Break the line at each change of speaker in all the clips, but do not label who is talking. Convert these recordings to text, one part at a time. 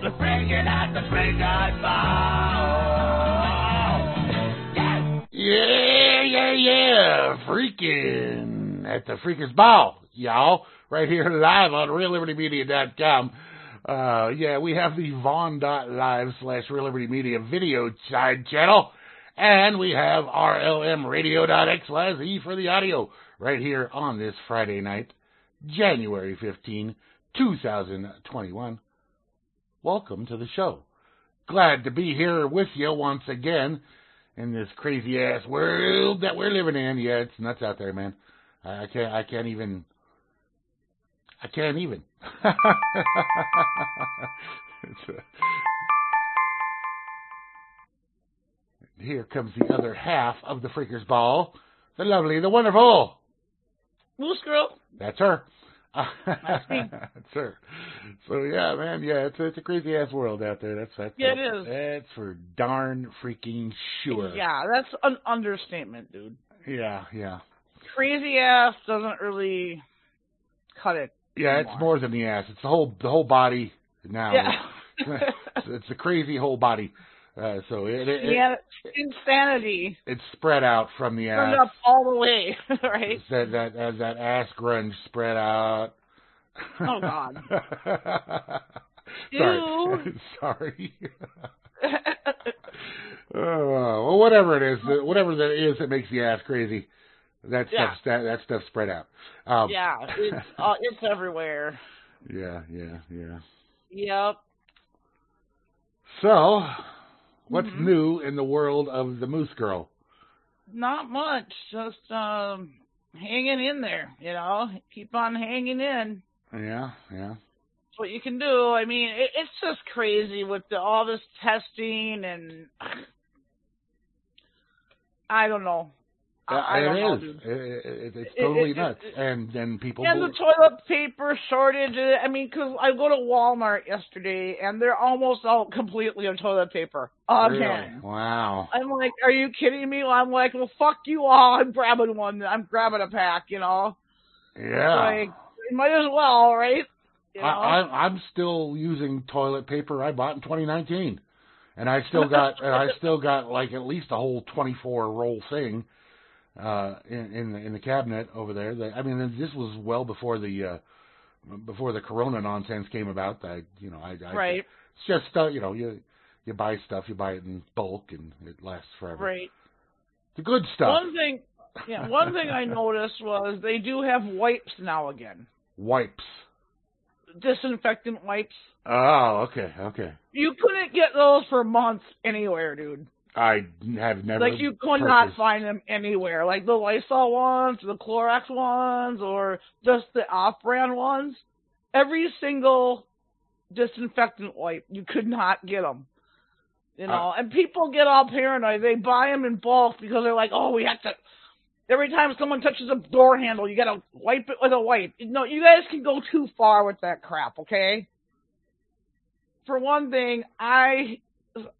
They're bringing out the big gun ball. Yes. Yeah, yeah, yeah. Freaking at the Freakers Ball, y'all. Right here live on RealLibertyMedia.com. Uh, yeah, we have the Vaughn.live slash Real Liberty Media video side channel. And we have RLMRadio.xyz for the audio right here on this Friday night, January 15, 2021. Welcome to the show. Glad to be here with you once again in this crazy ass world that we're living in. Yeah, it's nuts out there, man. I I can't, I can't even, I can't even. It's a- Here comes the other half of the Freakers Ball, the lovely, the wonderful.
Moose Girl.
That's her.
see.
That's her. So yeah, man, yeah, it's it's a crazy ass world out there. That's that's
Yeah, it
that's,
is.
That's for darn freaking sure.
Yeah, that's an understatement, dude.
yeah, yeah.
Crazy ass doesn't really cut it.
Yeah, it's
Anymore.
more than the ass. It's the whole the whole body now.
Yeah.
it's, it's a crazy whole body. Uh, so it, it, it-
yeah, insanity
it's spread out from the
turned
ass.
up all the way, right?
It's That that that, that ass grunge spread out.
Oh, God.
Sorry. Sorry. Uh, well, whatever it is, the- whatever that is that makes the ass crazy, that
Yeah.
stuff that, that stuff spread out. Um,
yeah, it's uh, it's everywhere.
yeah, yeah, yeah.
Yep.
So, what's
Mhm.
new in the world of the Moose Girl?
Not much. Just um hanging in there, you know. Keep on hanging in.
Yeah, yeah,
It's what you can do. I mean, it, it's just crazy with the, all this testing and I don't know. I, I
It
don't know.
is.
dude.
It- it- it's
It-
totally
it-
nuts,
it-
and then people.
And the
will-
toilet paper shortage. uh, I mean, 'cause I go to Walmart yesterday and they're almost all completely on toilet paper
really?
again.
Wow.
I'm like, are you kidding me? I'm like, well, fuck you all. I'm grabbing one. I'm grabbing a pack, you know?
Yeah.
Like, you might as well, right? You know?
I, I, I'm still using toilet paper I bought in 2019, and I still got and I still got like at least a whole 24 roll thing uh, in in the, in the cabinet over there. That, I mean, this was well before the uh, before the Corona nonsense came about. I you know I, I
right,
It's just uh, you know you you buy stuff, you buy it in bulk, and it lasts forever.
right.
The good stuff.
One thing, yeah, one thing I noticed was they do have wipes now again.
Wipes.
Disinfectant wipes.
Oh, okay, okay.
You couldn't get those for months anywhere, dude.
I have never
Like you could
purchased-
not find them anywhere. Like the Lysol ones, the Clorox ones, or just the off-brand ones. Every single disinfectant wipe, you could not get them. You know, and people get all paranoid. They buy them in bulk because they're like, "Oh, we have to." Every time someone touches a door handle, you gotta wipe it with a wipe. No, you guys can go too far with that crap. Okay. For one thing, I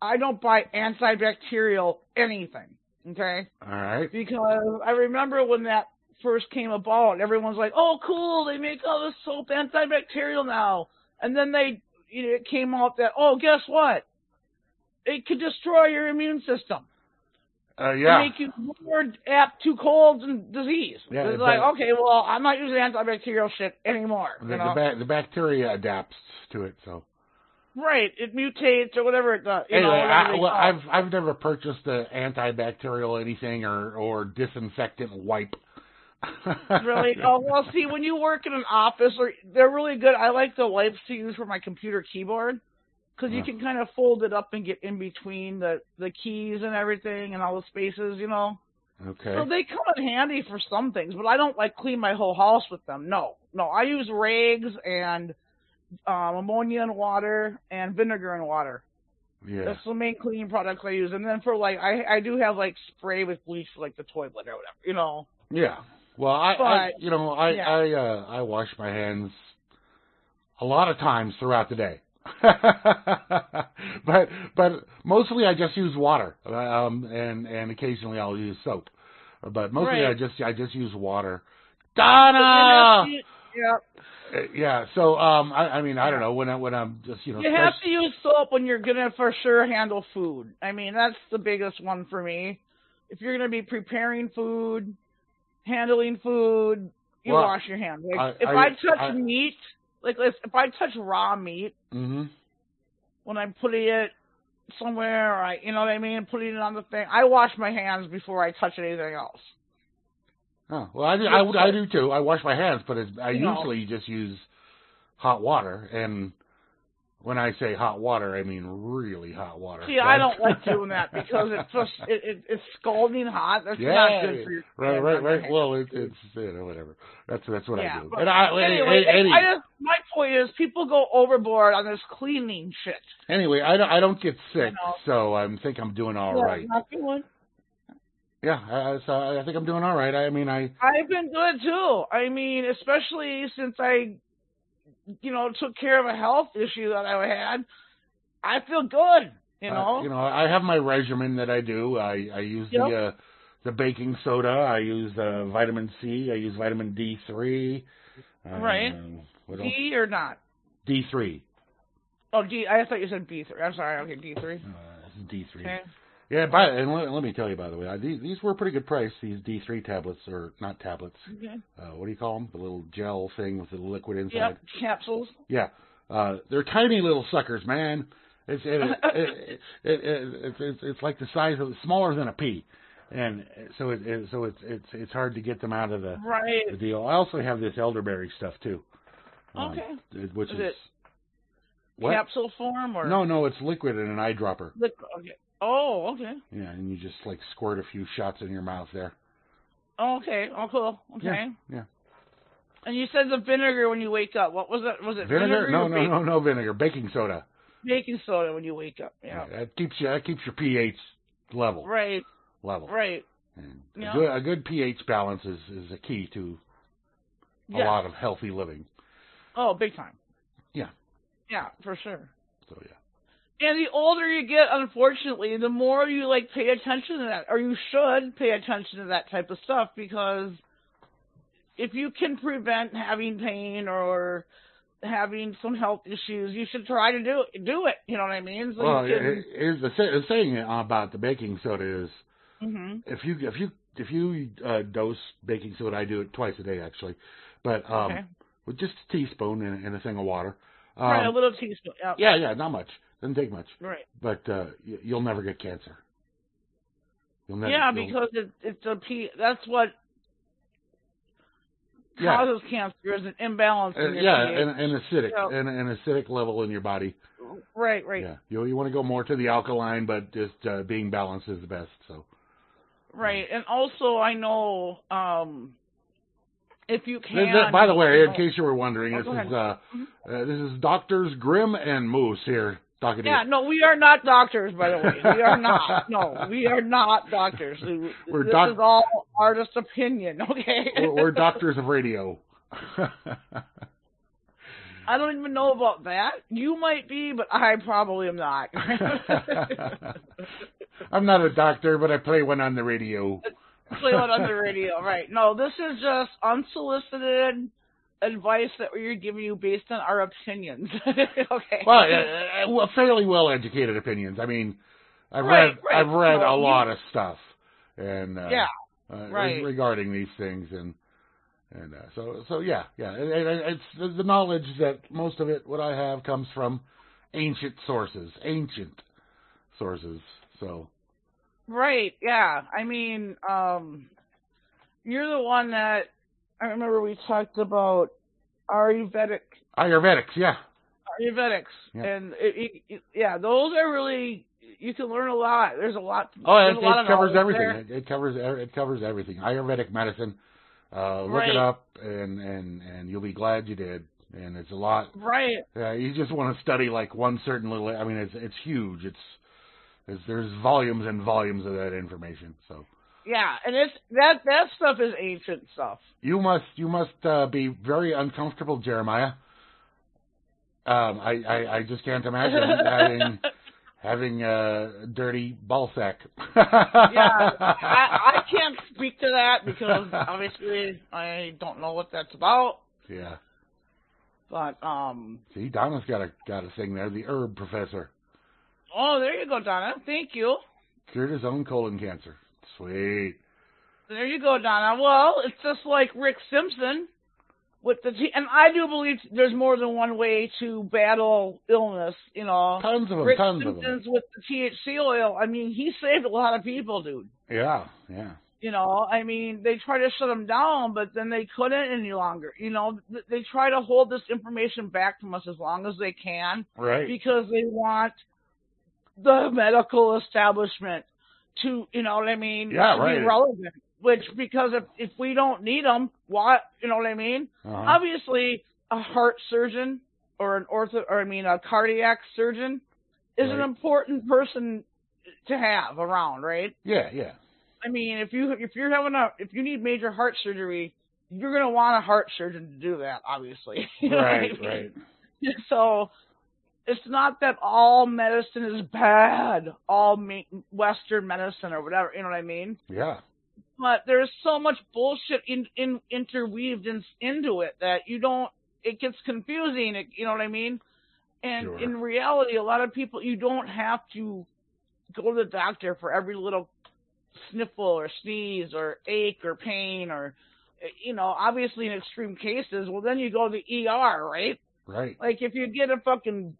I don't buy antibacterial anything. Okay?
All right.
Because I remember when that first came about, everyone's like, "Oh, cool! They make all this soap antibacterial now." And then they, you know, it came out that, "Oh, guess what? It could destroy your immune system,
Uh,
and
yeah.
make you more apt to colds and disease."
Yeah,
it's
it
like,
does.
okay, well, I'm not using antibacterial shit anymore.
The,
You
the,
know?
ba- the bacteria adapts to it. So
right? It mutates or whatever it does. You
anyway,
know, whatever
I,
they
well,
call it.
I've I've never purchased an antibacterial anything or or disinfectant wipe.
really? Oh well, see, when you work in an office, or they're really good. I like the wipes to use for my computer keyboard because you
Yeah.
can kind of fold it up and get in between the the keys and everything and all the spaces, you know.
Okay.
So they come in handy for some things, but I don't like clean my whole house with them. No, no, I use rags and um, ammonia and water and vinegar and water.
yeah.
That's the main cleaning products I use. And then for like, I I do have like spray with bleach for like the toilet or whatever, you know.
Yeah. Well, I, I
But-
you know I
yeah.
I uh, I wash my hands a lot of times throughout the day. but but mostly I just use water um and and occasionally I'll use soap. But mostly I
Right.
just I just use water.
But then
Donna.
after you- yeah.
Uh, yeah. So, um, I, I mean, I don't know when I when I'm just you know.
You have to use soap when you're gonna for sure handle food. I mean, that's the biggest one for me. If you're gonna be preparing food, handling food, you
Well,
wash your hands. Like,
I-
if
I-
I, touch
I-
meat, like if if I touch raw meat
hmm
when I'm putting it somewhere, or I, you know what I mean, putting it on the thing, I wash my hands before I touch anything else.
Oh, well, I do, I, would- I do too. I wash my hands, but it's, I
You know.
usually just use hot water. And when I say hot water, I mean really hot water.
See, I don't like doing that because it's just it, it, it's scalding hot. That's
Yeah,
not good for your
right,
hands
right,
on your
right.
hands.
Well, it, it's you know whatever. That's that's what
Yeah,
I do.
but
And I,
anyway,
any- any-
I just my point is people go overboard on this cleaning shit.
anyway, I don't I don't get sick,
know.
so I think I'm doing all
Yeah,
right.
not doing-
Yeah, I, I- so I think I'm doing all right. I, I mean, I
I've been good too. I mean, especially since I, you know, took care of a health issue that I had. I feel good. You
uh,
know.
you know, I have my regimen that I do. I I use the uh, the baking soda. I use uh, vitamin C. I use vitamin D three. Um,
Right. D or not?
D three.
Oh, D. I thought you said B three. I'm sorry. Okay, D three.
Uh, D three.
Okay.
Yeah. By and let, let me tell you by the way, I, these, these were a pretty good price. These D three tablets or not tablets.
okay.
Uh, what do you call them? The little gel thing with the liquid inside.
Yep. Capsules.
Yeah, uh, they're tiny little suckers, man. It's it, it, it, it, it, it's it's like the size of smaller than a pea, and so it, it so it's it's it's hard to get them out of the,
Right.
the deal. I also have this elderberry stuff too, um,
Okay.
th- which
Is
is,
it
what?
Capsule form or
No, no, it's liquid in an eyedropper.
Liquid, Okay. Oh, okay.
Yeah, and you just like squirt a few shots in your mouth there.
Okay. Oh, cool. Okay.
yeah.
And you said the vinegar when you wake up. What was it? Was it
Vinegar?
vinegar?
No,
or
no,
ba-
no, no vinegar. Baking soda.
Baking soda when you wake up. Yeah.
That keeps you. That keeps your pH level.
Right.
Level.
Right.
And
Yeah.
Mm. A, good, a good pH balance is, is a key to a
Yes.
lot of healthy living.
Oh, big time.
Yeah.
Yeah, for sure.
So yeah,
And the older you get, unfortunately, the more you like pay attention to that, or you should pay attention to that type of stuff because if you can prevent having pain or having some health issues, you should try to do do it. You know what I mean? So
well,
you can,
it- here's the, say, the saying about the baking soda is
hmm
if you if you if you uh, dose baking soda, I do it twice a day actually, but um,
Okay.
with just a teaspoon and, and a thing of water. Um,
right, a little teaspoon. Yeah.
yeah, yeah, not much. Doesn't take much,
Right.
but uh, y- you'll never get cancer. You'll never.
yeah,
you'll-
because it, it's a P. That's what
Yeah.
causes cancer is an imbalance
uh,
in your
yeah,
pH.
an, an acidic,
So-
an, an acidic level in your body.
right, right,
Yeah, you you want to go more to the alkaline, but just uh, being balanced is the best. So
right. And also, I know um, if you can.
Th- th- by the way,
you
in
know-
case you were wondering,
Oh,
this
go
is
ahead. Mm-hmm.
uh, uh, this is Doctors Grimm and Moose here talking
yeah,
to
no, we are not doctors, by the way. We are not. No, we are not doctors. We-
We're
this
doc-
is all artist opinion, okay?
you. We're, we're doctors of radio.
I don't even know about that. You might be, but I probably am not.
I'm not a doctor, but I play one on the radio.
play one on the radio, right? No, this is just unsolicited advice that we're giving you based on our opinions. okay.
Well, uh, uh, well, fairly well-educated opinions. I mean, I've
Right,
read
right.
I've read
No,
a
you-
lot of stuff, and uh,
yeah,
uh, re-
right.
regarding these things and and uh, so so yeah yeah and, and it's the, the knowledge that most of it what I have comes from ancient sources ancient sources so
right? Yeah. I mean, um, you're the one that I remember we talked about Ayurvedic
Ayurvedics yeah
Ayurvedics,
Yeah.
and it, it, it- yeah, those are really you can learn a lot. There's a lot.
oh it,
there's a lot
it
of
covers
knowledge
everything
there.
it, it covers e- it covers everything Ayurvedic medicine uh, look
Right.
it up and and and you'll be glad you did and it's a lot
Right.
Yeah, you just want to study like one certain little. I mean, it's it's huge. It's, it's there's volumes and volumes of that information. So
Yeah, and it's that that stuff is ancient stuff.
you must you must uh, be very uncomfortable, Jeremiah. Um, I, I I just can't imagine having having a dirty ball sack. yeah,
yeah, I, I can't speak to that because obviously I don't know what that's about.
Yeah,
But um,
See, Donna's got a got a thing there. The herb professor
oh, there you go, Donna. Thank you.
cured his own colon cancer. Sweet.
There you go, Donna. Well, it's just like Rick Simpson with the t- and I do believe there's more than one way to battle illness. You know,
Tons of them.
Rick
tons of them.
Simpson's with the THC oil. I mean, he saved a lot of people, dude.
Yeah. Yeah.
You know, I mean, they tried to shut him down, but then they couldn't any longer. You know, th- they try to hold this information back from us as long as they can
Right.
because they want the medical establishment to, you know what I mean,
Yeah,
to
right.
be relevant. Which because if if we don't need them, why? You know what I mean?
Uh-huh.
Obviously, a heart surgeon or an ortho, or I mean, a cardiac surgeon is an
Right.
important person to have around, right?
Yeah. Yeah.
I mean, if you if you're having a if you need major heart surgery, you're gonna want a heart surgeon to do that, obviously. You know what I
Right.
mean?
Right.
so it's not that all medicine is bad, all me- Western medicine or whatever. You know what I mean?
Yeah.
But there's so much bullshit in, in interweaved in, into it that you don't. It gets confusing. It, you know what I mean? And
Sure.
in reality, a lot of people you don't have to go to the doctor for every little sniffle or sneeze or ache or pain or eh, you know obviously in extreme cases well then you go to the ER right
Right.
like if you get a fucking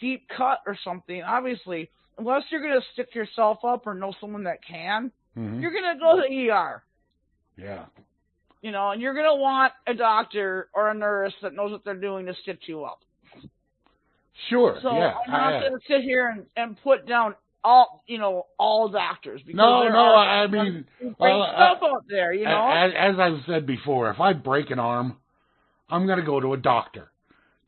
deep cut or something, obviously, unless you're gonna stick yourself up or know someone that can,
hmm
you're gonna go to the ER.
Yeah.
You know, and you're gonna want a doctor or a nurse that knows what they're doing to stitch you up.
Sure.
So
yeah.
I'm not
I-
gonna sit here and, and put down all you know all doctors because
no.
there
No.
are
I I mean,
great
well,
stuff out there. You
a-
know,
as, as I've said before, if I break an arm, I'm gonna go to a doctor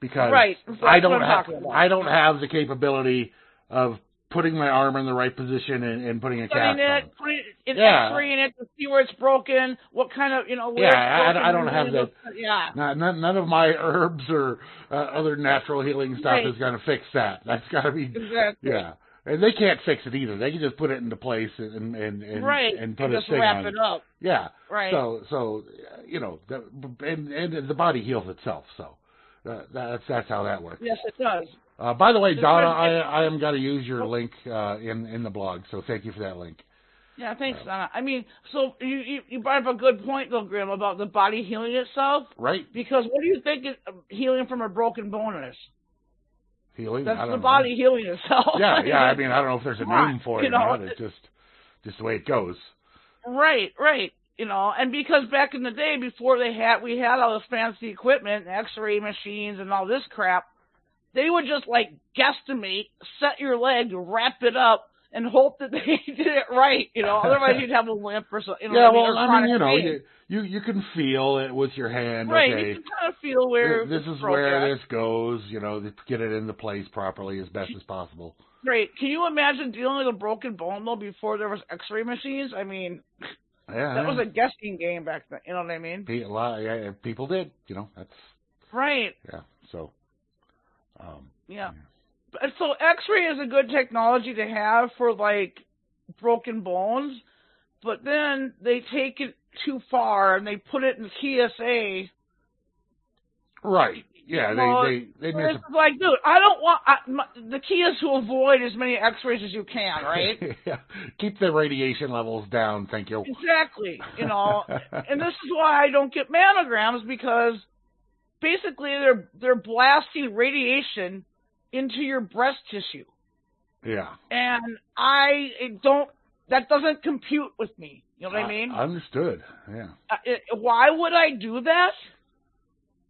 because
right?
I
that's
don't
what I'm
have
talking about.
I don't have the capability of putting my arm in the right position and, and putting a cast
Putting
on.
it, putting it,
Yeah.
X-raying it to see where it's broken, what kind of, you know, where
Yeah,
it's
I- I
broken,
don't have
really what's- Yeah,
Not, none, none of my herbs or uh, other natural healing stuff
Right.
is going to fix that. That's got to be
exactly.
yeah. And they can't fix it either. They can just put it into place and and and,
right.
and put
just
a thing
wrap
on.
it up.
Yeah.
Right.
So so uh, you know the, and and the body heals itself. So uh, that's that's how that works.
yes, it does.
Uh, by the way,
Just
Donna,
wanted to- Oh.
I I am going to use your link uh, in in the blog. So thank you for that link.
Yeah, thanks, Donna. I mean, so you, you you brought up a good point though, Grim, about the body healing itself.
Right.
Because what do you think is uh, healing from a broken bone is?
Healing. I
That's
don't
the
know.
body healing itself.
Yeah, yeah. I mean, I don't know if there's a
Come on,
name for it
you
or
know?
not. It's just just the way it goes.
Right, right. You know, and because back in the day, before they had we had all this fancy equipment, X-ray machines, and all this crap, they would just like guesstimate, set your leg, wrap it up, and hope that they did it right. You know, otherwise you'd have a limp or something. You know,
yeah,
what I mean,
well,
or
I mean,
chronic
you know,
pain.
you, you you can feel it with your hand.
right?
Okay,
You can kind of feel where
this is
broke
where
at.
this goes. You know, to get it into place properly as best as possible.
Great. Can you imagine dealing with a broken bone though before there was X-ray machines? I mean,
Yeah,
that was a guessing game back then. You know what I mean?
pe- a lot. Yeah, yeah, people did. You know, that's
Right.
yeah. So, um,
Yeah. But- So X-ray is a good technology to have for like broken bones, but then they take it too far and they put it in TSA.
right. Yeah,
Well,
they they they
It's
miss.
just like, dude, I don't want. I, my, the key is to avoid as many X-rays as you can, right?
yeah, keep the radiation levels down. Thank you.
exactly. You know, and this is why I don't get mammograms because basically they're they're blasting radiation into your breast tissue.
yeah.
and I it don't. That doesn't compute with me. You know
Uh,
what I, mean?
understood. Yeah.
Uh, it- why would I do that?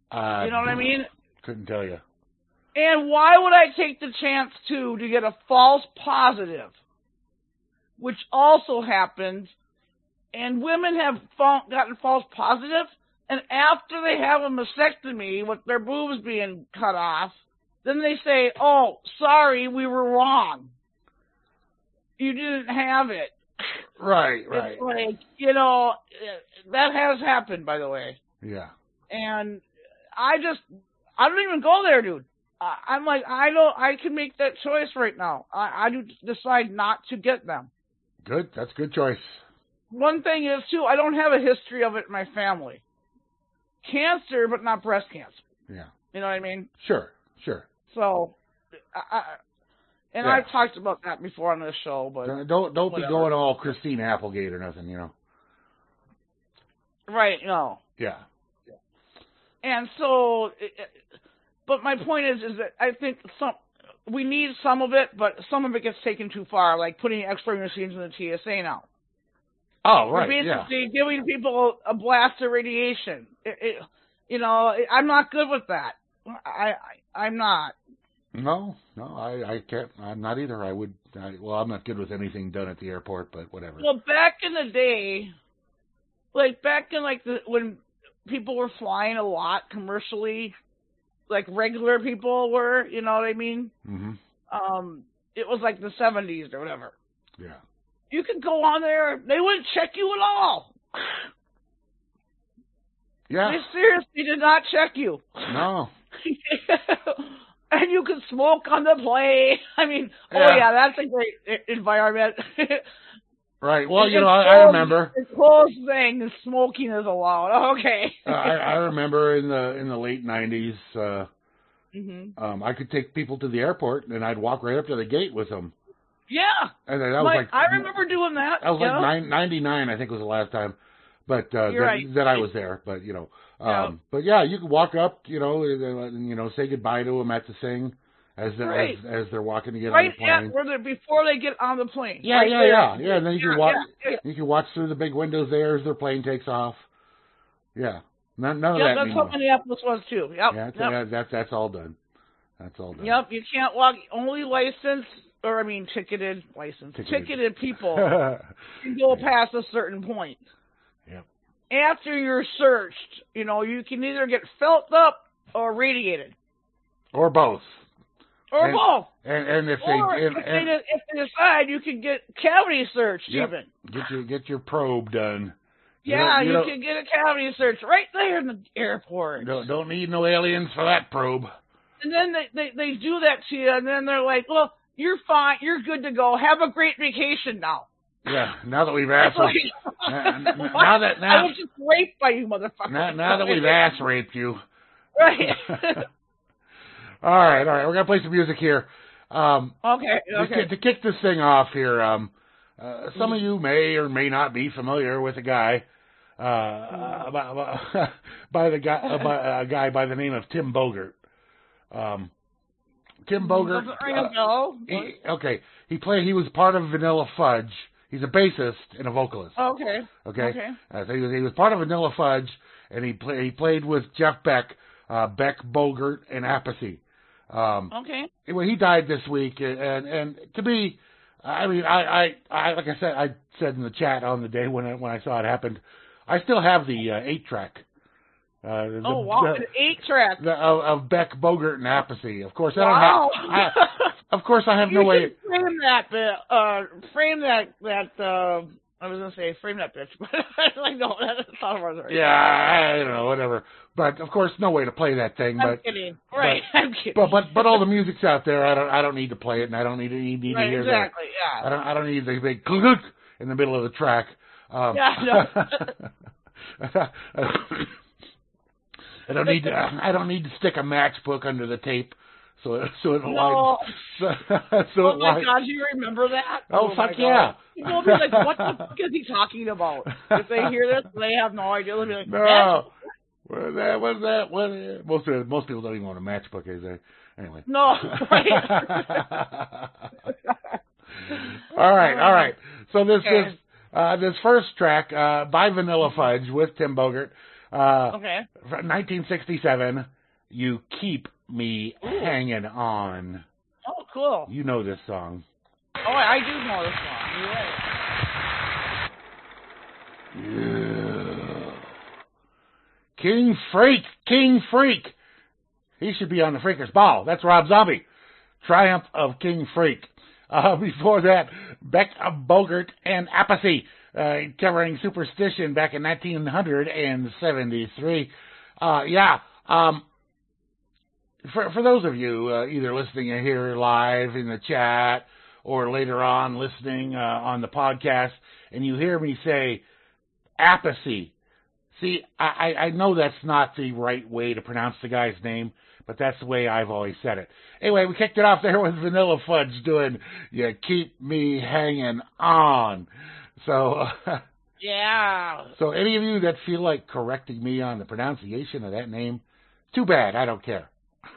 Uh,
You know what I mean?
Couldn't tell you.
And why would I take the chance to to get a false positive, which also happens, and women have fa- gotten false positive, and after they have a mastectomy with their boobs being cut off, then they say, "Oh, sorry, we were wrong. You didn't have it."
Right. Right.
It's like, you know, uh, that has happened, by the way.
Yeah.
And I just, I don't even go there, dude. I- I'm like, I don't, I can make that choice right now. I, I do decide not to get them.
Good. That's a good choice.
One thing is, too, I don't have a history of it in my family. Cancer, but not breast cancer.
Yeah.
You know what I mean?
Sure, sure.
So, I, I and
Yeah.
I've talked about that before on this show, but
Don't don't don't be
Whatever.
going all Christine Applegate or nothing, you know.
right, no.
Yeah.
And so, it- it- but my point is, is that I think some we need some of it, but some of it gets taken too far, like putting X-ray machines in the TSA now.
Oh,
We're
right. Yeah.
basically giving people a blast of radiation. It, it, you know, it, I'm not good with that. I, I I'm not.
No, no, I, I can't. I'm not either. I would. I, well, I'm not good with anything done at the airport, but whatever.
Well, back in the day, like back in like the when people were flying a lot commercially, like regular people were, you know what I mean?
hmm
Um, it was like the 70s or whatever.
Yeah.
You could go on there, they wouldn't check you at all. They
Yeah.
seriously did not check you.
No.
and you could smoke on the plane. I mean, oh
Yeah.
yeah, that's a great e- environment.
Right. Well,
It's
you know, I, I
closed-
remember.
It's closed thing. and Smoking is allowed. Okay.
Uh, I, I remember in the in the late '90s, uh,
hmm
um, I could take people to the airport, and I'd walk right up to the gate with them,
Yeah,
and then that was
my-
like
I remember doing that.
I was
yeah.
like nine, 99, I think was the last time, but uh, that,
You're right.
that I was there. But you know, um,
Yeah.
but yeah, you can walk up, you know, and, and, you know, say goodbye to them at the thing as they're
Right.
as, as they're walking to get on
right
the
at
plane.
where they before they get on the plane.
Yeah,
Right
yeah,
there.
yeah, yeah. And then you can
Yeah,
watch.
yeah, yeah.
You can watch through the big windows there as their plane takes off. Yeah, none, none of
Yeah,
that
that's
anymore.
what Minneapolis was too. Yep.
yeah, that's,
yep.
that, that, that's all done. That's all done.
Yep, you can't walk. Only licensed, or I mean, ticketed, licensed,
Ticketed.
ticketed people
yeah,
can go past a certain point.
Yep.
After you're searched, you know, you can either get felt up or radiated.
or both.
Or
And-
both.
And and if they
or
and,
if,
and
they, de- if they decide, you can get cavity searched
Yep.
even.
get your get your probe done. You
Yeah,
don't- you
you,
don't-
can get a cavity search right there in the airport.
Don't, don't need no aliens for that probe.
And then they, they, they do that to you, and then they're like, well, you're fine. You're good to go. Have a great vacation now.
Yeah, now that we've asked,
Like,
now- now that- now-
I was just raped by you, motherfucker.
now, now that we've ass raped you.
Right.
all right, all right, we're gonna play some music here. Um,
okay,
to, ki-
okay. Mm-hmm.
to kick this thing off here, um, uh, some of you may or may not be familiar with a guy, uh,
Mm-hmm.
uh, by, by- by the guy, uh, by, a guy by the name of Tim Bogert. Um, Tim Bogert.
Mm-hmm. Doesn't ring a
uh,
bell.
he, okay, he played. He was part of Vanilla Fudge. He's a bassist and a vocalist.
Oh, okay.
Okay, Uh, so he was he was part of Vanilla Fudge, and he play, he played with Jeff Beck, uh, Beck Bogert, and Apathy. Um,
Okay.
well, he died this week, and and to me, I mean, I I, I like I said, I said in the chat on the day when I, when I saw it happened, I still have the uh, eight track. Uh, the,
Oh wow, an
the,
eight track.
the, of, of Beck Bogert and Apathy. Of course, I don't
Wow.
have. I, of course, I have no
you
way.
should frame that bit. Uh, frame that that. Uh, I was gonna say frame that bitch, but I like no, that's not what I'm
Yeah, I don't know, whatever. But of course, no way to play that thing.
I'm
But
kidding. Right. I'm kidding.
but but but all the music's out there. I don't I don't need to play it, and I don't need to need, need to
Right.
hear
Exactly.
that.
Yeah.
I don't I don't need the big click in the middle of the track. Um,
Yeah,
I don't need to, I don't need to stick a matchbook under the tape so it so it
No.
lines so, so
Oh
it
my
lines.
God! Do you remember that?
Oh,
my
fuck
God.
yeah.
People will be like, "What the fuck is he talking about?" If they hear this, they have no idea. They'll be like, "That's
No. What is that? What is that? What is Most of, most people don't even know what a matchbook is. They, anyway.
No,
all right, all right. So this
Okay.
this uh, this first track uh, by Vanilla Fudge with Tim Bogert, uh,
okay.
from 1967. You keep me hanging on.
Oh, cool.
You know this song.
Oh, I do know this one. You're right.
Yeah. King Freak, King Freak. He should be on the Freakers Ball. That's Rob Zombie. Triumph of King Freak. Uh, before that, Beck Bogert and Apathy, uh, covering Superstition back in 1973. Uh, yeah, um, for, for those of you uh, either listening here live in the chat or later on listening uh, on the podcast, and you hear me say apathy. See, I, I I know that's not the right way to pronounce the guy's name But that's the way I've always said it. Anyway, we kicked it off there with Vanilla Fudge doing You Keep Me Hanging On. So,
Yeah.
so any of you that feel like correcting me on the pronunciation of that name, too bad, I don't care.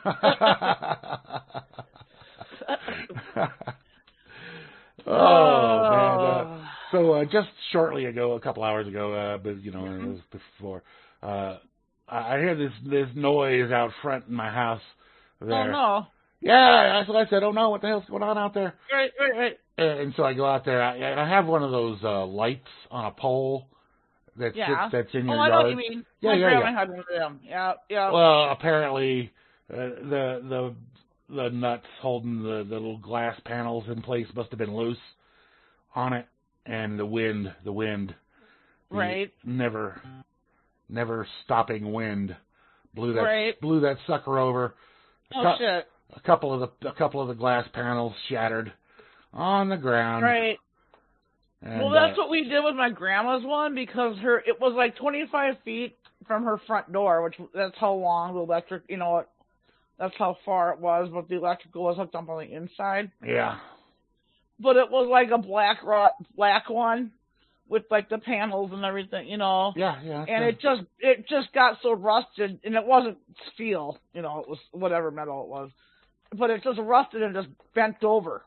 oh, man. uh, so uh, just shortly ago, a couple hours ago, uh, but you know, it
Mm-hmm.
was before, uh, I I hear this this noise out front in my house. There.
Oh no.
Yeah, that's what I said. Oh no, what the hell's going on out there?
Right, right, right.
And, and so I go out there, I, and I have one of those uh, lights on a pole that
Yeah.
sits, that's in
Oh,
your
I know
yard.
what you mean. Oh.
Yeah,
My
yeah,
grandma had one of them. Yeah, yeah.
Well, apparently uh, the the the nuts holding the, the little glass panels in place must have been loose on it, and the wind, the wind, the
Right.
never never stopping wind blew that
Right.
blew that sucker over.
Oh
Cut.
shit.
A couple of the a couple of the glass panels shattered on the ground.
Right.
And,
well,
uh,
that's what we did with my grandma's one because her it was like 25 feet from her front door, which that's how long the electric, you know, that's how far it was, but the electrical was hooked up on the inside.
yeah.
But it was like a black rot, black one with like the panels and everything, you know.
Yeah, yeah. that's
And
a-
it just it just got so rusted, and it wasn't steel, you know, it was whatever metal it was, but it just rusted and just bent over.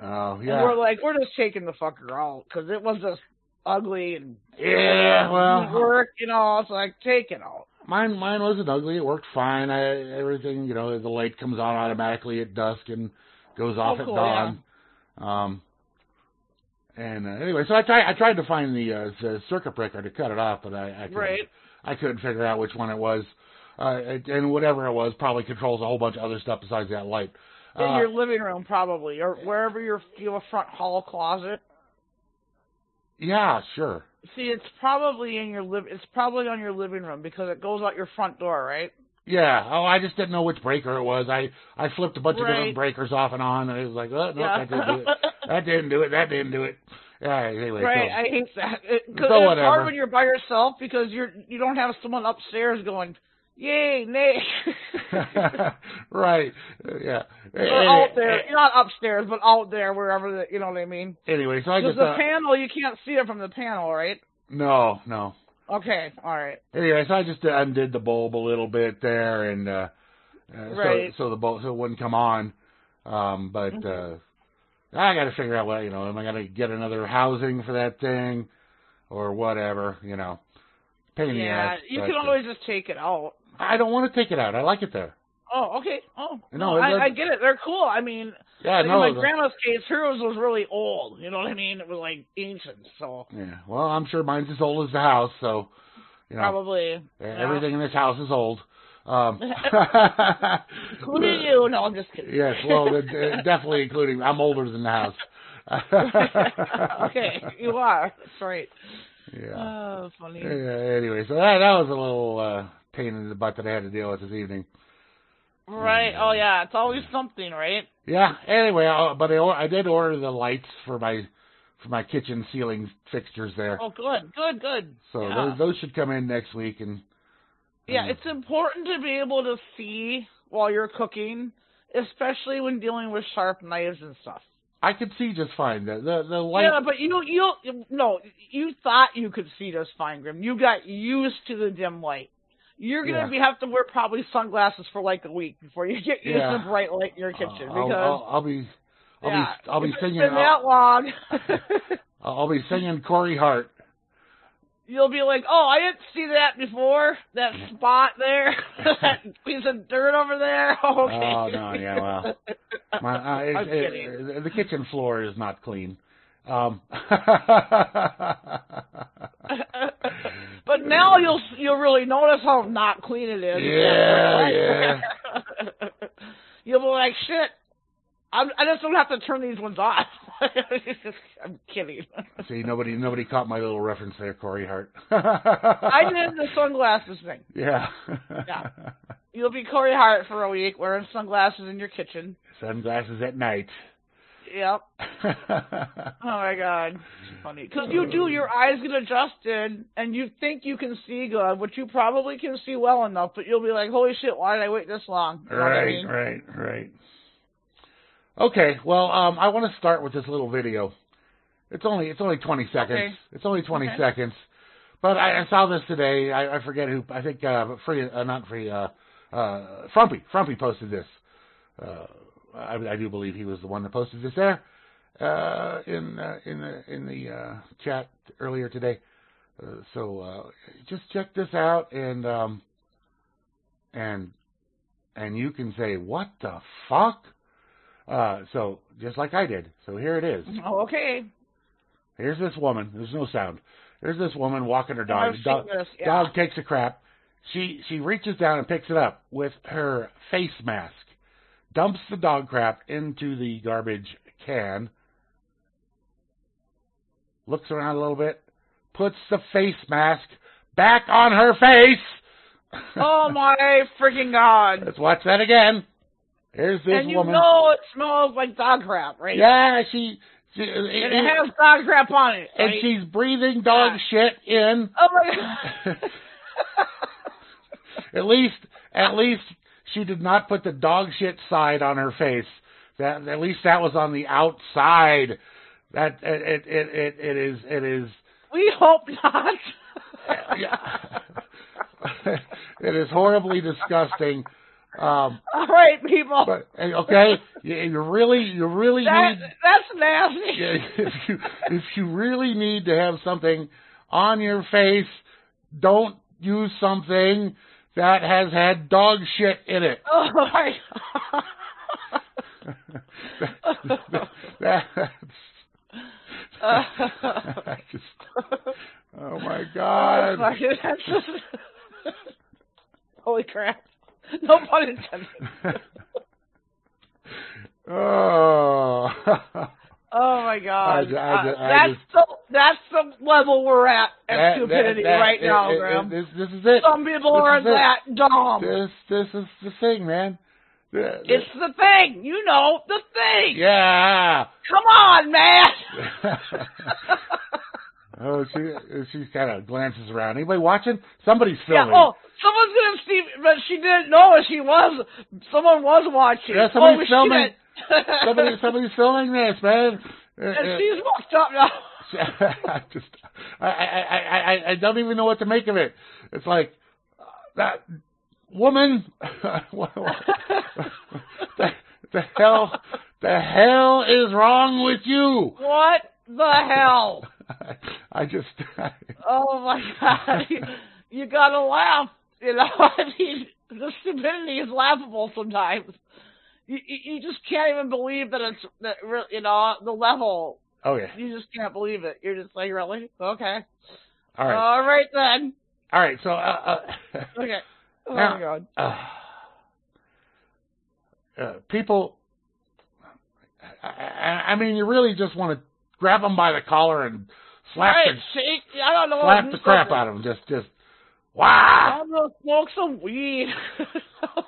Oh,
And we're
yeah.
like, we're just taking the fucker out because it was just ugly and
Yeah,
didn't
well,
work and all. It's like take it out.
mine mine wasn't ugly. It worked fine. I everything, you know, the light comes on automatically at dusk and goes off
Oh, cool,
at dawn. Um and uh, anyway, so I tried I tried to find the uh the circuit breaker to cut it off, but I I couldn't,
Right.
I couldn't figure out which one it was. Uh it- and whatever it was probably controls a whole bunch of other stuff besides that light.
In
Uh,
your living room, probably, or wherever your you have a front hall closet.
yeah, sure.
See, it's probably in your live. It's probably on your living room because it goes out your front door, right?
Yeah. Oh, I just didn't know which breaker it was. I I flipped a bunch of
Right.
different breakers off and on, and it was like, oh no, that didn't do it.
yeah.
That didn't do it. That didn't do it. Yeah, anyway,
right.
so-
I hate that. It, 'cause
So
it's
whatever.
hard when you're by yourself because you're you don't have someone upstairs going, "Yay, Nick."
right. Uh, Yeah.
Or out there, not upstairs, but out there, wherever the, you know what I mean.
Anyway, so I
Because
just
the
uh,
panel, you can't see it from the panel, right?
no, no.
Okay, all right.
Anyway, so I just undid the bulb a little bit there, and uh, uh
Right.
so so the bulb so it wouldn't come on. Um, but
Mhm.
uh, I got to figure out what you know. Am I gonna get another housing for that thing, or whatever? You know, pain in the
Yeah,
ass,
you
but,
can
uh,
always just take it out.
I don't want to take it out. I like it there.
Oh, okay. Oh,
No, it
I, I
doesn't-
get it. They're cool. I mean,
Yeah,
like
no.
in
the-
my grandma's case, hers was really old. You know what I mean? It was like ancient, so
yeah. Well, I'm sure mine's as old as the house, so you know.
probably.
Uh,
Yeah.
Everything in this house is old. Um,
Including you? No, I'm just kidding.
Yes, well, the- the- definitely including. I'm older than the house.
okay, you are. That's right.
Yeah.
Oh, funny.
yeah. Anyway, so that that was a little uh, pain in the butt that I had to deal with this evening.
Right. Oh, yeah. It's always something, right?
Yeah. Anyway, I, but I or- I did order the lights for my for my kitchen ceiling fixtures there.
Oh, good, good, good.
so
yeah.
those those should come in next week and.
Yeah,
Mm.
it's important to be able to see while you're cooking, especially when dealing with sharp knives and stuff.
I could see just fine. The the, the light.
yeah, but you you no, you thought you could see just fine, Grim. You got used to the dim light. You're gonna
Yeah.
be have to wear probably sunglasses for like a week before you get used
Yeah.
to bright light in your kitchen
uh, I'll,
because
I'll, I'll be. I'll
yeah,
be. I'll be
if it's
singing.
been
I'll-
that long.
I'll I'll be singing Corey Hart.
You'll be like, oh, I didn't see that before. That spot there, that piece of dirt over there. Okay.
Oh, no, yeah, well. My, uh, it,
I'm
it-
kidding.
the kitchen floor is not clean. Um,
but now you'll you'll really notice how not clean it is.
Yeah, yeah.
you'll be like, shit. I'm, I just don't have to turn these ones off. I'm kidding.
see, nobody nobody caught my little reference there, Corey Hart.
I did the sunglasses thing.
Yeah.
Yeah. You'll be Corey Hart for a week wearing sunglasses in your kitchen.
Sunglasses at night.
Yep. Oh my god, it's funny. Because you do, your eyes get adjusted, and you think you can see good, which you probably can see well enough, but you'll be like, "Holy shit, why did I wait this long?" You know what I
right,
mean?
right, right. Okay, well, um, I want to start with this little video. It's only it's only 20 seconds.
Okay.
It's only 20
Okay.
seconds. But I, I saw this today. I, I forget who. I think uh, free, uh, not free. Uh, uh, Frumpy, Frumpy posted this. Uh, I, I do believe he was the one that posted this there uh, in uh, in the in the uh, chat earlier today. Uh, so uh, just check this out and um, and and you can say what the fuck. Uh, so just like I did. So here it is.
Oh, okay.
Here's this woman. There's no sound. Here's this woman walking her
I've
dog.
seen
Dog,
this, yeah.
dog takes a crap. She she reaches down and picks it up with her face mask. Dumps the dog crap into the garbage can. Looks around a little bit. Puts the face mask back on her face.
Oh my freaking god!
Let's watch that again. Here's this
and you
woman.
know it smells like dog crap, right?
yeah, she. she
And it has dog crap on it.
and
right?
she's breathing dog
Yeah.
shit in.
Oh my god.
At least, at least she did not put the dog shit side on her face. That at least that was on the outside. That it it it, it, it is it is
we hope not.
it is horribly disgusting. Um,
All right, people.
but okay, you, you really you really
that,
need
that's nasty.
yeah, if you if you really need to have something on your face, don't use something that has had dog shit in it.
Oh my god.
That's- I just- oh my
Oh,
god.
fuck it. That's just- Holy crap. No pun intended.
oh.
Oh my
I
god.
ju- I ju-
Uh,
I
that's the that's the level we're at at
That- that-
stupidity
that-
right
it-
now,
it- it-
Graham. Oh.
This, this is it.
Some people
this
are
is it.
that dumb.
This this is the thing, man. The- the-
It's the thing, you know, the thing.
yeah.
Come on, man.
oh, she she kind of glances around. Anybody watching? Somebody's
yeah,
filming.
oh, someone's gonna see, but she didn't know if she was. Someone was watching.
Yeah,
oh,
somebody's
shit.
filming. Somebody somebody's filming this, man. Uh, uh,
and she's fucked up now.
I just I, I I I- I don't even know what to make of it. It's like uh, that woman. what, what, the, the hell the hell is wrong with you?
What the hell?
I just
Oh my god. you gotta laugh. You know, I mean, the stupidity is laughable sometimes. You, you you just can't even believe that it's, that, re- you know, the level.
oh yeah.
You just can't believe it. You're just like, really? Okay.
All right.
All right then.
All right. So. Uh, uh,
Okay. Oh
Now-
my god.
uh, uh, people, I, I, I mean, you really just want to grab them by the collar and slap
right,
the
shake. I don't know.
slap the crap out of them. Just, just, wow.
I'm gonna smoke some weed.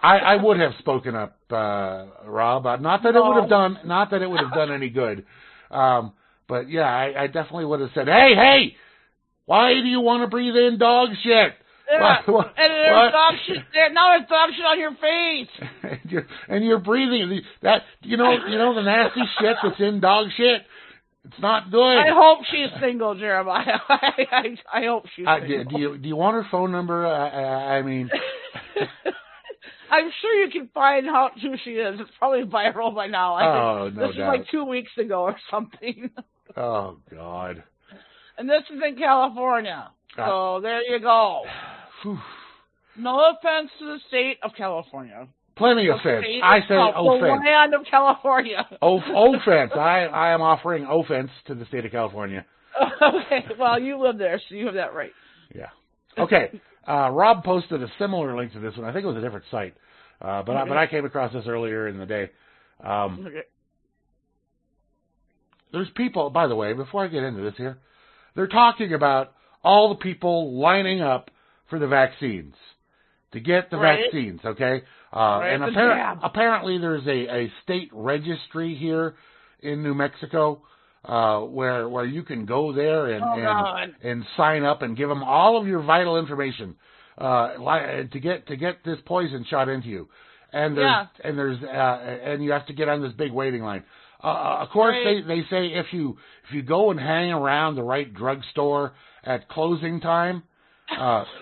I, I would have spoken up, uh, Rob. Uh, Not that it would have done, not that it would have done any good. Um, but yeah, I, I definitely would have said, hey, hey, why do you want to breathe in dog shit?
Yeah.
What- what-
And
what?
there's dog shit there. Now there's dog shit on your face.
and you're and you're breathing the- that you know you know the nasty shit that's in dog shit. It's not good.
I hope she's single, Jeremiah. I, I, I hope she's
Uh, do,
single.
do you do you want her phone number? I, I, I mean,
I'm sure you can find out who she is. It's probably viral by now. I
oh
think
no
this
doubt.
is like two weeks ago or something.
oh god.
and this is in California.
Uh,
So there you go.
whew.
No offense to the state of California.
Plenty of offense.
State
I
of
say
Cal-
offense. Oh,
The land of California.
O- offense. I I am offering offense to the state of California.
okay. Well, you live there, so you have that right.
Yeah. Okay. Uh, Rob posted a similar link to this one. I think it was a different site, uh, but I, but I came across this earlier in the day. Um,
Okay.
there's people, by the way, before I get into this here, they're talking about all the people lining up for the vaccines to get the
Right.
vaccines, okay? Uh,
Right,
and
the
appar-
jab.
apparently there's a, a state registry here in New Mexico uh, where where you can go there and
oh
and,
God.
and sign up and give them all of your vital information uh, li- to get to get this poison shot into you. And there's and there's uh, and you have to get on this big waiting line. Uh, of course,
Right.
they they say if you if you go and hang around the right drugstore at closing time, uh,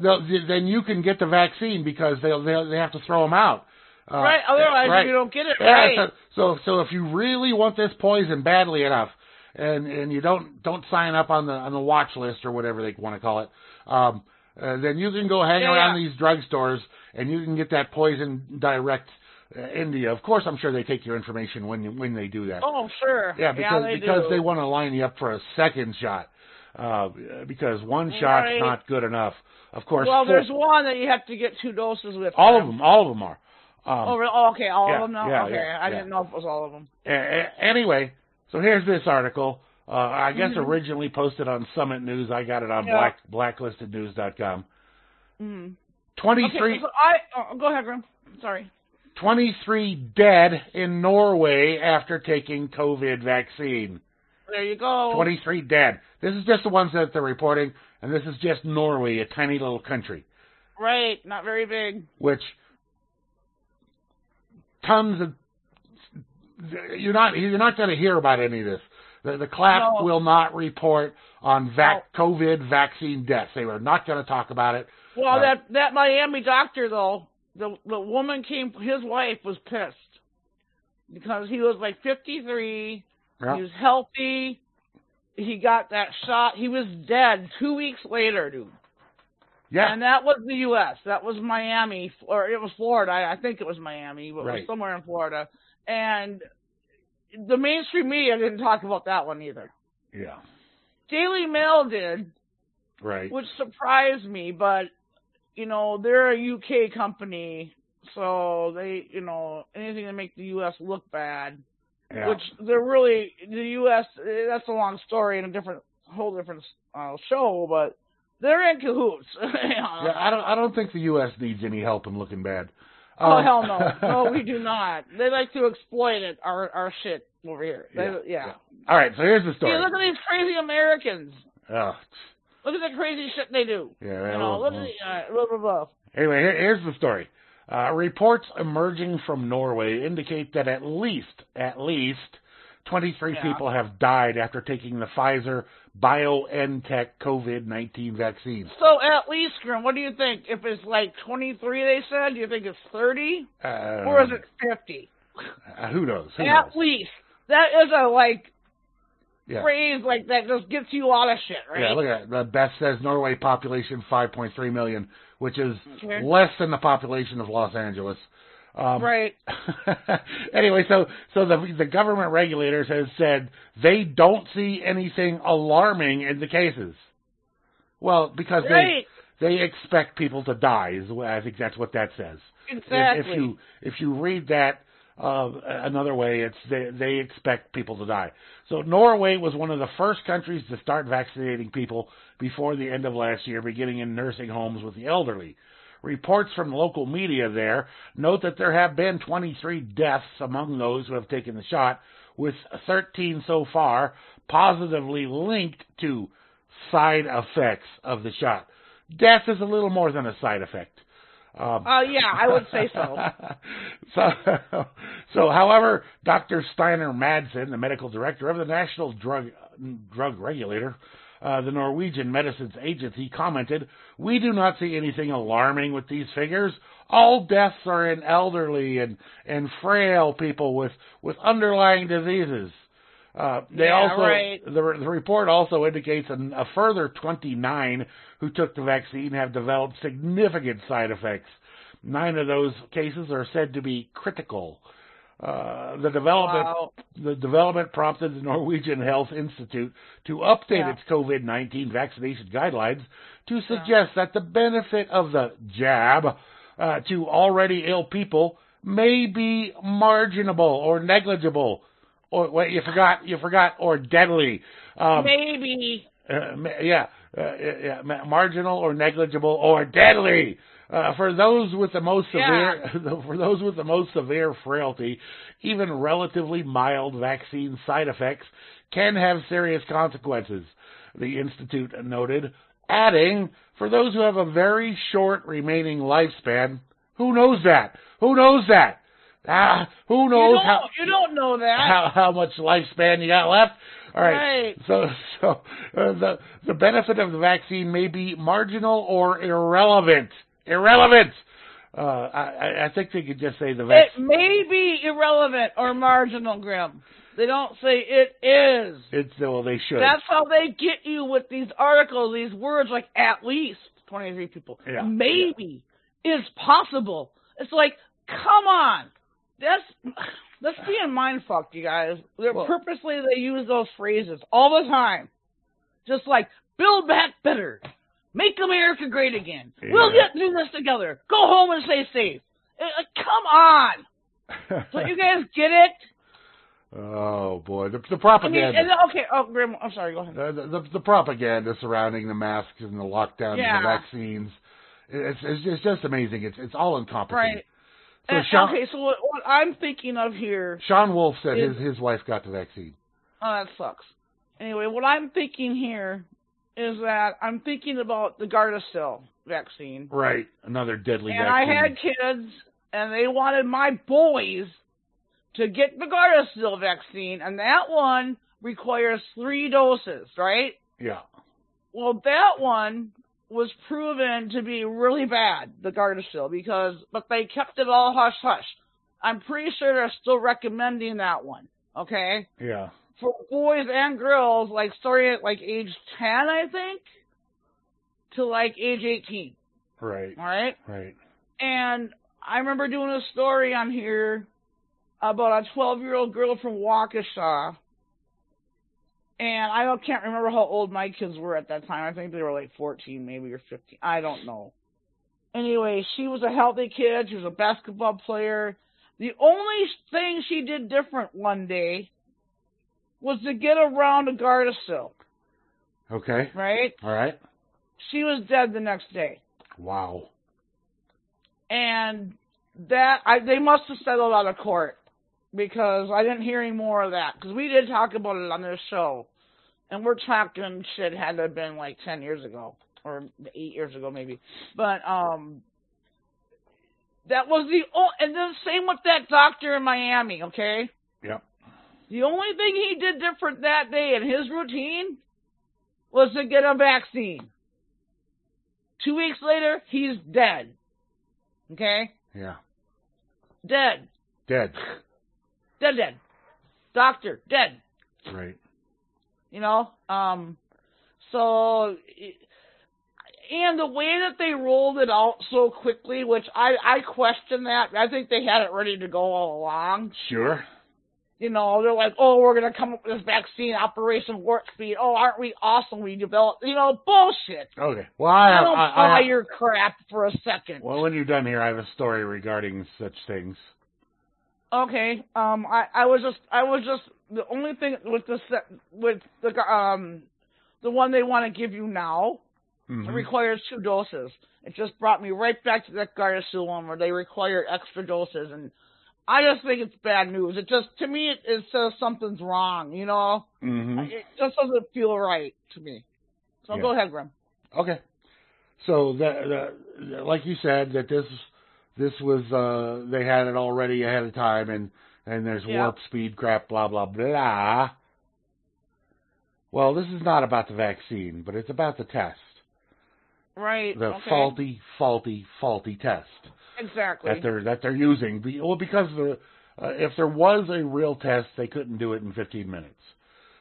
Oh,
they'll- then you can get the vaccine because they'll, they'll they have to throw them out. Uh,
right. Oh, Otherwise,
right.
you don't get it.
Yeah,
right.
So, so so if you really want this poison badly enough, and and you don't don't sign up on the on the watch list or whatever they want to call it, um, uh, then you can go hang
Yeah,
around
yeah.
these drugstores and you can get that poison direct uh, into you. Of course, I'm sure they take your information when you, when they do that.
Oh, sure.
Yeah, because
they
because
do.
they want to line you up for a second shot, uh, because one shot's
Right.
not good enough. Of course,
Well,
four-
there's one that you have to get two doses with.
all of
now.
them, all of them are. Um,
Oh, really? oh, okay, all
Yeah,
of them now.
yeah,
okay,
yeah,
I
yeah.
didn't know if it was all of them.
A- a- anyway, so here's this article. Uh, I guess
Mhm.
originally posted on Summit News. I got it on
Yeah.
black, blacklistednews.com.
Mm.
23,
Okay, so I oh, go ahead, Grim. Sorry.
23 dead in Norway after taking COVID vaccine.
There you go.
23 dead. This is just the ones that they're reporting, and this is just Norway, a tiny little country,
Right, not very big.
which tons of you're not you're not going to hear about any of this. The, the clap
No.
will not report on vac COVID vaccine deaths. They were not going to talk about it.
Well,
Uh,
that that Miami doctor though, the the woman came. His wife was pissed because he was like 53.
Yeah.
He was healthy. He got that shot. He was dead two weeks later, dude.
Yeah.
And that was the U.S. That was Miami, or it was Florida. I, I think it was Miami, but it
Right.
was somewhere in Florida. And the mainstream media didn't talk about that one either.
yeah.
Daily Mail did,
Right.
which surprised me, but you know they're a UK company, so they, you know, anything to make the U.S. look bad,
Yeah.
which they're really the U.S. eh, That's a long story and a different whole different uh, show, but they're in cahoots.
yeah, I don't I don't think the US needs any help in looking bad.
Oh
Um,
hell no! No, we do not. They like to exploit it, our our shit over here. They, yeah.
Yeah, All right, so here's the
See,
story.
look at these crazy Americans.
Oh,
Look at the crazy shit they do.
yeah,
You
that
know,
little-
look at the, uh, blah, blah, blah.
Anyway, here, here's the story. Uh, reports emerging from Norway indicate that at least, at least, 23
Yeah.
people have died after taking the Pfizer BioNTech COVID-19 vaccine.
So at least, Grim, what do you think? If it's like 23, they said, do you think it's 30
Uh,
or is it 50?
uh, who knows? Who
At
knows?
least that is a like
Yeah.
phrase like that just gets you out of shit, right?
Yeah, look at that. Beth says Norway population 5.3 million, which is
Okay.
less than the population of Los Angeles. Um,
right.
anyway, so so the the government regulators have said they don't see anything alarming in the cases. Well, because
Right.
they they expect people to die. Is what, I think that's what that says. If,
Exactly.
if you if you read that uh, another way, it's they they expect people to die. So Norway was one of the first countries to start vaccinating people before the end of last year, beginning in nursing homes with the elderly. Reports from local media there note that there have been 23 deaths among those who have taken the shot, with 13 so far positively linked to side effects of the shot. Death is a little more than a side effect. Um,
Uh, yeah, I would say so.
so, so, however, Dr. Steiner Madsen, the medical director of the National Drug Drug Regulator, uh, the Norwegian Medicines Agency, commented, "We do not see anything alarming with these figures. All deaths are in elderly and and frail people with with underlying diseases." Uh, they
Yeah,
also
right.
the, re- the report also indicates an, a further 29 who took the vaccine have developed significant side effects. Nine of those cases are said to be critical. Uh, the development
Wow.
the development prompted the Norwegian Health Institute to update
Yeah.
its COVID-19 vaccination guidelines to
Yeah.
suggest that the benefit of the jab uh, to already ill people may be marginable or negligible, or wait, you forgot, you forgot, or deadly. Um,
Maybe.
uh, ma- yeah, uh, yeah, ma- marginal or negligible or deadly. Uh, for those with the most severe, for those with the most severe frailty, even relatively mild vaccine side effects can have serious consequences. The institute noted, adding, for those who have a very short remaining lifespan, who knows that? Who knows that? Ah, who
you
knows
don't,
how?
you don't know that.
how how much lifespan you got left. All right.
right.
So so uh, the the benefit of the vaccine may be marginal or irrelevant. Irrelevant. Uh, I I- I think they could just say the
It
vaccine.
may be irrelevant or marginal, Grim. They don't say it is.
It's well they should.
That's how they get you with these articles, these words like at least 23 people.
Yeah,
Maybe. It's possible. It's like, come on. That's, that's being mind fucked, you guys. They're
Well-
purposely, they use those phrases all the time. Just like, build back better. Make America great again. We'll
Yeah.
get through this together. Go home and stay safe. Uh, uh, Come on. Don't you guys get it?
oh boy, the, the
I mean,
propaganda.
and, okay, oh, Grim, I'm sorry, go ahead.
Uh, the, the the propaganda surrounding the masks and the lockdowns
Yeah.
and the vaccines, it's, it's it's just amazing. It's it's all encompassing.
Right.
So
And-
Sean,
okay, so what, what I'm thinking of here,
Sean Wolf said
Is-
his his wife got the vaccine.
oh, that sucks. Anyway, what I'm thinking here is that I'm thinking about the Gardasil vaccine.
Right. Another deadly
And I
vaccine.
had kids, and they wanted my boys to get the Gardasil vaccine, and that one requires three doses, right?
Yeah.
Well, that one was proven to be really bad, the Gardasil, because but they kept it all hush hush. I'm pretty sure they're still recommending that one. Okay,
Yeah.
for boys and girls, like starting at like age 10, I think, to like age 18.
Right.
All right.
Right.
And I remember doing a story on here about a 12 year old girl from Waukesha. And I don't- can't remember how old my kids were at that time. I think they were like 14, maybe, or 15. I don't know. Anyway, she was a healthy kid. She was a basketball player. The only thing she did different one day was to get around a Gardasil,
Okay.
right?
All right.
She was dead the next day.
Wow.
and that I they must have settled out of court because I didn't hear any more of that because we did talk about it on this show, and we're talking shit had to have been like ten years ago or eight years ago maybe, but um. That was the o- and then same with that doctor in Miami, okay?
Yep.
The only thing he did different that day in his routine was to get a vaccine. Two weeks later, he's dead. Okay?
Yeah.
Dead.
Dead.
Dead, dead. Doctor, dead.
Right.
You know? Um, so, it- and the way that they rolled it out so quickly, which I, I question that. I think they had it ready to go all along.
Sure.
You know, they're like, oh, we're going to come up with this vaccine, Operation Warp Speed. Oh, aren't we awesome? We developed, you know, bullshit.
Okay. Well, I,
I don't
I,
buy
I-
your crap for a second.
well, when you're done here, I have a story regarding such things.
Okay. Um, I, I was just, I was just, the only thing with the, se- with the, um, the one they want to give you now
Mhm.
requires two doses. It just brought me right back to that Gardasil one where they require extra doses and I just think it's bad news. It just, to me, it, it says something's wrong, you know?
Mhm.
It just doesn't feel right to me. So
Yeah.
go ahead, Grim.
Okay. So the, the like you said that this this was uh they had it already ahead of time and and there's
Yeah.
warp speed crap blah blah blah. Well, this is not about the vaccine, but it's about the test.
Right.
The
okay.
faulty, faulty, faulty test.
Exactly.
that they're that they're using. Be- Well, because the uh, if there was a real test, they couldn't do it in 15 minutes.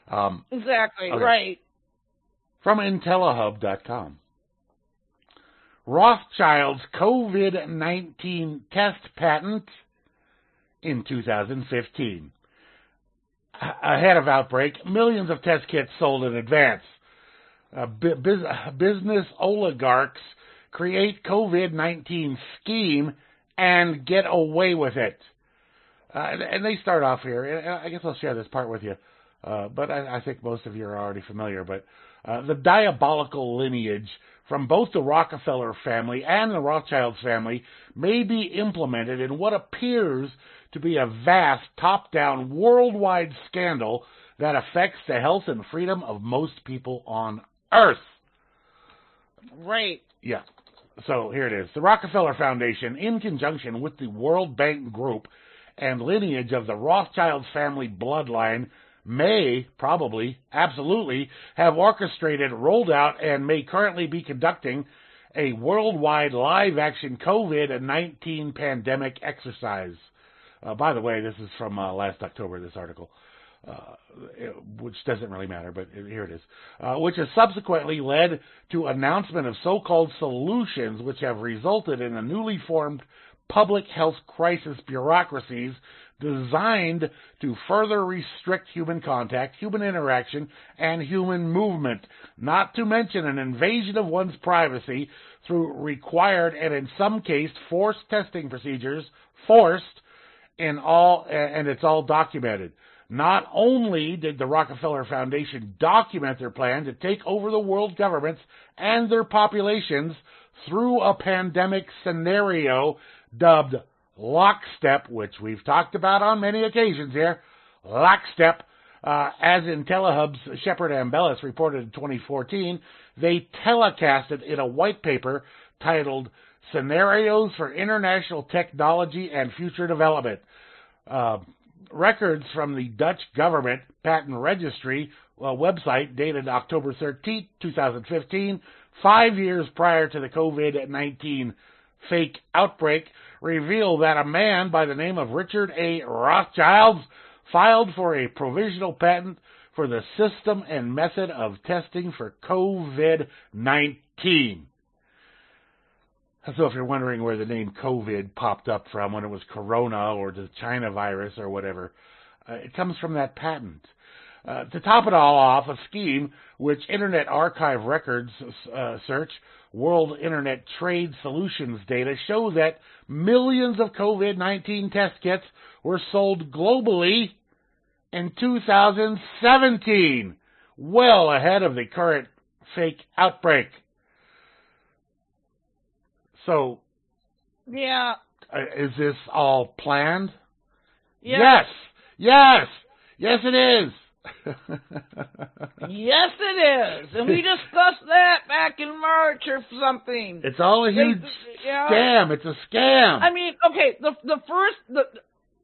Um,
exactly.
Okay.
Right.
from IntelliHub.com, Rothschild's COVID-19 test patent in 2015. A- Ahead of outbreak, millions of test kits sold in advance. Uh, bu- bus- business oligarchs create COVID 19 scheme and get away with it. Uh, and, and they start off here, and I guess I'll share this part with you. Uh, but I, I think most of you are already familiar. But uh, the diabolical lineage from both the Rockefeller family and the Rothschilds family may be implemented in what appears to be a vast top down worldwide scandal that affects the health and freedom of most people on earth.
Right.
Yeah. So here it is. The Rockefeller Foundation, in conjunction with the World Bank Group and lineage of the Rothschild family bloodline, may probably, absolutely, have orchestrated, rolled out, and may currently be conducting a worldwide live action COVID 19 pandemic exercise. Uh, by the way, this is from uh, last October, this article uh, which doesn't really matter, but here it is, uh, which has subsequently led to announcement of so-called solutions, which have resulted in the newly formed public health crisis bureaucracies designed to further restrict human contact, human interaction, and human movement, not to mention an invasion of one's privacy through required and in some case forced testing procedures, forced in all, and it's all documented. Not only did the Rockefeller Foundation document their plan to take over the world governments and their populations through a pandemic scenario dubbed lockstep, which we've talked about on many occasions here, lockstep, uh, as IntelliHub's Shepard Ambellis reported in 2014, they telecasted in a white paper titled Scenarios for International Technology and Future Development. Uh, records from the Dutch government patent registry uh, website dated October 13, 2015, five years prior to the COVID 19 fake outbreak, reveal that a man by the name of Richard A. Rothschilds filed for a provisional patent for the system and method of testing for COVID 19. So if you're wondering where the name COVID popped up from, when it was Corona or the China virus or whatever, uh, it comes from that patent. Uh, to top it all off, a scheme which Internet Archive Records uh, search World Internet Trade Solutions data show that millions of COVID-19 test kits were sold globally in 2017, well ahead of the current fake outbreak. So,
Yeah.
uh, is this all planned?
Yeah.
Yes. Yes. Yes, it is.
Yes, it is. And we discussed that back in March or something.
it's all a
They-
huge
yeah.
scam. It's a scam.
I mean, okay, the the first the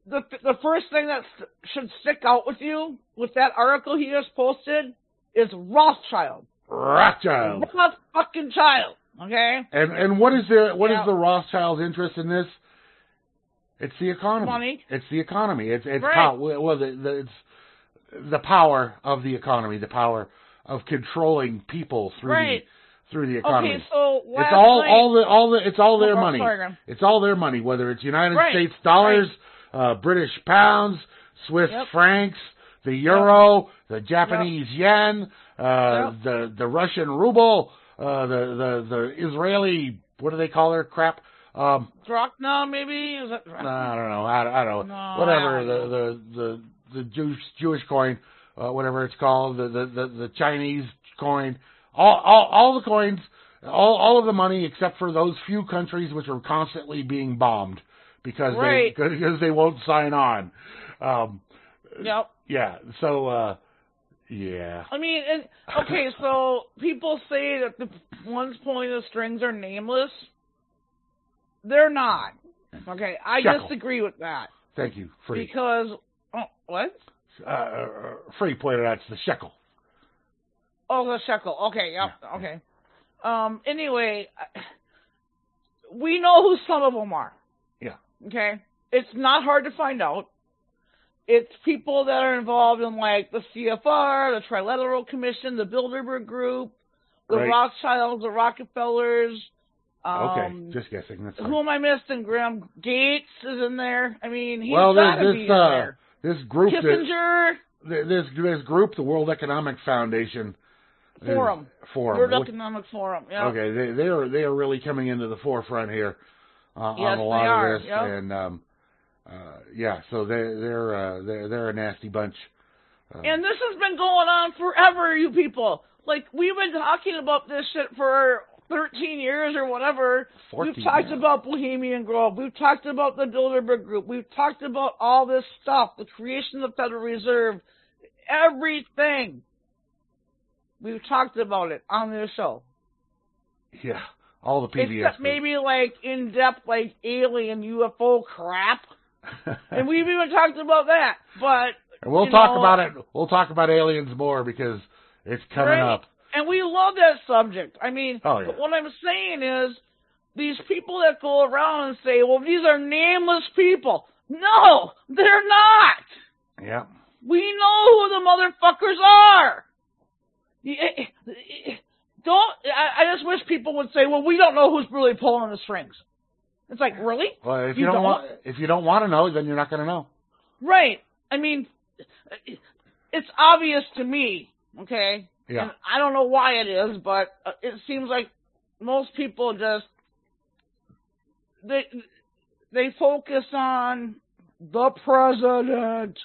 the the first thing that s- should stick out with you with that article he just posted is Rothschild.
Rothschild.
Roth fucking child. Okay.
And and what is their what is
Yeah.
the Rothschild's interest in this? It's the economy.
Money.
It's the economy. It's it's
Right.
pow- well the, the it's the power of the economy, the power of controlling people through
Right.
the, through the economy.
Okay. So last
it's all
night,
all the all the it's all their
Oh,
money.
sorry, Graham.
It's all their money, whether it's United
Right,
States dollars, uh, British pounds, Swiss
Yep.
francs, the euro, the Japanese yen, uh,
Yep.
the the Russian ruble, uh, the the the Israeli what do they call their crap? Um,
Drachma, maybe is that
I don't know. I, I don't know.
No, I
Whatever
don't know.
the the the the Jewish Jewish coin, uh, whatever it's called, the the the, the Chinese coin, all, all all the coins, all all of the money except for those few countries which are constantly being bombed because
Right.
they because they won't sign on. Um,
Yep.
yeah. So uh, yeah.
I mean, and okay, so people say that the ones pulling the strings are nameless. They're not. Okay, I
Jekyll.
disagree with that
Thank you, Free.
because oh, what?
Uh, uh, Free pointed out it's the shekel.
Oh, the shekel. Okay, yep. Okay. Um. Anyway, I- we know who some of them are.
Yeah.
Okay. It's not hard to find out. It's people that are involved in like the CFR, the Trilateral Commission, the Bilderberg Group, the
Right.
Rothschilds, the Rockefellers. Um,
okay, just guessing. That's fine.
who am I missing? Graham Gates is in there. I mean, he's
well,
got to
there's
be in
this uh,
there.
this group that
Kissinger,
th- this this group, the World Economic Foundation is-
Forum.
Forum.
World
which-
Economic Forum. Yeah.
okay, they they are they are really coming into the forefront here uh,
Yes,
on a
they
lot
are,
of this,
yeah.
and um, uh, yeah, so they they're uh, they're they're a nasty bunch. Uh,
And this has been going on forever, you people. Like we've been talking about this shit for 13 years or whatever.
14
We've talked
years.
about Bohemian Grove. We've talked about the Bilderberg Group. We've talked about all this stuff, the creation of the Federal Reserve, everything. We've talked about it on this show.
yeah, all the PBS.
Except maybe like in depth, like alien UFO crap. And we've even talked about that. But
And we'll
you
talk
know-
about it. We'll talk about aliens more because it's coming
Right.
up.
And we love that subject. I mean,
Oh, yeah.
but what I'm saying is these people that go around and say, well, these are nameless people. No, they're not.
Yeah.
We know who the motherfuckers are. Y- eh, Don't, I, I just wish people would say, well, we don't know who's really pulling the strings. It's like, really?
Well, if you,
You
don't,
don't?
want, if you don't want to know, then you're not going to know.
Right. I mean, it's obvious to me, okay?
Yeah.
And I don't know why it is, but uh, it seems like most people just they they focus on the president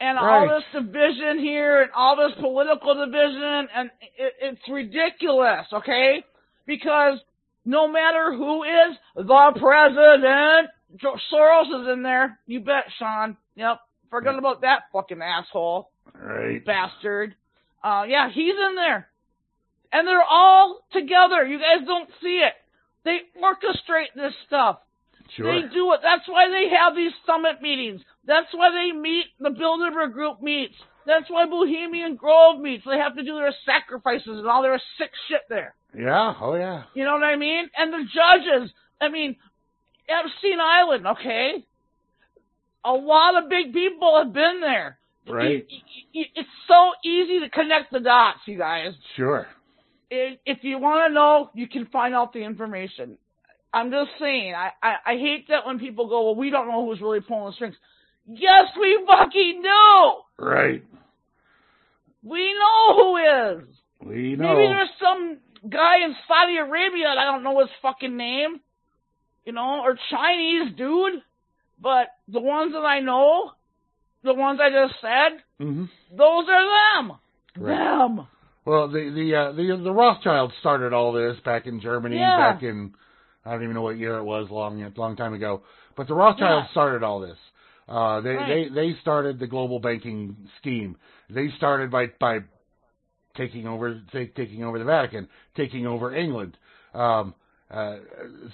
and all
Right.
this division here and all this political division and it, it's ridiculous, okay? Because no matter who is the president, Jo- Soros is in there. You bet, Sean. Yep. Forget about that fucking asshole
Right.
bastard. Uh, yeah, he's in there. And they're all together. You guys don't see it. They orchestrate this stuff.
Sure.
They do it. That's why they have these summit meetings. That's why they meet, the Bilderberg group meets. That's why Bohemian Grove meets. They have to do their sacrifices and all their sick shit there.
Yeah. Oh, yeah.
You know what I mean? And the judges. I mean, Epstein Island, okay? A lot of big people have been there.
Right.
Y- y- y- It's so easy to connect the dots, you guys.
Sure.
If if you want to know, you can find out the information. I'm just saying, I, I, I hate that when people go, well, we don't know who's really pulling the strings. Yes, we fucking do!
Right.
We know who is!
We
Maybe
know.
there's some guy in Saudi Arabia and I don't know his fucking name, you know, or Chinese dude, but the ones that I know, the ones I just said,
hmm
those are them!
Right.
Them!
Well, the the uh, the the Rothschilds started all this back in Germany,
Yeah.
back in I don't even know what year it was, long long time ago. But the Rothschilds
Yeah.
started all this. Uh, they
Right.
they they started the global banking scheme. They started by by taking over take, taking over the Vatican, taking over England. Um, uh,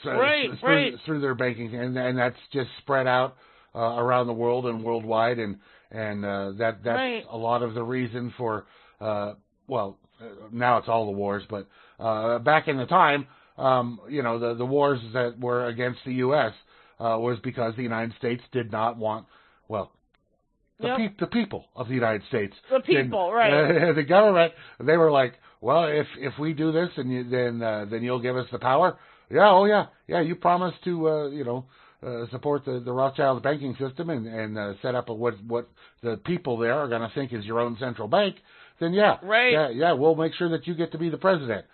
so
Right,
through,
right.
through their banking, and and that's just spread out uh, around the world and worldwide, and and uh, that that's
Right.
a lot of the reason for uh, well uh, now it's all the wars, but uh, back in the time, um, you know the the wars that were against the U.S. Uh, was because the United States did not want well the,
Yep.
peop the people of the United States
The
didn't-
people, right.
the government they were like well if if we do this and you, then uh, then you'll give us the power yeah oh yeah yeah you promised to uh, you know uh, support the the Rothschild banking system and and uh, set up a, what what the people there are going to think is your own central bank then yeah
Right.
yeah yeah we'll make sure that you get to be the president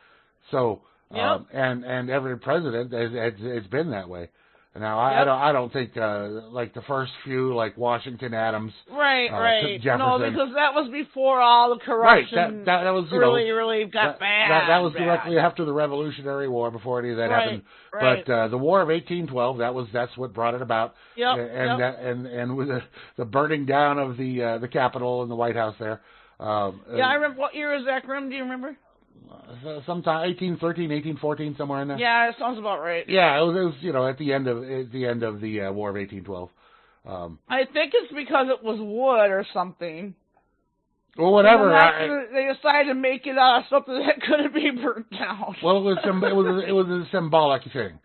so um, and and every president has, has, it's been that way now I, I
Yep.
don't I don't think uh, like the first few like Washington Adams
Right,
uh,
right.
Jefferson.
No, because that was before all the
right
corruption
that that, that was you know,
really, really
that,
got bad.
That, that was
bad.
directly after the Revolutionary War, before any of that
Right,
happened.
right.
But uh, the War of 1812, that was that's what brought it about,
Yep,
and
yep.
that and and with the, the burning down of the uh, the Capitol and the White House there. Um,
yeah, I remember. What year is that, Grim? Do you remember?
remember. Sometime 1813, 1814, somewhere in there.
Yeah, it sounds about right.
Yeah, it was, it was you know at the end of at the end of the uh, War of 1812. Um,
I think it's because it was wood or something.
well, whatever.
And
I-
then they decided to make it out of something that couldn't be burnt down.
well, it was some, it was a, it was a symbolic thing.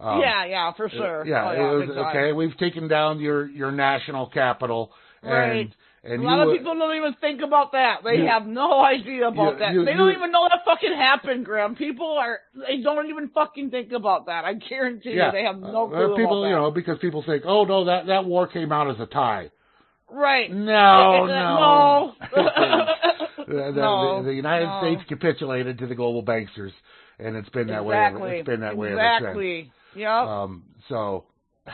Um,
yeah, yeah, for sure.
Yeah,
Oh,
it
big
was
time.
okay. We've taken down your your national capital, and
Right.
and
a
you
lot of
were-
people don't even think about that. They
You-
have no idea about
you-
that.
you-
they don't
you-
even know that fucking happened, Graham. People are they don't even fucking think about that. I guarantee
yeah,
you they have no
Uh,
clue about
people,
that.
you know, because people think, oh no, that that war came out as a tie.
right.
No,
It- it-
no,
Uh, no.
the, the,
No,
the, the United
no.
States capitulated to the global banksters, and it's been that
exactly.
way. ever- It's been that way ever since.
Exactly. Yep.
Um, so.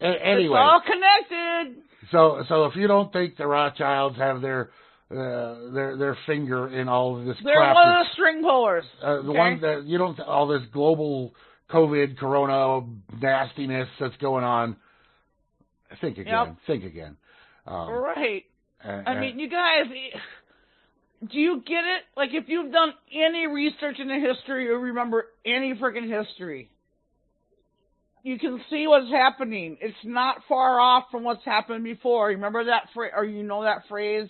a- Anyway,
It's all connected.
so so if you don't think the Rothschilds have their uh, their their finger in all of this
They're
crap.
one of
that's-
the string pullers.
uh, the
okay?
ones that you don't all this global COVID corona nastiness that's going on. Think again.
Yep.
Think again. Um,
Right.
and-
I
and-
mean, you guys, eh, do you get it? Like, if you've done any research into history or remember any freaking history, you can see what's happening. It's not far off from what's happened before. Remember that phrase, or you know that phrase,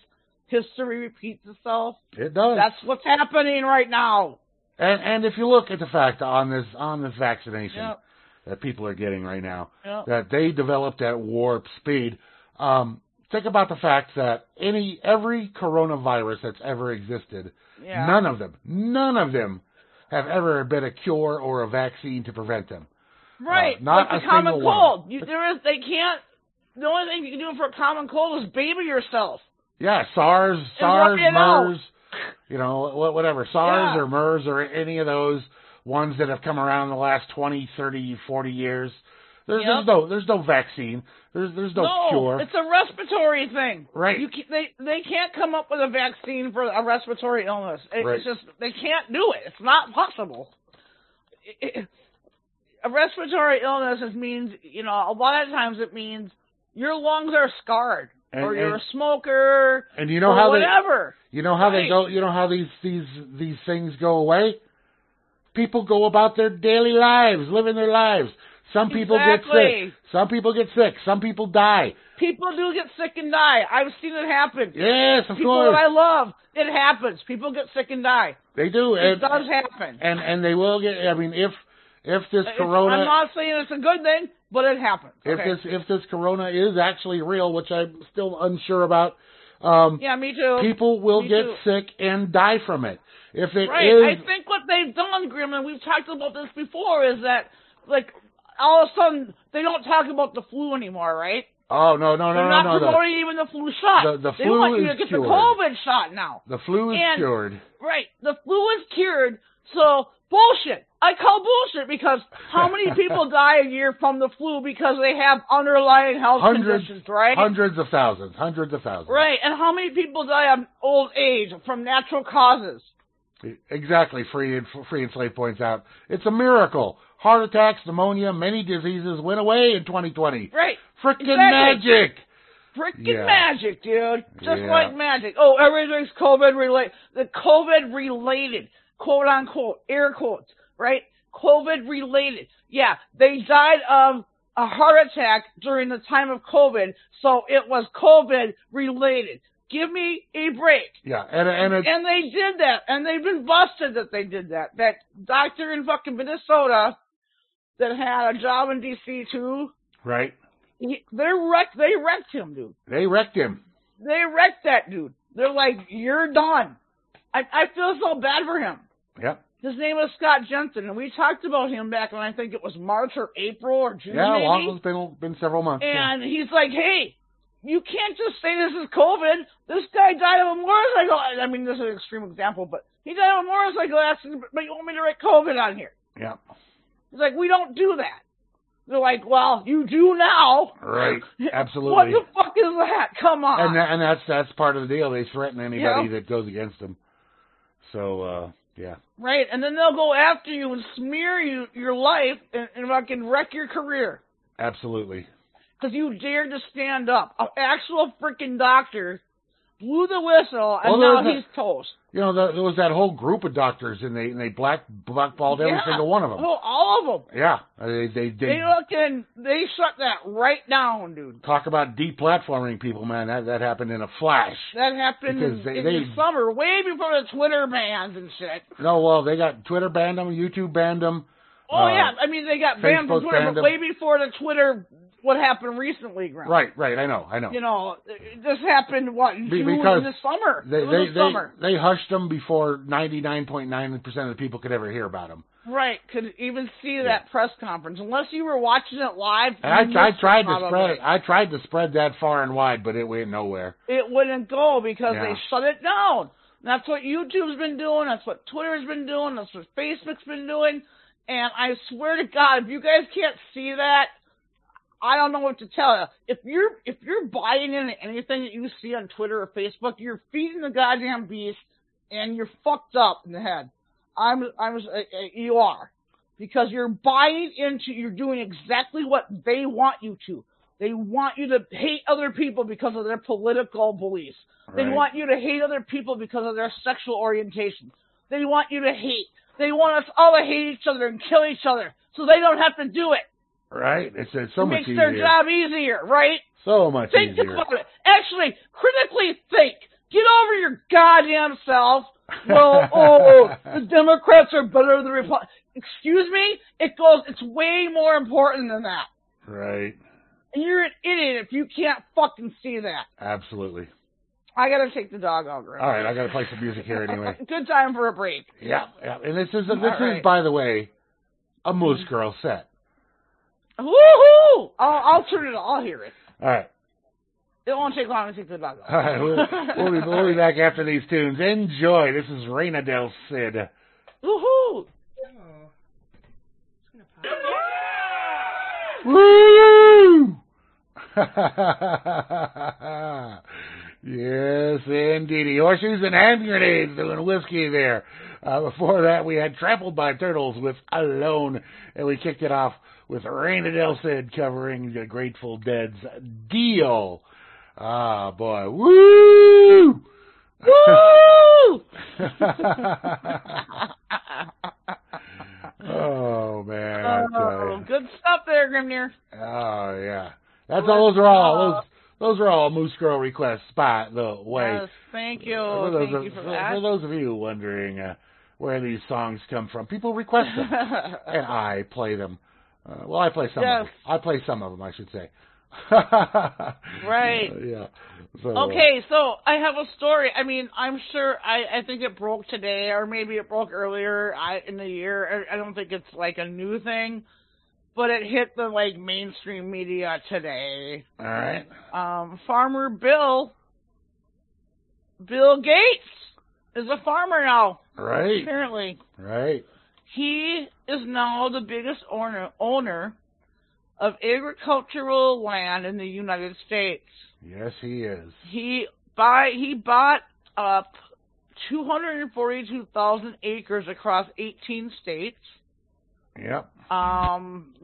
history repeats itself?
it does.
That's what's happening right now.
And and if you look at the fact on this on this vaccination
Yep,
that people are getting right now
yep.
that they developed at warp speed, um, think about the fact that any every coronavirus that's ever existed
Yeah.
None of them, none of them have ever been a cure or a vaccine to prevent them.
Right.
Uh, not
like the
a
common
single one.
cold. You, there is they can't the only thing you can do for a common cold is baby yourself.
Yeah, SARS,
work
SARS,
it out.
MERS, you know, wha- whatever, SARS
Yeah.
or MERS or any of those ones that have come around in the last 20, 30, 40 years. There's,
Yep.
there's no, there's no vaccine. There's, there's no, cure.
It's a respiratory thing.
right.
You can, they they can't come up with a vaccine for a respiratory illness. It,
Right.
It's just they can't do it. It's not possible. It- it- a respiratory illness is means you know a lot of times it means your lungs are scarred
and,
or you're
and,
a smoker
and you know
or
how
whatever.
they, you know how
Right.
they go, you know how these, these, these things go away? People go about their daily lives, living their lives. Some people get sick.
exactly.
Some people get sick. Some people die.
People do get sick and die. I've seen it happen.
Yes, of
People that
course
I love, it happens. People get sick and die.
they do,
It
and,
does happen.
and and they will get. I mean, if if this
It's- I'm
corona,
not saying it's a good thing, but it happens.
if
okay.
this if this corona is actually real, which I'm still unsure about, um,
yeah, me too.
people will
Me
get
too.
sick and die from it. If it is,
right. I think what they've done, Grim, and we've talked about this before, is that like all of a sudden they don't talk about the flu anymore, right?
oh no no
They're
no
not
no no.
promoting even the flu shot.
The- the
they
flu
want you to
is
get the
cured.
COVID shot now.
The, the flu is
And-
cured.
Right. The flu is cured, so bullshit. I call bullshit because how many people die a year from the flu because they have underlying health
Hundreds,
conditions, right?
Hundreds of thousands, hundreds of thousands.
Right. And how many people die of old age from natural causes?
Exactly, free and free and slave points out. It's a miracle. Heart attacks, pneumonia, many diseases went away in 2020.
Right.
Frickin'
Exactly.
magic.
Freaking
Yeah.
magic, dude. Just
Yeah.
like magic. Oh, everything's COVID related. The COVID related, quote unquote, air quotes, right? COVID related. Yeah, they died of a heart attack during the time of COVID, so it was COVID related. Give me a break.
Yeah, and and it's
And they did that, and they've been busted that they did that. That doctor in fucking Minnesota that had a job in DC too,
right.
he, they wrecked, they wrecked him, dude
They wrecked him.
they wrecked that dude. They're like, you're done. I, I feel so bad for him.
Yep.
His name was Scott Jensen, and we talked about him back when I think it was March or April or June.
Yeah,
maybe.
long, it's been been several months.
And he's like, hey, you can't just say this is COVID. This guy died of a motorcycle. I mean, this is an extreme example, but he died of a motorcycle accident, but you want me to write COVID on here.
yeah.
He's like, we don't do that. They're like, well, you do now.
Yeah. Right.
What
Absolutely.
the fuck is that? Come on.
and that, and that's that's part of the deal. They threaten anybody
Yeah.
that goes against them. So uh yeah.
Right, and then they'll go after you and smear you your life and, and fucking wreck your career
Absolutely.
because you dared to stand up. An actual freaking doctor blew the whistle, and
Well,
now
there's a-
he's toast.
You know, there, there was that whole group of doctors, and they and they black blackballed every
Yeah.
single one of them.
Oh, all of them.
Yeah, they they, they,
They fucking they shut that right down, dude.
talk about deplatforming people, man. That that happened in a flash.
That happened in,
Because they-
in the
they-
summer, way before the Twitter bans and shit.
No, well, they got Twitter banned them, YouTube banned them.
Oh
Uh,
yeah, I mean they got banned
Facebook
from Twitter,
banned 'em.
but way before the Twitter what happened recently, Graham.
Right, right. I know, I know.
You know, this happened what in
Be-
June
because
in the summer.
They
it was
they
the
they,
summer.
they hushed them before 99.9 percent of the people could ever hear about them.
Right, could even see
Yeah.
that press conference unless you were watching it live.
And I I
missed it
tried to spread
probably.
it. I tried to spread that far and wide, but it went nowhere.
It wouldn't go because
Yeah.
they shut it down. And that's what YouTube's been doing. That's what Twitter's been doing. That's what Facebook's been doing. And I swear to God, if you guys can't see that, I don't know what to tell you. If you're if you're buying into anything that you see on Twitter or Facebook, you're feeding the goddamn beast, and you're fucked up in the head. I'm I'm you are because you're buying into you're doing exactly what they want you to. They want you to hate other people because of their political beliefs. They
Right.
want you to hate other people because of their sexual orientation. They want you to hate. They want us all to hate each other and kill each other so they don't have to do it.
right? It's, it's so
it
much
makes
easier.
their job easier, right?
so much
Think
easier.
about it. Actually, critically think. Get over your goddamn self. Well, oh, the Democrats are better than the Republicans. Excuse me? It goes, it's way more important than that.
Right.
And you're an idiot if you can't fucking see that.
Absolutely.
I gotta take the dog out, Grim.
All right, I gotta play some music here anyway.
Good time for a break.
Yeah, yeah. And this is this
All
is
right. Mm-hmm.
by the way, a Moose Girl set.
Woohoo! I'll, I'll turn it. I'll hear it.
All right,
It won't take long to take the dog out.
all right. We'll, we'll, be, we'll be back after these tunes. Enjoy. This is Reina Del Cid.
Woohoo!
Woo! yes, indeedy. Horseshoes and hand grenades doing whiskey there. Uh, before that, we had Trampled by Turtles with Alone, and we kicked it off with Raina Del Cid covering the Grateful Dead's Deal. Ah, boy. Woo!
Woo!
oh, man. I tell ya.
oh, good stuff there, Grimnir.
Oh yeah, that's
Well,
all. Those
that's
are all
all.
those. Those are all Moose Girl requests. By the way,
Yes, thank you.
for those,
Oh, thank
of,
you for
for
that.
those of you wondering uh, where these songs come from, people request them, and I play them. Uh, well, I play some. Of
Yes.
them. I play some of them, I should say.
Right.
yeah. So, uh,
okay, so I have a story. I mean, I'm sure I, I think it broke today, or maybe it broke earlier I, in the year. I, I don't think it's like a new thing, but it hit the like mainstream media today.
All right.
Um, farmer Bill, Bill Gates is a farmer now.
Right.
Apparently,
Right.
he is now the biggest owner owner of agricultural land in the United States.
Yes, he is.
He buy he bought up 242,000 acres across 18 states.
Yep.
Um,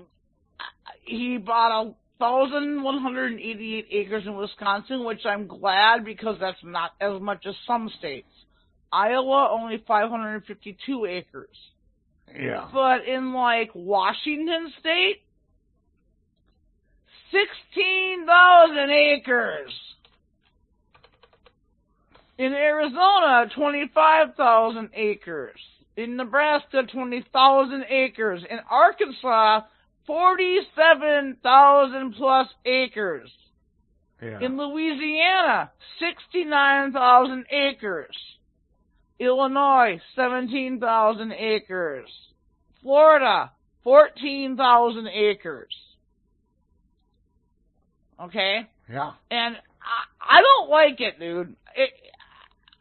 he bought a 1,188 acres in Wisconsin, which I'm glad because that's not as much as some states. Iowa only 552 acres.
Yeah.
But in like Washington state, 16,000 acres. In Arizona, 25,000 acres. In Nebraska, 20,000 acres. In Arkansas, 47,000 plus acres.
Yeah.
In Louisiana, 69,000 acres. Illinois, 17,000 acres. Florida, 14,000 acres. Okay?
yeah.
And I, I don't like it, dude. It,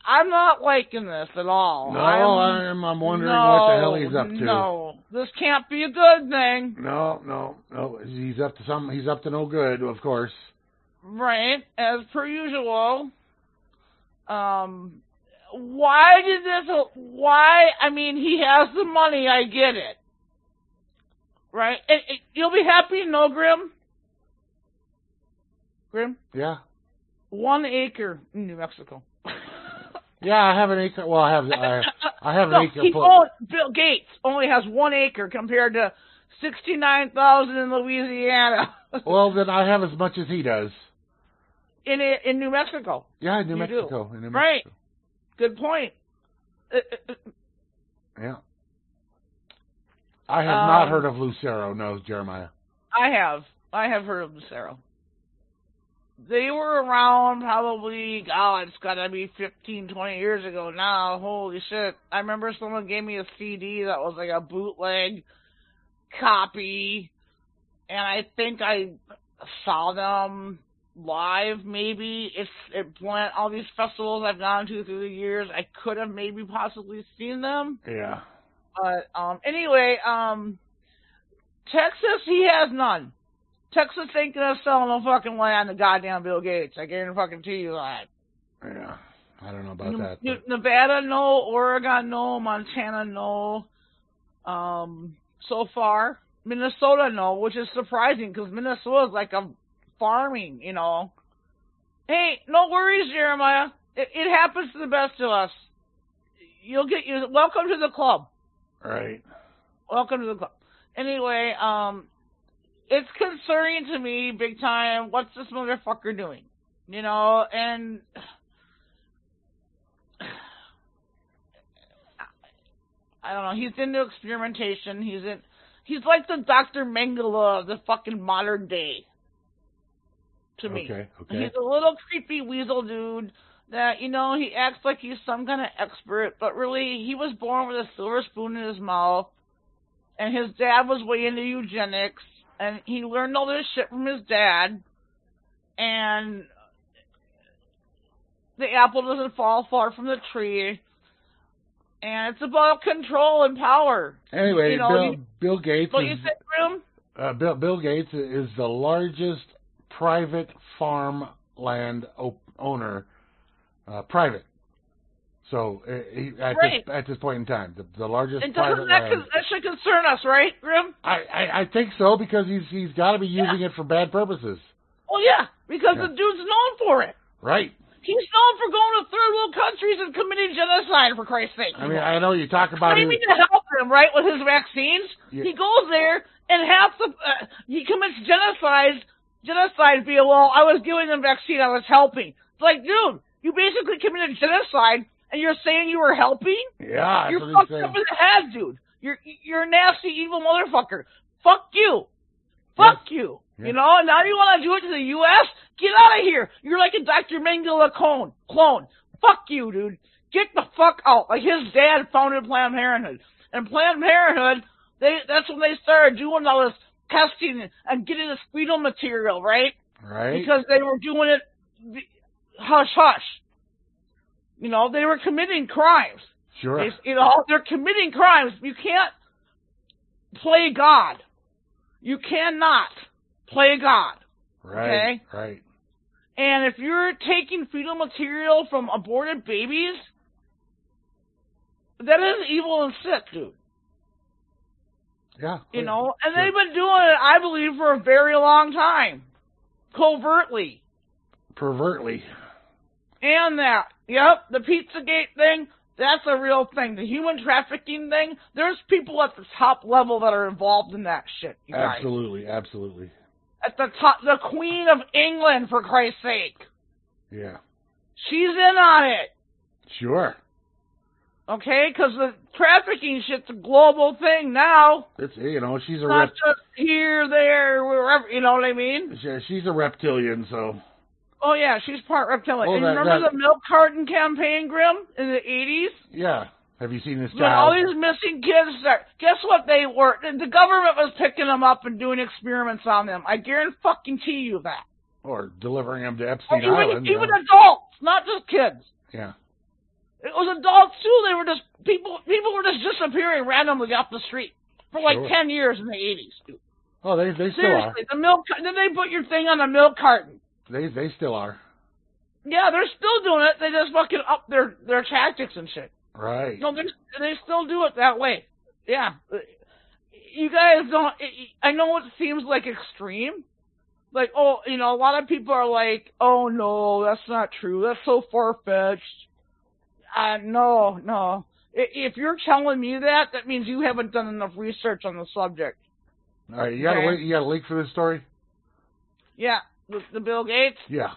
I'm not liking this at all.
No,
I'm,
I'm, I'm wondering
no,
what the hell he's up to.
No, this can't be a good thing.
No, no, no. He's up to some. He's up to no good, of course.
Right, as per usual. Um, why did this? Why? I mean, he has the money. I get it. Right, and, and you'll be happy, no, Grim. Grim,
Yeah,
one acre in New Mexico.
yeah. I have an acre. Well, I have. I, I have
no,
an acre.
he
put-
owned, Bill Gates only has one acre compared to sixty-nine thousand in Louisiana.
well, then I have as much as he does.
in in New Mexico.
Yeah, in New
You do.
Mexico. in New
Right.
Mexico.
Good point. Uh, uh, uh,
Yeah. I have not
Um,
heard of Lucero. No, Jeremiah.
I have. I have heard of Lucero. They were around probably, God, it's gotta be 15, 20 years ago now. Holy shit. I remember someone gave me a CD that was like a bootleg copy, and I think I saw them live maybe. It's, it blend all these festivals I've gone to through the years. I could have maybe possibly seen them.
Yeah.
But um, anyway, um, Texas he has none. Texas ain't gonna sell no fucking land to goddamn Bill Gates. I guarantee fucking to you that.
Yeah, I don't know about
Ne-
that.
Ne-
but-
Nevada, no. Oregon, no. Montana, no. Um, so far, Minnesota, no, which is surprising because Minnesota's like a farming, you know. Hey, no worries, Jeremiah. It, it happens to the best of us. You'll get you. Welcome to the club.
Right.
Welcome to the club. Anyway, um, it's concerning to me big time. What's this motherfucker doing? You know, and I don't know. He's into experimentation. He's in. He's like the Dr. Mengele of the fucking modern day. To me.
Okay. Okay.
He's a little creepy weasel dude that, you know, he acts like he's some kind of expert, but really, he was born with a silver spoon in his mouth, and his dad was way into eugenics, and he learned all this shit from his dad, and the apple doesn't fall far from the tree, and it's about control and power.
Anyway,
you know,
Bill,
you-
Bill Gates
Don't you
is
think, Grim?
uh, Bill, Bill Gates is the largest private farmland op- owner, uh, private. So uh, he, at,
Right.
this, at this point in time, the, the largest
And
private
doesn't that,
land.
con- that should concern us, right, Grim?
I, I I think so because he's he's got to be
Yeah.
using it for bad purposes,
Oh, yeah, because
Yeah.
the dude's known for it.
right?
He's known for going to third world countries and committing genocide, for Christ's sake.
I mean, I know you talk about it.
claiming to help him, right, with his vaccines.
Yeah.
He goes there and half the uh, he commits genocide. Genocide via well, I was giving them vaccine, I was helping. It's like, dude, you basically committed genocide, and you're saying you were helping.
Yeah, that's
you're
what he's
fucked
saying.
up in the head, dude. You're you're a nasty, evil motherfucker. Fuck you. Fuck you.
Yeah.
You know, and now you want to do it to the U.S.? Get out of here. You're like a Dr. Mengele clone. Clone. Fuck you, dude. Get the fuck out. Like his dad founded Planned Parenthood, and Planned Parenthood, they that's when they started doing all this testing and getting this fetal material, right?
right?
because they were doing it be- hush hush. You know, they were committing crimes.
sure.
They- you know, they're committing crimes. You can't play God. You cannot play God.
Right.
okay.
Right.
And if you're taking fetal material from aborted babies, that is evil and sick, dude.
Yeah.
You
clear.
know, and
Sure.
they've been doing it, I believe, for a very long time, covertly.
Pervertly.
And that. Yep, the Pizzagate thing, that's a real thing. The human trafficking thing, there's people at the top level that are involved in that shit, you guys.
Absolutely. Absolutely.
At the top, the Queen of England, for Christ's sake.
Yeah.
She's in on it,
Sure.
okay? Because the trafficking shit's a global thing now.
It's you know she's a
Not
rep-
just here, there, wherever, you know what I mean?
she- she's a reptilian, so
Oh yeah, she's part reptilian.
Oh,
and
that-
remember
that-
the milk carton campaign, Grim, in the 80s?
yeah. Have you seen this
When all
child?
these missing kids start, guess what they were? The government was picking them up and doing experiments on them. I guarantee fucking to you that.
or delivering him to
Or
Epstein
even
Island?
even
yeah.
adults, not just kids.
uh, yeah.
It was adults too. They were just people. People were just disappearing randomly off the street for like
Sure.
ten years in the eighties.
Oh, they they still are.
Seriously, the milk. car- Then they put your thing on a milk carton.
They they still are.
Yeah, they're still doing it. They just fucking up their their tactics and shit.
Right.
No, they they still do it that way. Yeah, you guys don't. I know it seems like extreme. Like, oh, you know, a lot of people are like, oh no, that's not true. That's so far fetched. Uh, no, no. I- If you're telling me that, that means you haven't done enough research on the subject.
All right. You got to
Okay.
wait. You got a link for this story?
Yeah, the, the Bill Gates.
Yeah.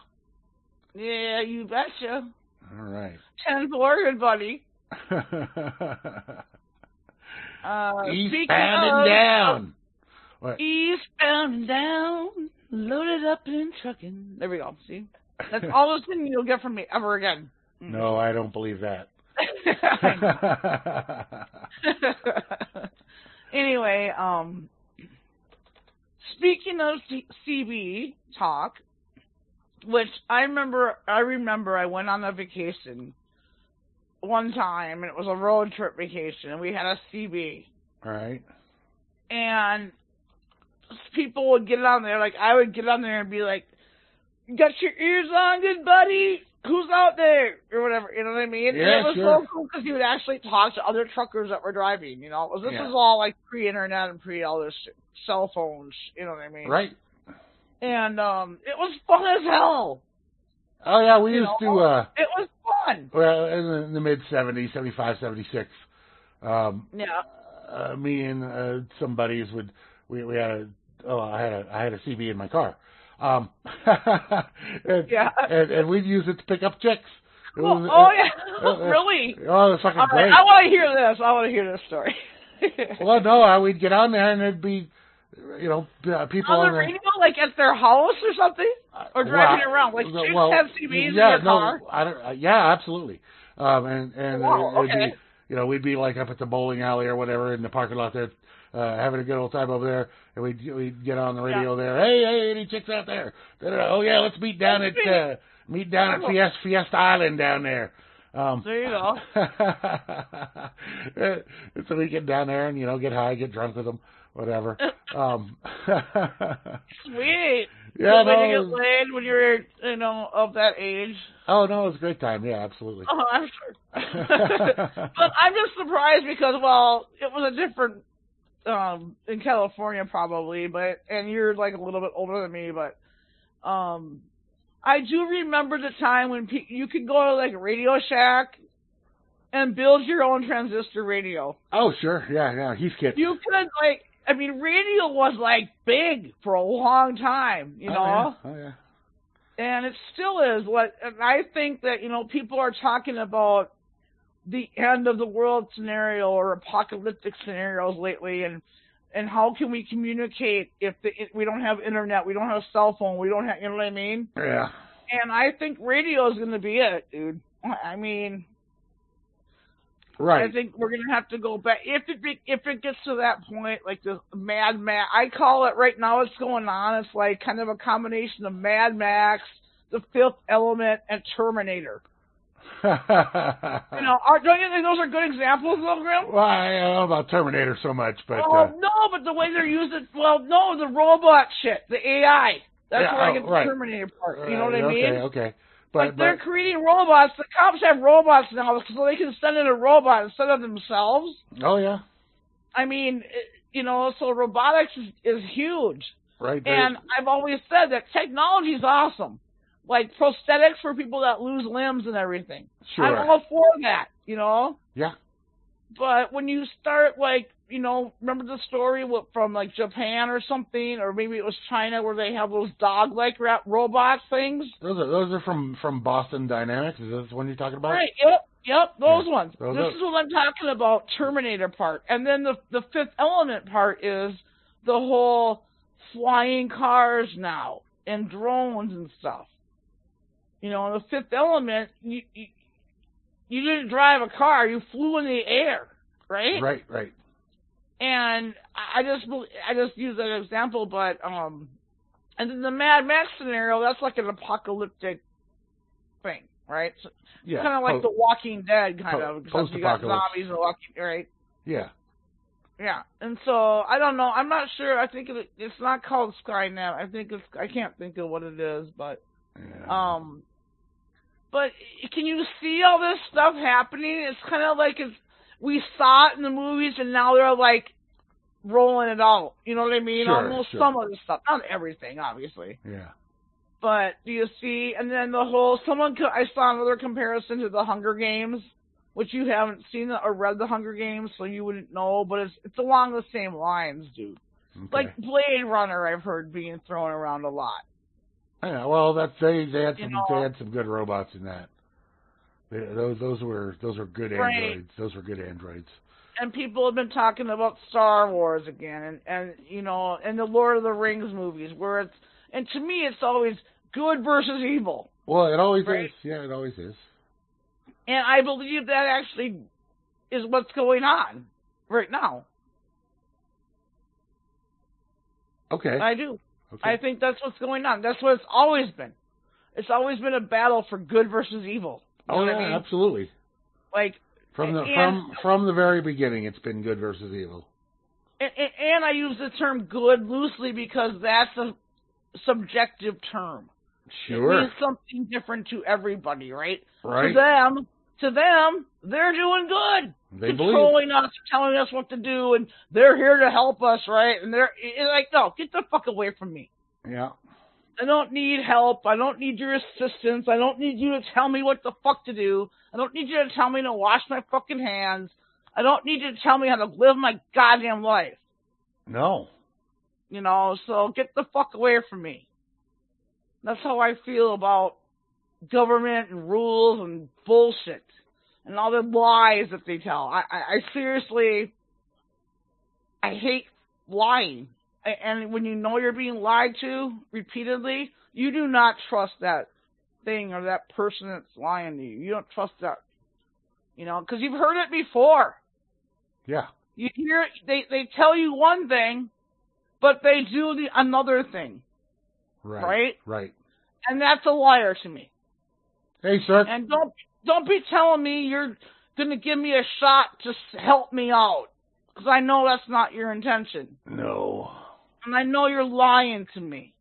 Yeah, you betcha.
All right.
Ten forward, buddy. Uh,
Eastbound
speaking
and
of-
down.
Eastbound and down, loaded up and trucking. There we go. See, that's all the thing you'll get from me ever again. Mm.
no, I don't believe that.
anyway, um, speaking of C- CB talk, which I remember, I remember I went on a vacation one time, and it was a road trip vacation, and we had a CB.
all right.
and people would get on there. Like I would get on there and be like, "You got your ears on, good buddy? Who's out there?" Or whatever. You know what I mean?
Yeah,
and it was
sure.
so cool because you would actually talk to other truckers that were driving. You know, it was, this
Yeah.
was all like pre-internet and pre all this shit, cell phones. You know what I mean?
Right.
And um, it was fun as hell.
Oh yeah, we
You
used
know.
to uh
It was fun.
well in the, in the mid 70s, 75, 76. Um
Yeah.
uh, me and uh, some buddies would we we had a oh I had a I had a CB in my car. Um and,
Yeah.
and and we'd use it to pick up chicks. It
Well,
was-
oh
uh, uh,
yeah. really.
Oh, it was fucking
All right,
great.
I want to hear this. I want to hear this story.
Well, no, I would get on there and it'd be, you know, p- uh, people
on
on
the radio, like at their house or something, or driving
well,
around. Like
well,
chicks
well,
have CBs
yeah,
in their
no,
car.
I don't, uh, yeah, absolutely. Um, and and
Wow,
it would
okay.
be, you know, we'd be like up at the bowling alley or whatever in the parking lot there, uh, having a good old time over there, and we'd we'd get on the radio there. Hey, hey, any chicks out there? Da-da-da. Oh yeah, let's meet down at
Let's meet.
uh, meet down at
Come on.
Fiesta Fiesta Island down there. Um,
There you go.
and so we get down there and you know get high, get drunk with them, whatever. Um,
Sweet.
yeah,
Good way
no,
to get laid when you're, you know, of that age.
Oh no, it was a great time. Yeah, absolutely.
Oh, I'm sure. but I'm just surprised because, well, it was a different um in California probably, but and you're like a little bit older than me, but um I do remember the time when pe- you could go to like Radio Shack and build your own transistor radio.
oh sure, yeah, yeah. He's kidding.
You could like I mean radio was like big for a long time, you
oh,
know
Yeah. Oh yeah.
and it still is what and i think that you know people are talking about the end of the world scenario or apocalyptic scenarios lately and and how can we communicate if the, if we don't have internet we don't have cell phone we don't have you know what i mean
Yeah.
and i think radio is going to be it dude i mean
Right.
I think we're gonna have to go back if it be, if it gets to that point, like the Mad Max. I call it right now. It's going on. It's like kind of a combination of Mad Max, The Fifth Element, and Terminator. You know, are, don't you think those are good examples, though, Grim?
well, I don't know about Terminator so much, but uh,
well, no, but the way they're using, well, no, the robot shit, the AI. That's
Yeah,
where
oh,
I get the
right.
Terminator part. You know what
uh,
I mean?
Okay, okay.
like
But
they're
but
creating robots. The cops have robots now, so they can send in a robot instead of themselves.
oh yeah,
I mean, it- you know, so robotics is, is huge.
right. there.
And I've always said that technology is awesome. Like prosthetics for people that lose limbs and everything.
sure.
I'm all for that, you know?
Yeah.
But when you start like, you know, remember the story what, from like Japan or something, or maybe it was China where they have those dog-like ra- robot things?
those are those are from from Boston Dynamics. Is this the one you're talking about?
Right. Yep. Yep. Those ones.
those
this
are-
is what I'm talking about. Terminator part, and then the the fifth element part is the whole flying cars now and drones and stuff. You know, the fifth element, you you, you didn't drive a car; you flew in the air, right?
Right. Right.
and I I just bel- I just use that example, but um, and then the Mad Max scenario that's like an apocalyptic thing, right? So
Yeah.
kind of like
Oh,
The Walking Dead, kind
po-
of because you got
post-apocalypse.
zombies and walking, right?
yeah.
Yeah, and so I don't know. I'm not sure. I think it, it's not called Skynet. I think it's I can't think of what it is, but
Yeah.
um, but can you see all this stuff happening? It's kind of like it's we saw it in the movies, and now they're like rolling it out. You know what I mean?
Sure,
Almost
sure.
some of the stuff, not everything, obviously.
yeah.
But do you see? And then the whole someone co- I saw another comparison to the Hunger Games, which you haven't seen or read the Hunger Games, so you wouldn't know. But it's it's along the same lines, dude.
Okay.
Like Blade Runner, I've heard being thrown around a lot.
Yeah, well, that's they. They had
You
some.
know.
they had some good robots in that. They, those those were those were good
Right.
androids. Those were good androids.
and people have been talking about Star Wars again, and and you know, and the Lord of the Rings movies, where it's and to me, it's always good versus evil,
Well, it always
Right.
is. Yeah, it always is.
and I believe that actually is what's going on right now.
Okay.
I do.
okay.
I think that's what's going on. That's what it's always been. It's always been a battle for good versus evil. You know
oh
what
yeah,
I mean?
absolutely.
Like
From the
And-
from from the very beginning, it's been good versus evil.
and, and, and I use the term good loosely because that's a subjective term. It
Sure.
means something different to everybody, right?
Right.
To them, to them, they're doing good.
They believe.
controlling us, telling us what to do, and they're here to help us, right? And they're it's like, no, get the fuck away from me.
Yeah.
I don't need help. I don't need your assistance. I don't need you to tell me what the fuck to do. I don't need you to tell me to wash my fucking hands. I don't need you to tell me how to live my goddamn life.
No.
You know, so get the fuck away from me. That's how I feel about government and rules and bullshit and all the lies that they tell. I, I, I seriously, I hate lying. A- And when you know you're being lied to repeatedly, you do not trust that thing or that person that's lying to you. You don't trust that, you know, because you've heard it before.
Yeah.
You hear they they tell you one thing, but they do the another thing,
Right.
right?
Right.
And that's a liar to me.
Hey, sir.
And don't don't be telling me you're gonna give me a shot to s- help me out, because I know that's not your intention,
No.
and I know you're lying to me.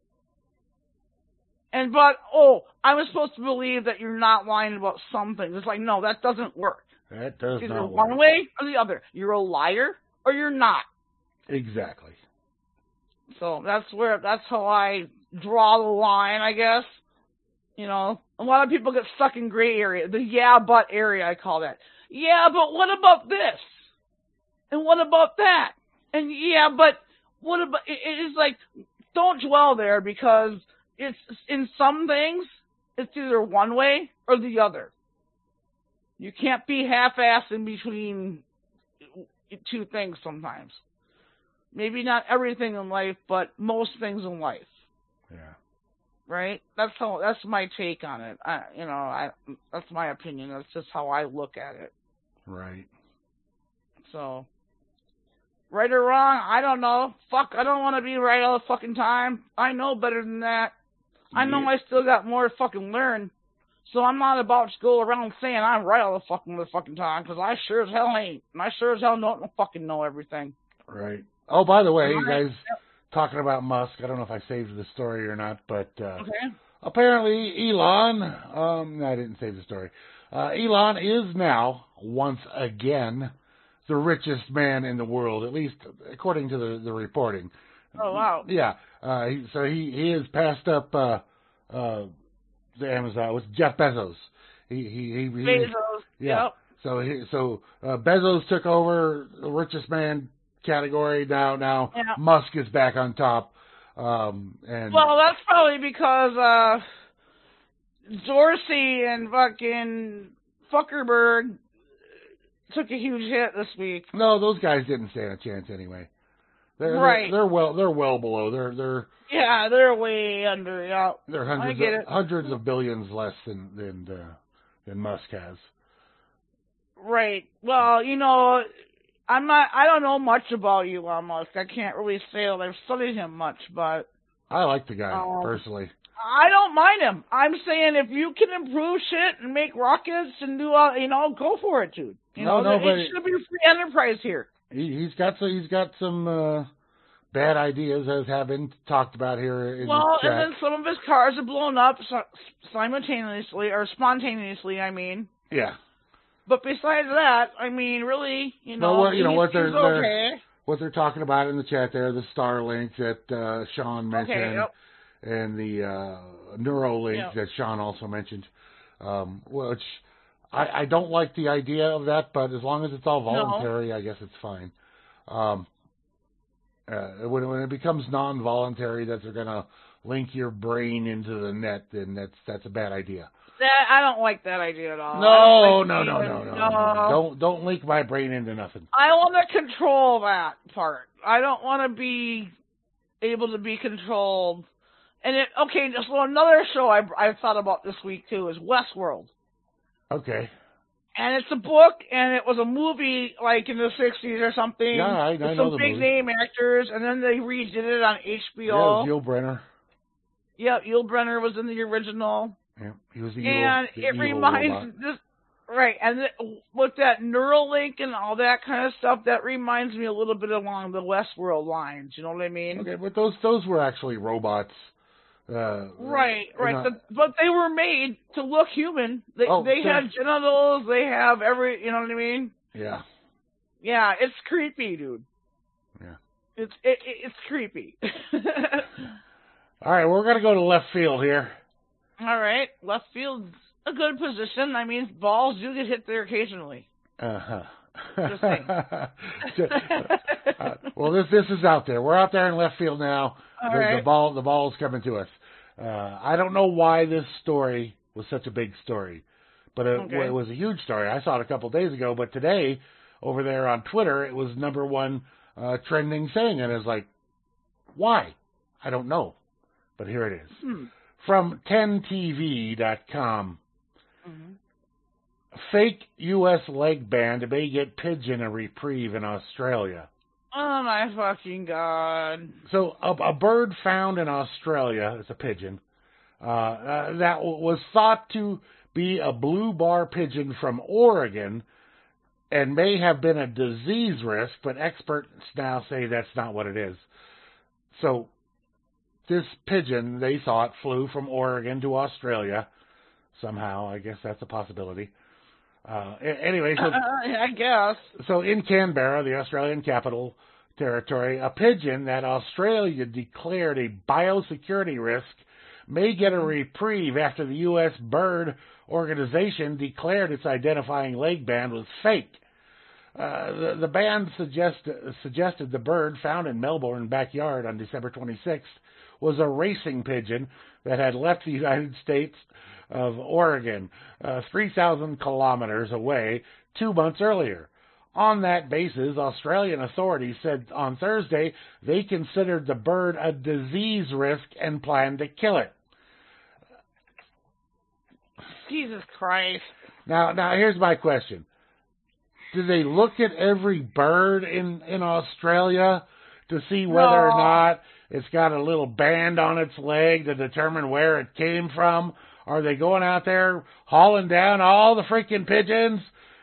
And but oh, I was supposed to believe that you're not lying about something. It's like no, that doesn't work.
That does
Either
not
one
work.
way or the other. You're a liar or you're not.
Exactly.
So that's where that's how I draw the line, I guess. You know, a lot of people get stuck in gray area, the yeah but area I call that. Yeah, but what about this? And what about that? And yeah, but what about it, it is like don't dwell there because it's in some things it's either one way or the other. You can't be half-assed in between two things sometimes maybe not everything in life, but most things in life,
Yeah.
right? That's how that's my take on it. I, you know, I that's my opinion. That's just how I look at it.
Right.
So, right or wrong, I don't know. Fuck, I don't want to be right all the fucking time. I know better than that. I know
Yeah.
I still got more to fucking learn. So I'm not about to go around saying I'm right all the fucking the fucking time, 'cause I sure as hell ain't. And I sure as hell don't fucking know everything.
Right. Oh, by the way, you
Right.
guys talking about Musk. I don't know if I saved the story or not, but uh,
Okay.
apparently Elon. Um, no, I didn't save the story. Uh, Elon is now once again the richest man in the world, at least according to the the reporting.
Oh wow.
Yeah. Uh, he- so he he has passed up uh, uh, the Amazon with Jeff Bezos. He he he. he
Bezos.
Yeah.
Yep.
So he, so uh, Bezos took over the richest man category. Now now
Yeah.
Musk is back on top. Um, and
Well, that's probably because uh Dorsey and fucking Fuckerberg took a huge hit this week.
no, those guys didn't stand a chance anyway. They're, they're-
Right.
They're, well they're well below. They're they're
Yeah, they're way under. Yeah,
they're hundreds
get
of,
it.
hundreds of billions less than than uh, than Musk has.
right. Well, you know, I'm not. I don't know much about Elon Musk. I can't really say that I've studied him much, but
I like the guy
Um,
personally.
I don't mind him. I'm saying if you can improve shit and make rockets and do all, you know, go for it, dude. You
No,
know,
no,
it
but-
should be free enterprise here.
He, he's got so he's got some uh, bad ideas as have been talked about here in
Well,
chat.
and then some of his cars are blown up si- simultaneously or spontaneously. I mean,
yeah.
but besides that, I mean, really, you
No,
know,
well, you know
he-
what, they're-
he's
they're-
okay.
what they're talking about in the chat there, the Starlink that uh, Sean mentioned,
Okay, yep.
and the uh, Neuralink
Yeah.
that Sean also mentioned, um, which I, I don't like the idea of that, but as long as it's all voluntary, I guess it's fine. Um, uh, when, when it becomes non-voluntary, that they're gonna link your brain into the net, then that's that's a bad idea.
That, I don't like that idea at all.
no,
Oh, I don't like
no, no,
even-
no, no,
no.
Don't don't link my brain into nothing.
I want to control that part. I don't want to be able to be controlled. And it okay, just well, another show I I thought about this week too is Westworld.
Okay.
and it's a book, and it was a movie like in the sixties or something.
Yeah, I- I
with
know
some
the
big
movie.
name actors, and then they redid it on
Yeah,
HBO.
Yul Brenner.
yeah, Yul Brenner was in the original,
Yeah, he was the evil-
and
the
it
evil
reminds
robot.
this Right, and th- with that Neuralink and all that kind of stuff, that reminds me a little bit along the Westworld lines. You know what I mean?
Okay, but those those were actually robots. Uh,
Right,
they're
right.
not-
The, but they were made to look human. They
Oh,
they
yeah.
have genitals. They have every. You know what I mean?
yeah.
Yeah, it's creepy, dude.
Yeah.
It's it, it- it's creepy.
All right, we're gonna go to left field here.
all right, left field's a good position. I mean, balls do get hit there occasionally.
Uh
Just saying.
huh. uh, well, this this is out there. We're out there in left field now.
all
the, the
right.
ball the ball's coming to us. Uh, I don't know why this story was such a big story, but it,
Okay.
it was a huge story. I saw it a couple days ago, but today over there on Twitter, it was number one uh, trending thing, and it's like, why? I don't know, but here it is
Hmm.
from 10tv.com.
Mhm.
Fake U.S. leg band may get pigeon a reprieve in Australia.
Oh my fucking god.
So a, a bird found in Australia, it's a pigeon, uh, uh, that w- was thought to be a blue bar pigeon from Oregon and may have been a disease risk, but experts now say that's not what it is. So this pigeon, they thought, flew from Oregon to Australia somehow. I guess that's a possibility. Uh, a- anyway, so
I guess.
so in Canberra, the Australian capital territory, a pigeon that Australia declared a biosecurity risk may get a reprieve after the U.S. Bird Organization declared its identifying leg band was fake. Uh, the, the band suggest, suggested the bird found in Melbourne backyard on December 26th was a racing pigeon that had left the United States of Oregon, uh, 3,000 kilometers away, two months earlier. On that basis, Australian authorities said on Thursday they considered the bird a disease risk and planned to kill it.
Jesus Christ.
Now, now here's my question: Do they look at every bird in in Australia to see whether or
No.
not it's got a little band on its leg to determine where it came from? Are they going out there hauling down all the freaking pigeons,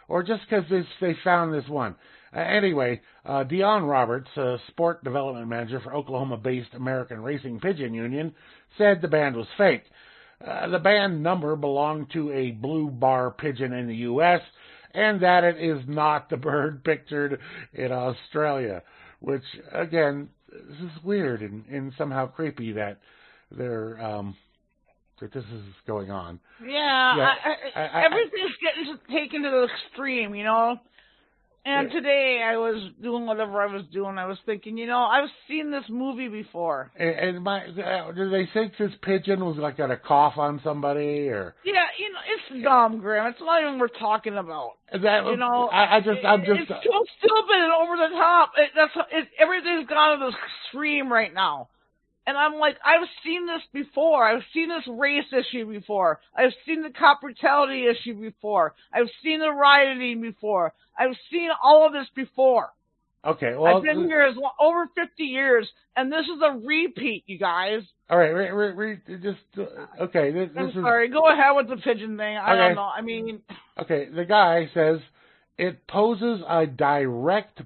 or just because they found this one? Uh, anyway, uh, Dion Roberts, a sport development manager for Oklahoma-based American Racing Pigeon Union, said the band was fake. Uh, the band number belonged to a blue bar pigeon in the U.S., and that it is not the bird pictured in Australia. Which, again, this is weird and, and somehow creepy that they're um, that this is going on.
Yeah,
Yeah,
I, I,
I- I-
everything's getting to- taken to the extreme, you know. And
Yeah.
today I was doing whatever I was doing. I was thinking, you know, I've seen this movie before.
And, and my, uh, do they think this pigeon was like gonna cough on somebody or?
Yeah, you know, it's dumb, Graham. It's not even worth talking about.
That,
You know,
I, I just, I'm
It-
just,
it's so stupid and over the top. It, that's it, everything's gone to the extreme right now. And I'm like, I've seen this before. I've seen this race issue before. I've seen the cop brutality issue before. I've seen the rioting before. I've seen all of this before.
okay. Well,
I've been here as lo- over 50 years, and this is a repeat, you guys.
all right. Re, re, re, just uh, okay. This,
I'm
this is
sorry. Go ahead with the pigeon thing. I
Okay.
don't know. I mean,
Okay, the guy says it poses a direct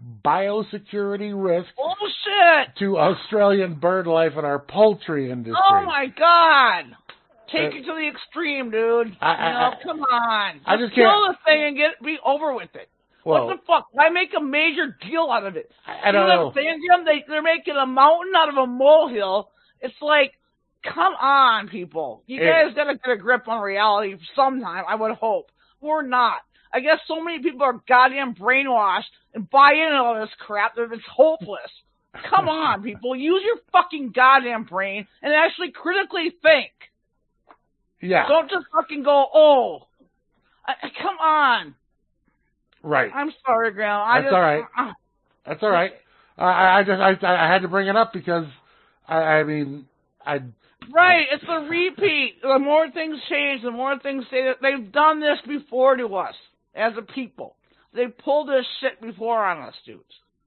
biosecurity risk
bullshit.
to Australian bird life and our poultry industry.
Oh my god! Take
Uh,
it to the extreme, dude.
I- I-
you know,
I-
come on.
I just
Just kill
can't-
the thing and get be over with it.
well,
what the fuck? Why make a major deal out of it?
I, I
you
don't
know
know.
what I'm saying, Jim? They they're making a mountain out of a molehill. It's like, come on, people. You
Yeah.
guys gotta get a grip on reality sometime. I would hope. We're not. I guess so many people are goddamn brainwashed and buy into all this crap that it's hopeless. Come on, people. Use your fucking goddamn brain and actually critically think.
Yeah,
Don't just fucking go, oh. I, I- come on.
right.
I'm sorry, Graham. I
That's
just, uh,
all right.
I-
That's all right. I, I I just, I, I had to bring it up because, I, I mean, I,
Right, it's a repeat. The more things change, the more things say that they've done this before to us as a people. They pulled this shit before on us, dudes.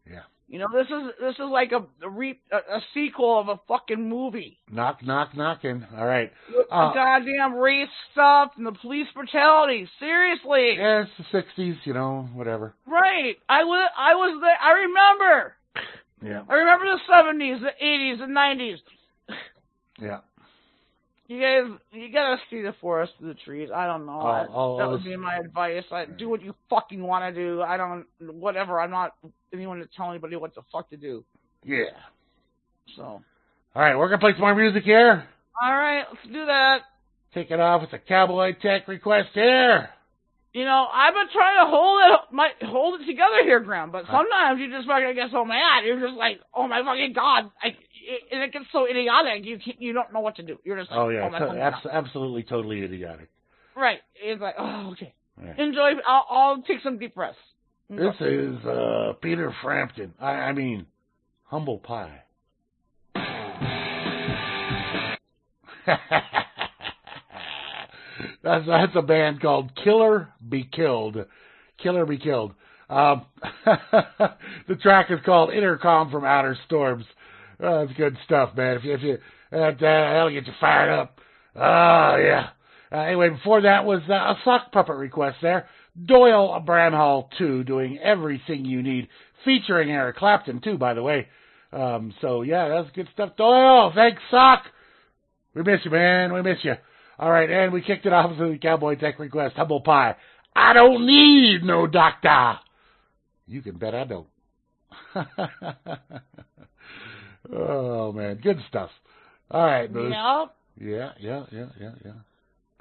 Yeah.
You know, this is this is like a a, re, a, a sequel of a fucking movie.
Knock, knock, knocking. All right.
With
Uh,
the goddamn race stuff and the police brutality. Seriously,
Yeah, it's the 60s, you know, whatever.
right? I was I was there. I remember.
Yeah.
I remember the seventies, the eighties, the nineties.
Yeah.
You guys, you gotta see the forest through the trees. I don't know.
I'll-
I-
I'll-
that
I'll-
would be my advice. I, do what you fucking want to do. I don't, whatever. I'm not anyone to tell anybody what the fuck to do.
Yeah.
So,
All right, we're going to play some more music here.
all right, let's do that.
Take it off with a Cowboy Tech request here.
You know, I've been trying to hold it, my hold it together here, Graham. But sometimes you just fucking get so mad. You're just like, oh my fucking god, I, it, and it gets so idiotic. You can't, you don't know what to do. You're just like,
Oh, yeah.
my
to-
fucking God.
abs- absolutely, totally idiotic.
right. It's like, oh okay,
Yeah.
enjoy. I'll, I'll take some deep breaths. Mm-hmm.
This is uh, Peter Frampton. I, I mean, humble pie. that's that's a band called Killer Be Killed. Killer Be Killed. Um, the track is called Intercom from Outer Storms. Uh, that's good stuff, man. If you, if you that, uh, that'll get you fired up. Oh yeah. Uh, anyway, before that was uh, a sock puppet request there. Doyle Bramhall 2 doing everything you need, featuring Eric Clapton too, by the way. Um, so yeah, that's good stuff. Doyle, thanks, sock. We miss you, man. We miss you. All right, and we kicked it off with the Cowboy Tech request, humble pie. I don't need no doctor. You can bet I don't. oh man, good stuff. All right, Bruce.
Yeah.
Yeah, yeah, yeah, yeah, yeah.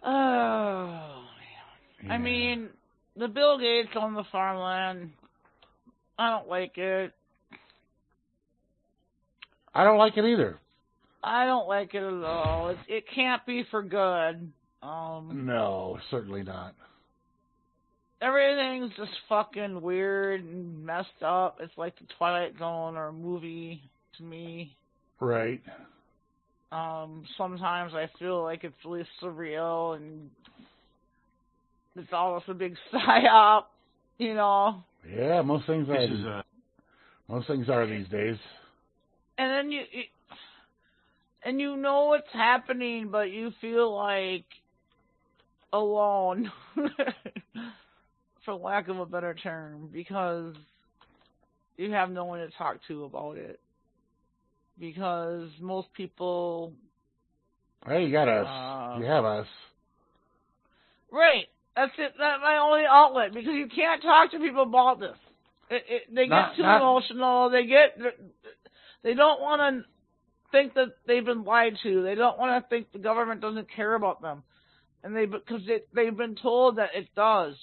Oh, man.
Yeah.
I mean, the Bill Gates on the farmland. I don't like it.
I don't like it either.
I don't like it at all. It, it can't be for good. Um,
No, certainly not.
everything's just fucking weird and messed up. It's like the Twilight Zone or a movie to me.
Right.
Um, sometimes I feel like it's really surreal and it's all just a big psyop, you know.
Yeah, most things are
This is uh,
most things are these days.
and then you, you and you know what's happening but you feel like alone for lack of a better term because you have no one to talk to about it because most people
Hey, you got us.
Uh,
you have us.
right that's it that's my only outlet because you can't talk to people about this it, it, they
Not-
get too
not-
emotional they get they don't want to think that they've been lied to. They don't want to think the government doesn't care about them, and they because they, they've been told that it does.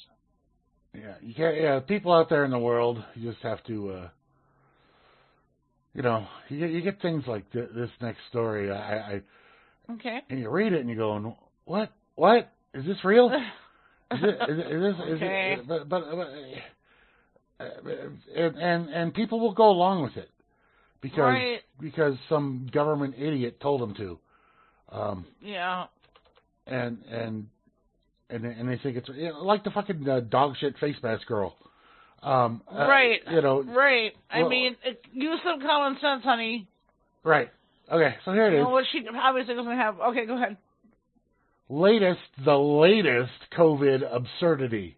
Yeah, you can't. Yeah, people out there in the world, you just have to. uh You know, you get you get things like thi- this next story. I, I
Okay.
and you read it and you're going, what? What is this real? Is it, is it, is this, is
Okay.
it, but, but, but uh, and, and and people will go along with it because
right.
because some government idiot told them to. Um,
Yeah.
and and and and they think it's you know, like the fucking uh, dog shit face mask girl. Um, uh,
Right.
You know.
Right. I
Well-
mean, it, use some common sense, honey.
Right. Okay. So here
You
it
know
is.
what she obviously doesn't have. Okay, go ahead.
Latest, the latest COVID absurdity.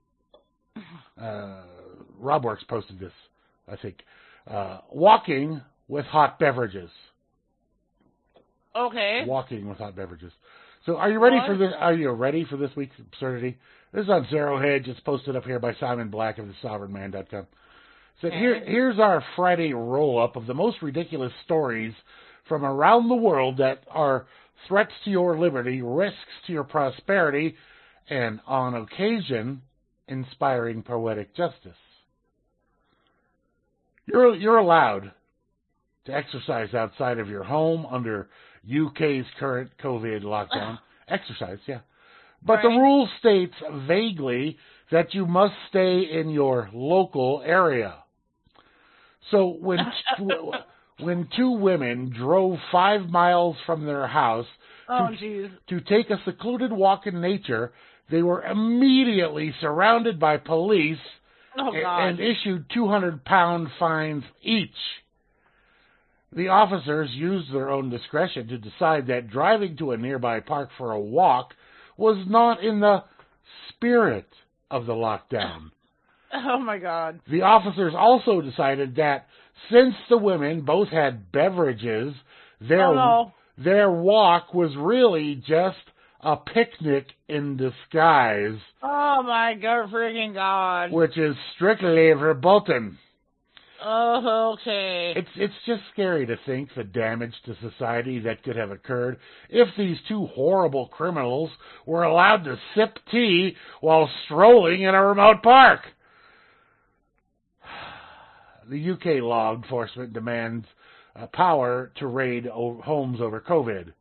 Uh, Robworks posted this, I think. Uh, walking with hot beverages.
Okay.
Walking with hot beverages. So are you ready for
What?
this? Are you ready for this week's absurdity? This is on Zero Hedge. It's posted up here by Simon Black of thesovereignman.com. So here,
Okay.
here's our Friday roll up of the most ridiculous stories from around the world that are threats to your liberty, risks to your prosperity, and on occasion, inspiring poetic justice. You're, you're allowed to exercise outside of your home under UK's current COVID lockdown. exercise, yeah. But the
Right.
rule states vaguely that you must stay in your local area. So when when two women drove 5 miles from their house
Oh, jeez.
to take a secluded walk in nature, they were immediately surrounded by police
Oh
a-
God.
and issued 200 pound fines each. The officers used their own discretion to decide that driving to a nearby park for a walk was not in the spirit of the lockdown.
oh my God.
The officers also decided that since the women both had beverages, their
oh no.
their walk was really just a picnic in disguise,
Oh my God, freaking God.
which is strictly verboten.
Oh, okay.
It's it's just scary to think the damage to society that could have occurred if these two horrible criminals were allowed to sip tea while strolling in a remote park. The UK law enforcement demands uh, power to raid o- homes over COVID.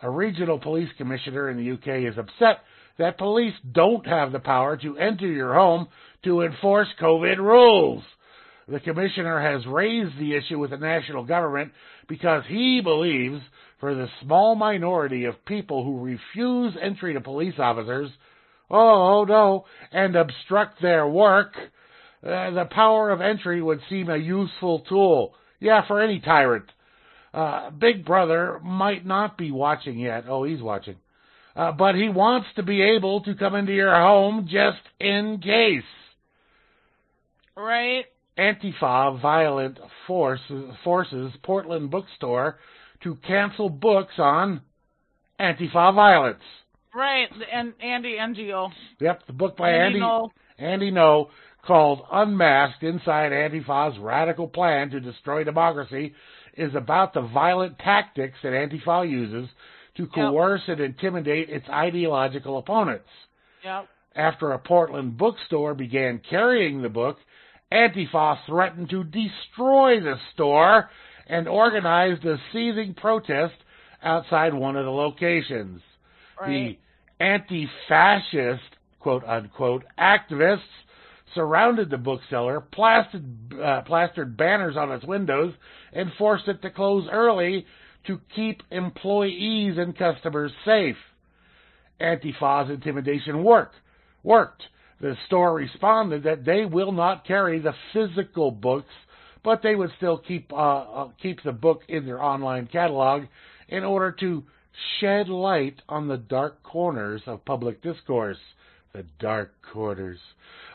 A regional police commissioner in the UK is upset that police don't have the power to enter your home to enforce COVID rules. The commissioner has raised the issue with the national government because he believes for the small minority of people who refuse entry to police officers, oh, oh, no, and obstruct their work, uh, the power of entry would seem a useful tool. Yeah, for any tyrant. Uh, Big Brother might not be watching yet. Oh, he's watching. Uh, but he wants to be able to come into your home just in case.
Right?
Antifa violent forces, forces Portland bookstore to cancel books on Antifa violence.
Right. The- And Andy NGO.
Yep, the book by
Andy
Andy
Knoll.
Andy No called "Unmasked: Inside Antifa's Radical Plan to Destroy Democracy" is about the violent tactics that Antifa uses to coerce and intimidate its ideological opponents.
Yep.
After a Portland bookstore began carrying the book, Antifa threatened to destroy the store and organized a seething protest outside one of the locations.
Right.
The anti fascist, quote unquote, activists surrounded the bookseller, plastered, uh, plastered banners on its windows, and forced it to close early to keep employees and customers safe. Antifa's intimidation worked. Worked. The store responded that they will not carry the physical books, but they would still keep uh, uh, keep the book in their online catalog in order to shed light on the dark corners of public discourse. The dark corners.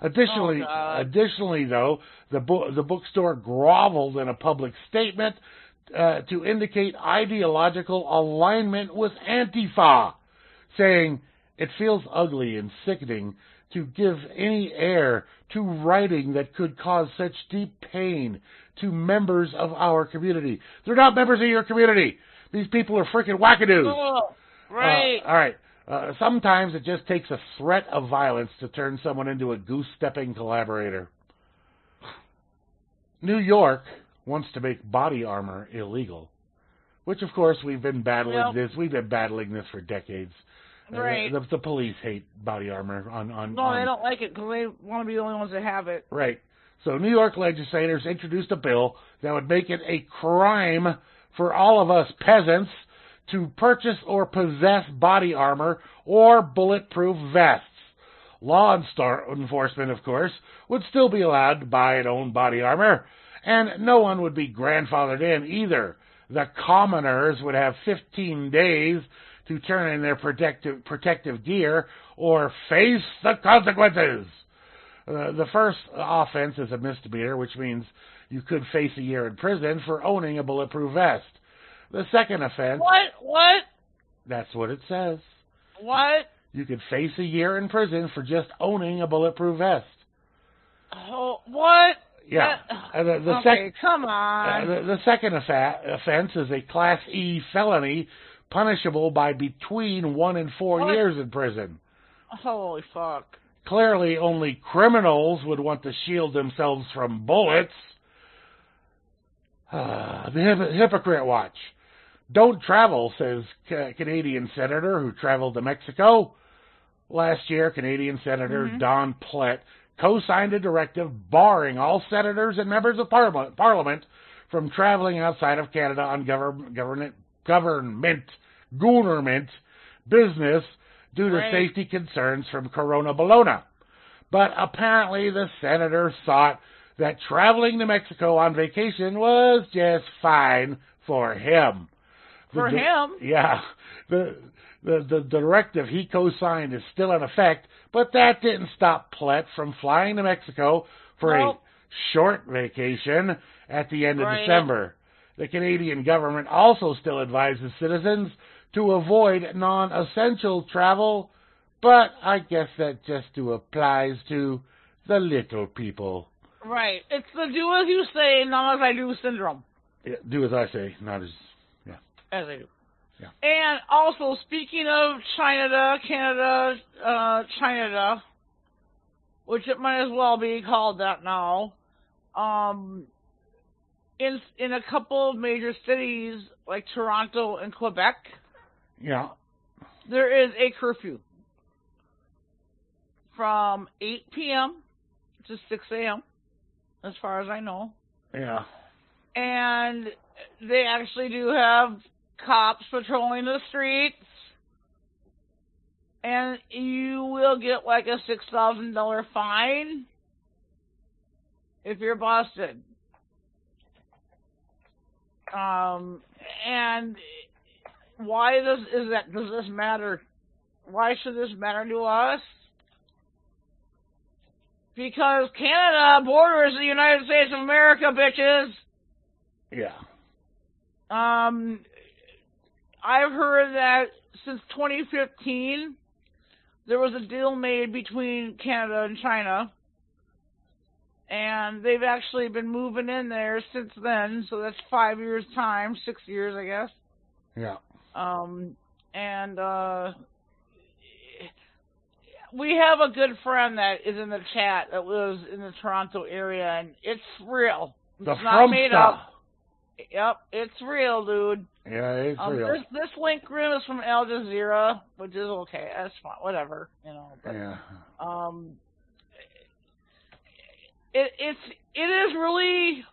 Additionally,
Oh, God.
additionally, though, the bo- the bookstore groveled in a public statement uh, to indicate ideological alignment with Antifa, saying it feels ugly and sickening to give any air to writing that could cause such deep pain to members of our community. They're not members of your community. These people are freaking wackadoos.
Cool. Oh, Right.
Uh, all right. Uh, sometimes it just takes a threat of violence to turn someone into a goose stepping collaborator. New York wants to make body armor illegal, which of course we've been battling
Well-
this. We've been battling this for decades. Uh,
right.
The, um, the police hate body armor on on.
no,
on-
they don't like it because they want to be the only ones that have it.
Right. So New York legislators introduced a bill that would make it a crime for all of us peasants to purchase or possess body armor or bulletproof vests. Law enstar- enforcement, of course, would still be allowed to buy and own body armor, and no one would be grandfathered in either. The commoners would have 15 days to turn in their protective, protective gear or face the consequences. Uh, the first offense is a misdemeanor, which means you could face a year in prison for owning a bulletproof vest. The second offense,
What? What?
that's what it says.
What?
You could face a year in prison for just owning a bulletproof vest.
Oh, what?
Yeah.
That-
Uh, the, the,
okay,
sec-
come
uh,
on.
the, the second offa- offense is a Class E felony punishable by between one and four
What?
years in prison.
Holy fuck.
Clearly, only criminals would want to shield themselves from bullets. Ah, the hypo- hypocrite watch. Don't travel, says Ca- Canadian senator who traveled to Mexico. Last year, Canadian Senator
Mhm.
Don Plett co signed a directive barring all senators and members of parliament, parliament from traveling outside of Canada on govern, government, government, government business due to
Right.
safety concerns from Corona Bologna. But apparently the senator thought that traveling to Mexico on vacation was just fine for him. The
For
di-
him,
Yeah. The, the the directive he co-signed is still in effect, but that didn't stop Plett from flying to Mexico for a
Nope.
short vacation at the end of
Right.
December. The Canadian government also still advises citizens to avoid non-essential travel, but I guess that just do applies to the little people.
right? It's the do as you say, not as I do syndrome.
Yeah, Do as I say, not as
As I do.
Yeah.
And also, speaking of China, Canada, uh, China, which it might as well be called that now. Um, in in a couple of major cities like Toronto and Quebec,
you know.
there is a curfew from 8 p.m. to 6 a.m. As far as I know,
Yeah.
and they actually do have cops patrolling the streets. And you will get like a six thousand dollar fine if you're busted. Um, and why does is that? Does this matter? Why should this matter to us? Because Canada borders the United States of America, bitches.
Yeah.
Um, I've heard that since 2015, there was a deal made between Canada and China, and they've actually been moving in there since then. So that's five years' time, six years, I guess.
Yeah.
Um, and uh, we have a good friend that is in the chat that lives in the Toronto area, and it's real. It's
The
not
Frumsta.
made up. Yep, it's real, dude.
Yeah, it's
Um,
real.
this this link room is from Al Jazeera, which is okay. That's fine, whatever, you know. But,
Yeah.
um, it it's it is really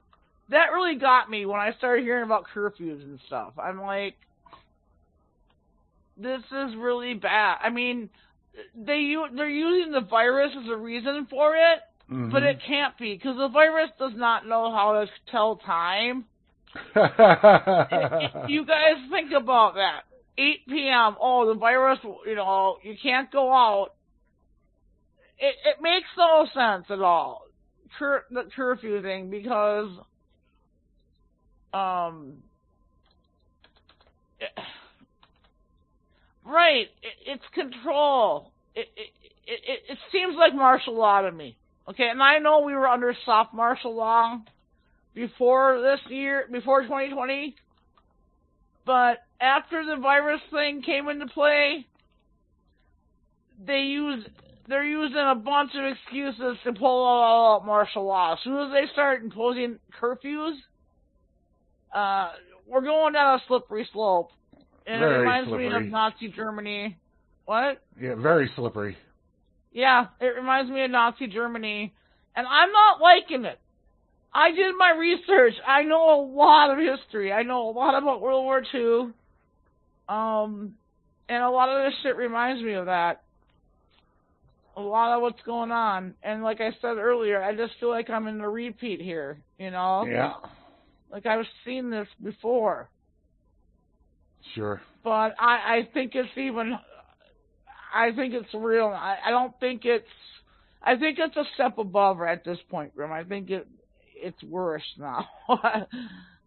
that really got me when I started hearing about curfews and stuff. I'm like, this is really bad. I mean, they u- they're using the virus as a reason for it, but
Mhm.
it can't be because the virus does not know how to tell time.
Mm-hmm.
If you guys think about that. 8 p.m. Oh, the virus. You know, you can't go out. It it makes no sense at all. Cur- the curfew thing because, um, eh, right. It, it's control. It, it it it- it seems like martial law to me. Okay, and I know we were under soft martial law before this year, before 2020. But after the virus thing came into play, they use they're using a bunch of excuses to pull all out martial law. As soon as they start imposing curfews, uh, we're going down a slippery slope. And it
Very
reminds me
slippery.
of Nazi Germany. What?
yeah, very slippery.
Yeah, it reminds me of Nazi Germany, and I'm not liking it. I did my research. I know a lot of history. I know a lot about World War II. Um, and a lot of this shit reminds me of that. A lot of what's going on. And like I said earlier, I just feel like I'm in the repeat here, you know?
Yeah.
Like I've seen this before
Sure.
but I, I think it's even I think it's real. I, I don't think it's I think it's a step above at this point, Grim. I think it it's worse now. I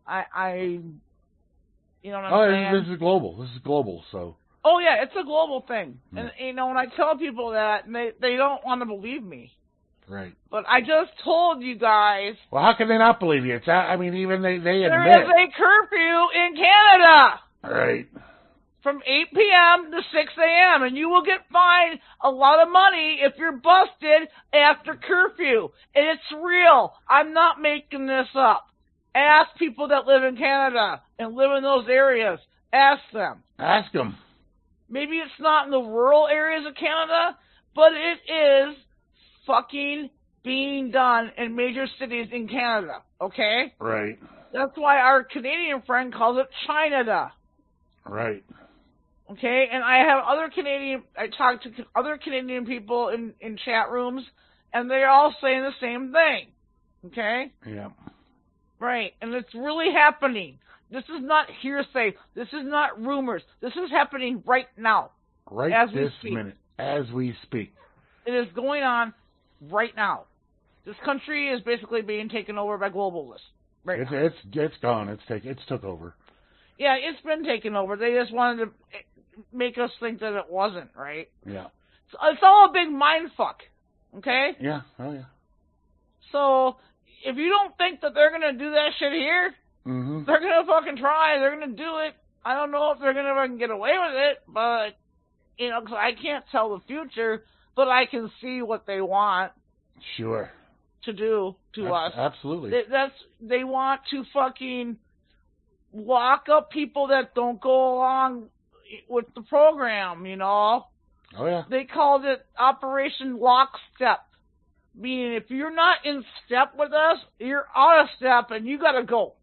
I you know what I'm
Oh,
saying?
this, this is global. This is global. So
Oh yeah, it's a global thing. And you know, when I tell people that they they don't want to believe me.
right.
But I just told you guys
Well, how can they not believe you? It's a- I mean, even they they
there
admit.
is a curfew in Canada.
it. right.
from 8 p.m. to 6 a.m. and you will get fined a lot of money if you're busted after curfew. And it's real. I'm not making this up. Ask people that live in Canada and live in those areas. Ask them.
Ask them.
Maybe it's not in the rural areas of Canada, but it is fucking being done in major cities in Canada. Okay?
Right.
That's why our Canadian friend calls it China.
Right.
Okay, and I have other Canadian. I talk to other Canadian people in in chat rooms, and they're all saying the same thing. Okay?
Yeah.
Right. And it's really happening. This is not hearsay. This is not rumors. This is happening right now.
Right
As we
this
speak.
minute, as we speak.
It is going on right now. This country is basically being taken over by globalists. Right.
It's
now.
it's it's gone. It's take it's took over.
yeah, it's been taken over. They just wanted to eh, make us think that it wasn't, right?
Yeah.
It's, it's all a big mind fuck. Okay?
Yeah. Oh yeah.
So if you don't think that they're gonna do that shit here,
Mhm.
they're gonna fucking try. They're gonna do it. I don't know if they're gonna fucking get away with it, but you know, 'cause I can't tell the future, but I can see what they want
Sure.
to do to
Abs-
us.
Absolutely.
They, that's they want to fucking lock up people that don't go along with the program. You know,
oh yeah.
they called it Operation Lockstep. Meaning, if you're not in step with us, you're out of step, and you gotta go.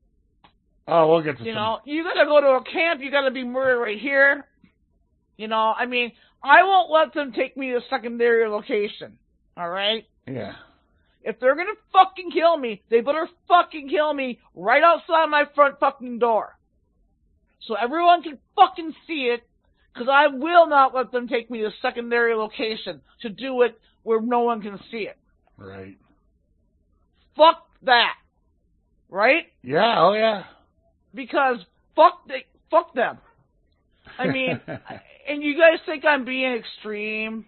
Oh, we'll get to
You
some-
know, you gotta go to a camp, you gotta be murdered right here. You know, I mean, I won't let them take me to secondary location. Alright?
Yeah.
If they're gonna fucking kill me, they better fucking kill me right outside my front fucking door. So everyone can fucking see it, cause I will not let them take me to secondary location to do it where no one can see it.
Right.
Fuck that. Right?
Yeah. Oh yeah.
Because fuck they, fuck them. I mean, and you guys think I'm being extreme.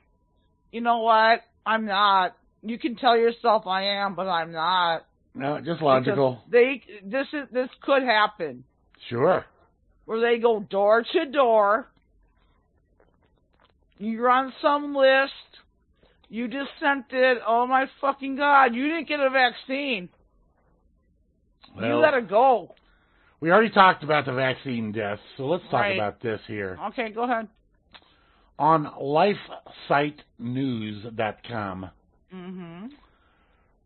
You know what? I'm not. You can tell yourself I am, but I'm not.
no, just logical.
Because They this is this could happen
Sure.
where they go door to door. You're on some list. You dissented. Oh my fucking god! You didn't get a vaccine.
Well,
you gotta go.
we already talked about the vaccine deaths, so let's talk
Right.
about this here
Okay, go ahead.
on LifeSiteNews.com.
hmm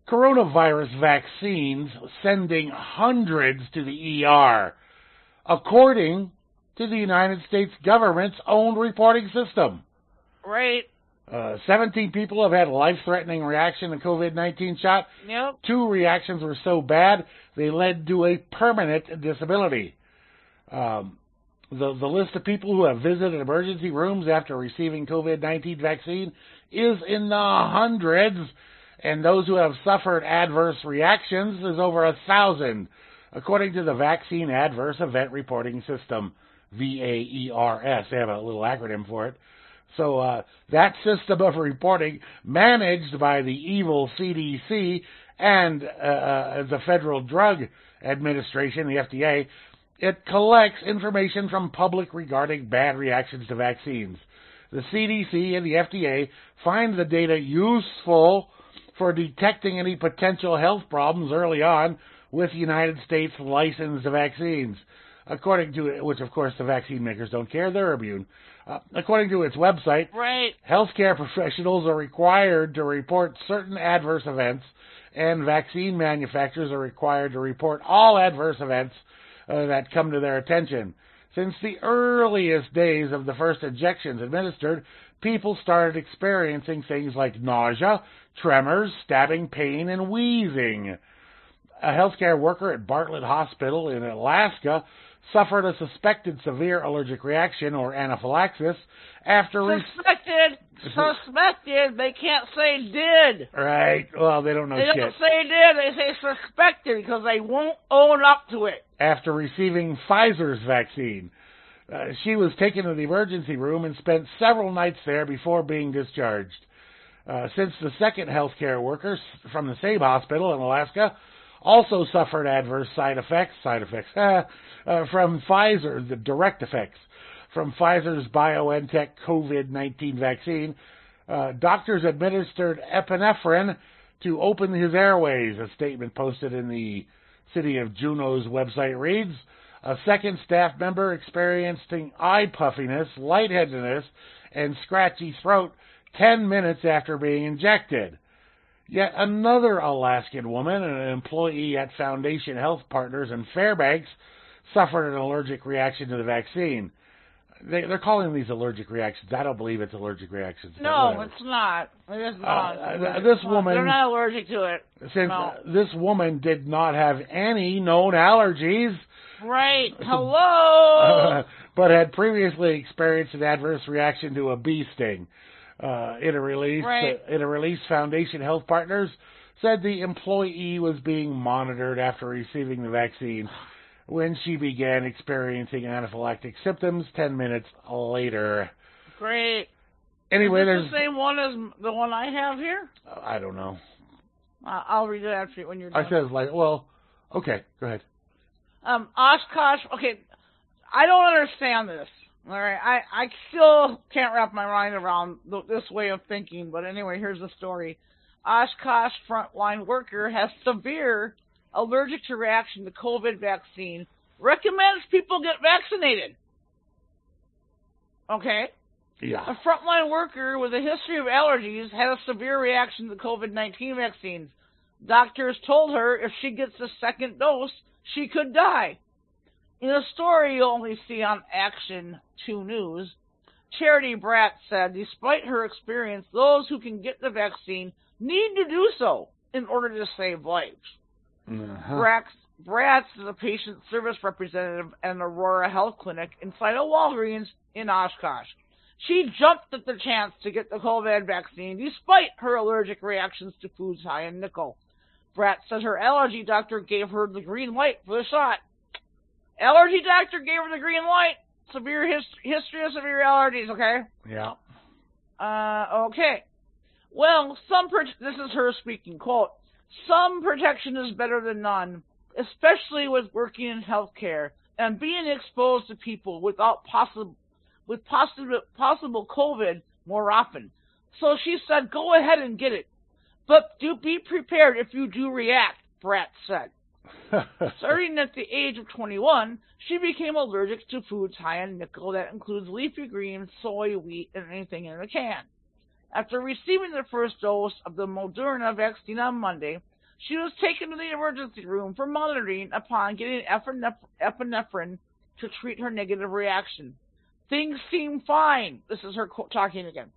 Coronavirus vaccines sending hundreds to the ER, according to the United States government's own reporting system.
Right.
Uh, 17 people have had a life-threatening reaction to COVID-19 shot.
Yep.
Two reactions were so bad they led to a permanent disability. Um, the the list of people who have visited emergency rooms after receiving COVID-19 vaccine is in the hundreds, and those who have suffered adverse reactions is over a thousand, according to the Vaccine Adverse Event Reporting System (VAERS). They have a little acronym for it. So uh, that system of reporting, managed by the evil CDC and uh, uh, the Federal Drug Administration, the FDA, it collects information from public regarding bad reactions to vaccines. The CDC and the FDA find the data useful for detecting any potential health problems early on with United States licensed vaccines. According to which, of course, the vaccine makers don't care; they're immune. Uh, according to its website,
Right.
Healthcare professionals are required to report certain adverse events, and vaccine manufacturers are required to report all adverse events uh, that come to their attention. Since the earliest days of the first injections administered, people started experiencing things like nausea, tremors, stabbing pain, and wheezing. A healthcare worker at Bartlett Hospital in Alaska suffered a suspected severe allergic reaction or anaphylaxis after receiving
Suspected. Suspected. They can't say did.
Right. Well, they don't know
They
Oh, shit.
don't say did. They say suspected because they won't own up to it.
After receiving Pfizer's vaccine, uh, she was taken to the emergency room and spent several nights there before being discharged. Uh, since the second healthcare worker s- from the same hospital in Alaska also suffered adverse side effects, side effects uh, from Pfizer, the direct effects from Pfizer's BioNTech COVID-19 vaccine. Uh, doctors administered epinephrine to open his airways. A statement posted in the city of Juneau's website reads. A second staff member experiencing eye puffiness, lightheadedness, and scratchy throat 10 minutes after being injected. Yet another Alaskan woman, an employee at Foundation Health Partners in Fairbanks, suffered an allergic reaction to the vaccine. they, they're calling these allergic reactions. I don't believe it's allergic reactions. but
No,
whatever.
it's not. It is not.
uh, this
It's not.
woman-
They're not allergic to it.
since
no.
uh, this woman did not have any known allergies,
Right. Hello.
Uh, but had previously experienced an adverse reaction to a bee sting. Uh, in a release,
Right.
in a release, Foundation Health Partners said the employee was being monitored after receiving the vaccine when she began experiencing anaphylactic symptoms 10 minutes later.
Great.
Anyway,
is
there's
this the same one as the one I have here?
I don't know.
Uh, I'll read it after you when you're done.
I said like, well, okay, go ahead.
Um, Oshkosh. Okay, I don't understand this. All right, I I still can't wrap my mind around th- this way of thinking. But anyway, here's the story. Oshkosh frontline worker has severe allergic reaction to COVID vaccine. Recommends people get vaccinated. Okay.
Yeah.
A frontline worker with a history of allergies had a severe reaction to COVID 19 vaccines. Doctors told her if she gets the second dose, she could die. In a story you only see on Action 2 News, Charity Brat said despite her experience, those who can get the vaccine need to do so in order to save lives.
Uh-huh.
Brax, Bratz is a patient service representative at an Aurora Health Clinic inside a Walgreens in Oshkosh. She jumped at the chance to get the COVID vaccine despite her allergic reactions to foods high in nickel. Bratz says her allergy doctor gave her the green light for the shot. Allergy doctor gave her the green light. Severe his- history of severe allergies, okay?
Yeah.
Uh, okay. Well, some pro- this is her speaking quote. Some protection is better than none, especially with working in healthcare and being exposed to people without possible with possible possible COVID more often. So she said, "Go ahead and get it, but do be prepared if you do react." Brat said. Starting at the age of 21, she became allergic to foods high in nickel that includes leafy greens, soy, wheat, and anything in a can. After receiving the first dose of the Moderna vaccine on Monday, she was taken to the emergency room for monitoring upon getting epineph- epinephrine to treat her negative reaction. Things seem fine. This is her qu- talking again.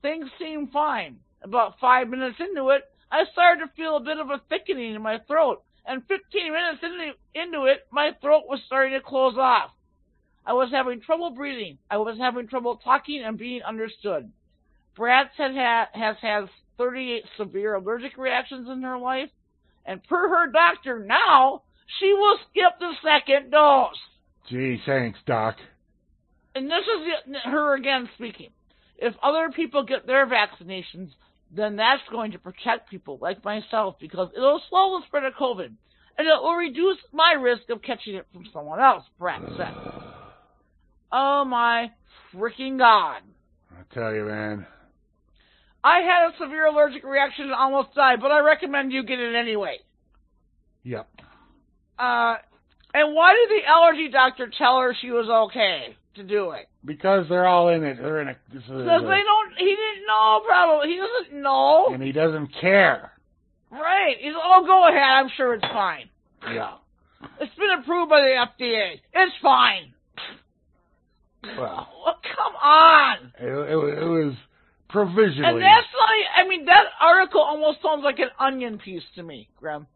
Things seem fine. About five minutes into it, I started to feel a bit of a thickening in my throat, and 15 minutes into, into it, my throat was starting to close off. I was having trouble breathing. I was having trouble talking and being understood. Bratz had ha- has had 38 severe allergic reactions in her life, and per her doctor now, she will skip the second dose.
Gee, thanks, Doc.
And this is the- her again speaking. If other people get their vaccinations, then that's going to protect people like myself because it'll slow the spread of COVID and it will reduce my risk of catching it from someone else, Brad said. Oh my freaking god.
I tell you, man.
I had a severe allergic reaction and almost died, but I recommend you get it anyway.
Yep.
Uh, and why did the allergy doctor tell her she was okay to do it?
Because they're all in it. They're in a. this is a-
Because they don't, he didn't know probably, he doesn't know.
and he doesn't care.
Right. He's, oh, go ahead. I'm sure it's fine.
Yeah.
It's been approved by the FDA. It's fine.
Well,
Well, come on.
it, it, wa- it was provisionally.
And that's not, I mean, that article almost sounds like an onion piece to me, Graham.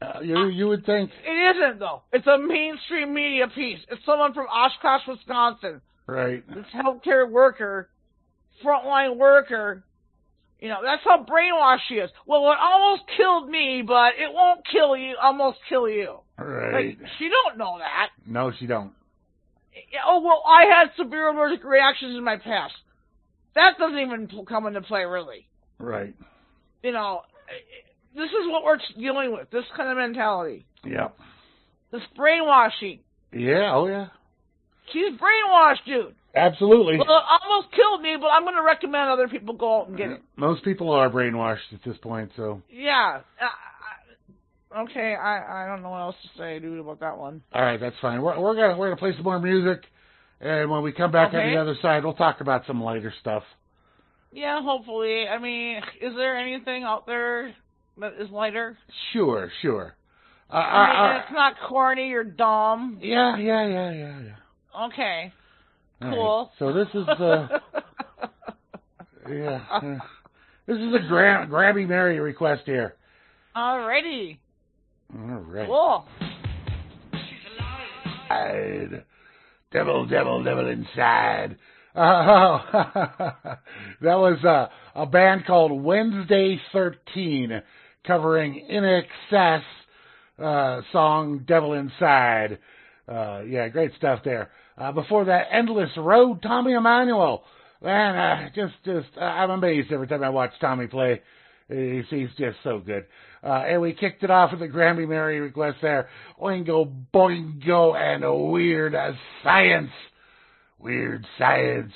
Uh, you you would think,
It isn't, though. It's a mainstream media piece. It's someone from Oshkosh, Wisconsin.
right?
This healthcare worker, frontline worker. You know, that's how brainwashed she is. Well, it almost killed me, but it won't kill you, almost kill you.
Right?
Like, she don't know that.
No, she don't.
Yeah, oh well i had severe allergic reactions in my past that doesn't even pl- come into play really
Right?
you know this is what we're dealing with this kind of mentality
Yep.
this brainwashing
Yeah. Oh yeah.
she's brainwashed dude
Absolutely.
well it almost killed me but i'm going to recommend other people go out and get it
Most people are brainwashed at this point, so.
yeah uh, I- okay i i don't know what else to say dude about that one
All right, that's fine. We're we're gonna we're gonna play some more music, and when we come back on
Okay.
the other side, we'll talk about some lighter stuff.
yeah hopefully i mean is there anything out there that is lighter
Sure, sure. Uh,
I mean,
uh, uh,
it's not corny or dumb
yeah, yeah, yeah, yeah, yeah.
Okay.
All right.
Cool.
So this is uh yeah. uh, This is a gra- Grabby Mary request here.
Alrighty.
All right.
Cool.
inside. Devil, devil, devil inside. Oh, that was uh, a band called Wednesday 13 covering In Excess uh, song Devil Inside. Uh, yeah, great stuff there. Uh, before that, Endless Road, Tommy Emmanuel. Man, uh, just, just, uh, I'm amazed every time I watch Tommy play. He's, he's just so good. Uh, and we kicked it off with a Grammy Mary request there. Oingo Boingo and a Weird uh, Science. Weird Science.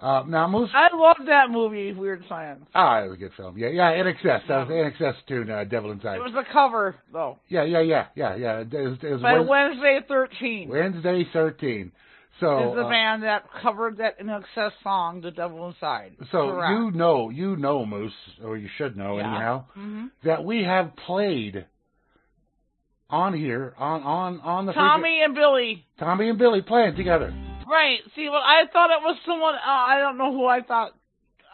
Uh, now, Moose.
I love that movie, Weird Science.
Ah, it was a good film. Yeah, yeah, In Excess. That was In Excess tune, uh, Devil Inside.
It was the cover though.
Yeah, yeah, yeah, yeah, yeah. It was, it was
By
Wed-
Wednesday thirteen
Wednesday 13. So,
is the
uh,
band that covered that in excess song, The Devil Inside.
so
Correct.
you know, you know, Moose, or you should know
Yeah.
anyhow,
Mhm.
that we have played on here, on on on the freaking-
Tommy and Billy.
Tommy and Billy playing together.
Right. See, well, I thought it was someone. Uh, I don't know who I thought.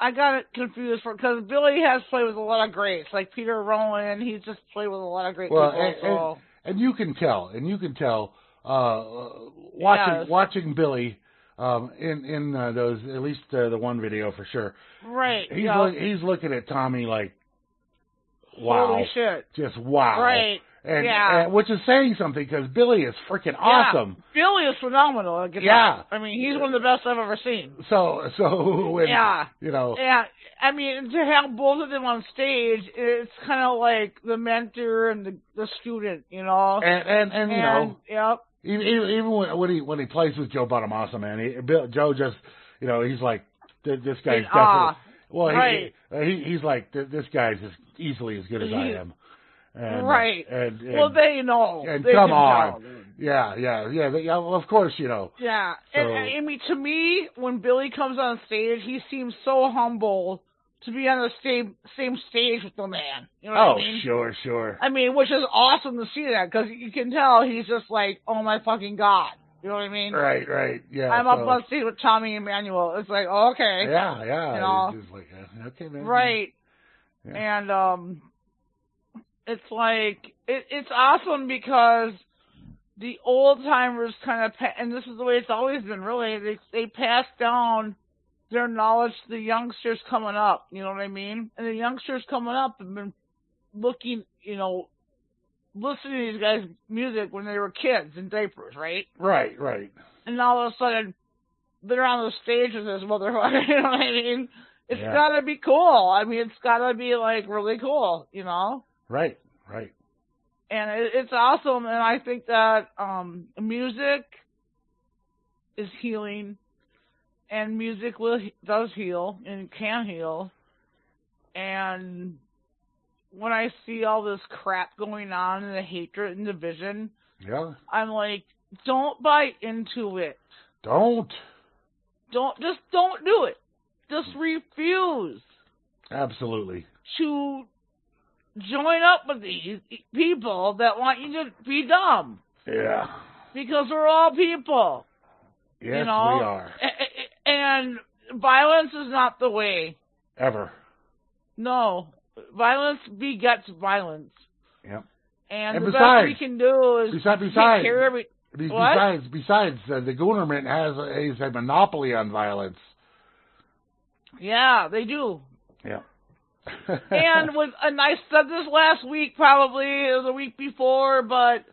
I got it confused for because Billy has played with a lot of greats, like Peter Rowan. He's just played with a lot of great
Well,
people.
and-
so
and you can tell, and you can tell uh, watching
Yes.
watching Billy um, in in uh, those at least uh, the one video for sure.
right.
He's
yeah.
look, he's looking at Tommy like, wow,
Holy shit.
just wow,
Right.
And,
yeah.
and- which is saying something because Billy is freaking awesome.
Billy is phenomenal. at guitar.
Yeah.
I mean, he's one of the best I've ever seen.
So so when Oh.
Yeah.
you know
Yeah, I mean to have both of them on stage, it's kind of like the mentor and the the student, you know.
and and and you know
yep,
Even even, even when, when he when he plays with Joe Bonamassa, man, he, Bill, Joe just you know he's like th- this guy's
In awe.
definitely well he-
Right.
he, he he's like th- this guy's as easily as good as I
He-
am, and,
Right.
And, and
well they know.
and
They
come
can
on.
tell.
yeah, yeah, yeah, they- yeah. well, Of course, you know.
Yeah,
So-
and I mean to me, when Billy comes on stage, he seems so humble to be on the same same stage with the man. You know
Oh,
what I mean?
sure, sure.
I mean, which is awesome to see that because you can tell he's just like, oh my fucking god, you know what I mean?
Right, right. Yeah.
I'm
so,
up on stage with Tommy Emmanuel. It's like, oh, okay.
Yeah, yeah.
you know.
He's just like uh, okay, man.
Right.
Yeah.
And um it's like it, it's awesome because the old timers kind of pa- and this is the way it's always been really they they pass down their knowledge to the youngsters coming up, you know what I mean? And the youngsters coming up have been looking, you know, listening to these guys' music when they were kids in diapers, right?
Right, right.
and all of a sudden they're on the stage with this motherfucker. You know what I mean? It's
Yeah.
gotta be cool. I mean, it's gotta be like really cool, you know.
Right, right.
And it, it's awesome. And I think that um music is healing, and music will does heal and can heal. And when I see all this crap going on and the hatred and division,
Yeah.
I'm like, don't buy into it.
Don't.
Don't just don't do it. Just refuse
Absolutely.
to join up with these people that want you to be dumb
Yeah.
because we're all people.
Yes,
you know,
we are.
A- a- And violence is not the way.
Ever.
No, violence begets violence.
Yep.
And,
And
the
besides-
best we can do is
Besides,
take
besides,
care of it.
Be-
What?
Besides, besides, uh, the government has a, has a monopoly on violence.
Yeah, they do.
Yeah.
and with and I said this last week probably or the week before, but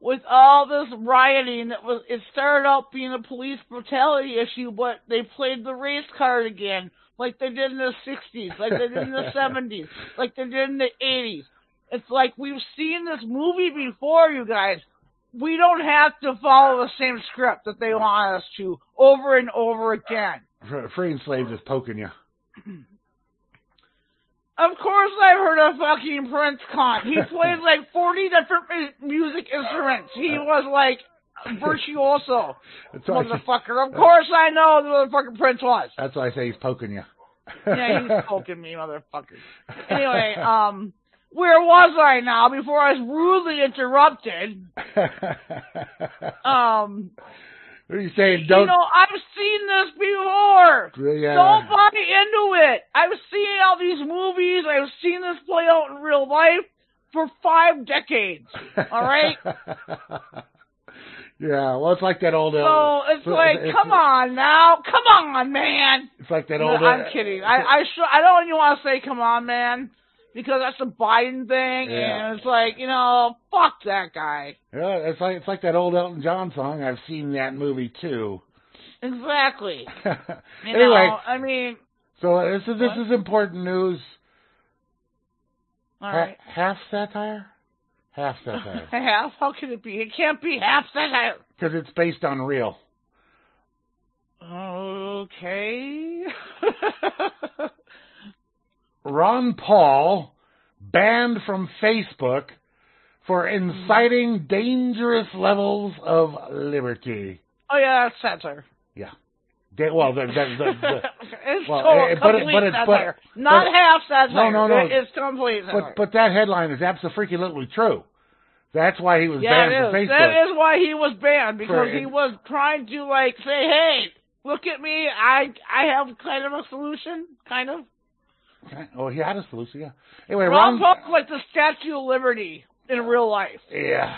with all this rioting that was it started out being a police brutality issue, but they played the race card again, like they did in the sixties, like they did in the seventies, like they did in the eighties. It's like we've seen this movie before, you guys. We don't have to follow the same script that they want us to over and over again.
Fr- free enslaved is poking you.
Of course I've heard of fucking Prince Con. He played like 40 different mu- music instruments. He
Uh,
was like virtuoso,
That's why, I say,
motherfucker. Of course I know the motherfucking Prince was.
that's why I say he's poking you.
Yeah, he's poking me, motherfucker. Anyway, um, where was I now before I was rudely interrupted? Um,
What are you saying? Don't.
You know, I've seen this before.
yeah.
Don't buy into it. I've seen all these movies. I've seen this play out in real life for five decades. all right?
yeah. Well, it's like that old. Uh,
So Oh, it's
so
like,
it's-
come on now, come on, man.
It's like that
No,
old. uh,
I'm kidding. I I sure I don't even want to say come on, man, because that's a Biden thing,
Yeah.
and it's like you know, fuck that guy.
Yeah, it's like it's like that old Elton John song. I've seen that movie too.
Exactly. You
anyway,
know, I mean,
so this is this
What?
is important news.
all
Ha-
right.
half satire, half satire,
half? How can it be? It can't be half that.
because it's based on real.
Okay.
Ron Paul banned from Facebook for
Mm-hmm.
inciting dangerous levels of liberty.
oh yeah, that's satire.
Da- well, the, the, the, the,
it's
well,
total,
eh, but it-
complete
but it- but-
satire. Not
but-
half satire.
No, no, no.
It's complete satire.
but but that headline is absolutely true. That's why he was
Yeah,
banned
it
from
is.
Facebook.
That is why he was banned because
For-
he was trying to like say, "Hey, look at me. I I have kind of a solution, kind of."
Okay. Oh, he had a solution. Yeah. Anyway, Ron.
Ron Paul's like the Statue of Liberty in real life,
yeah.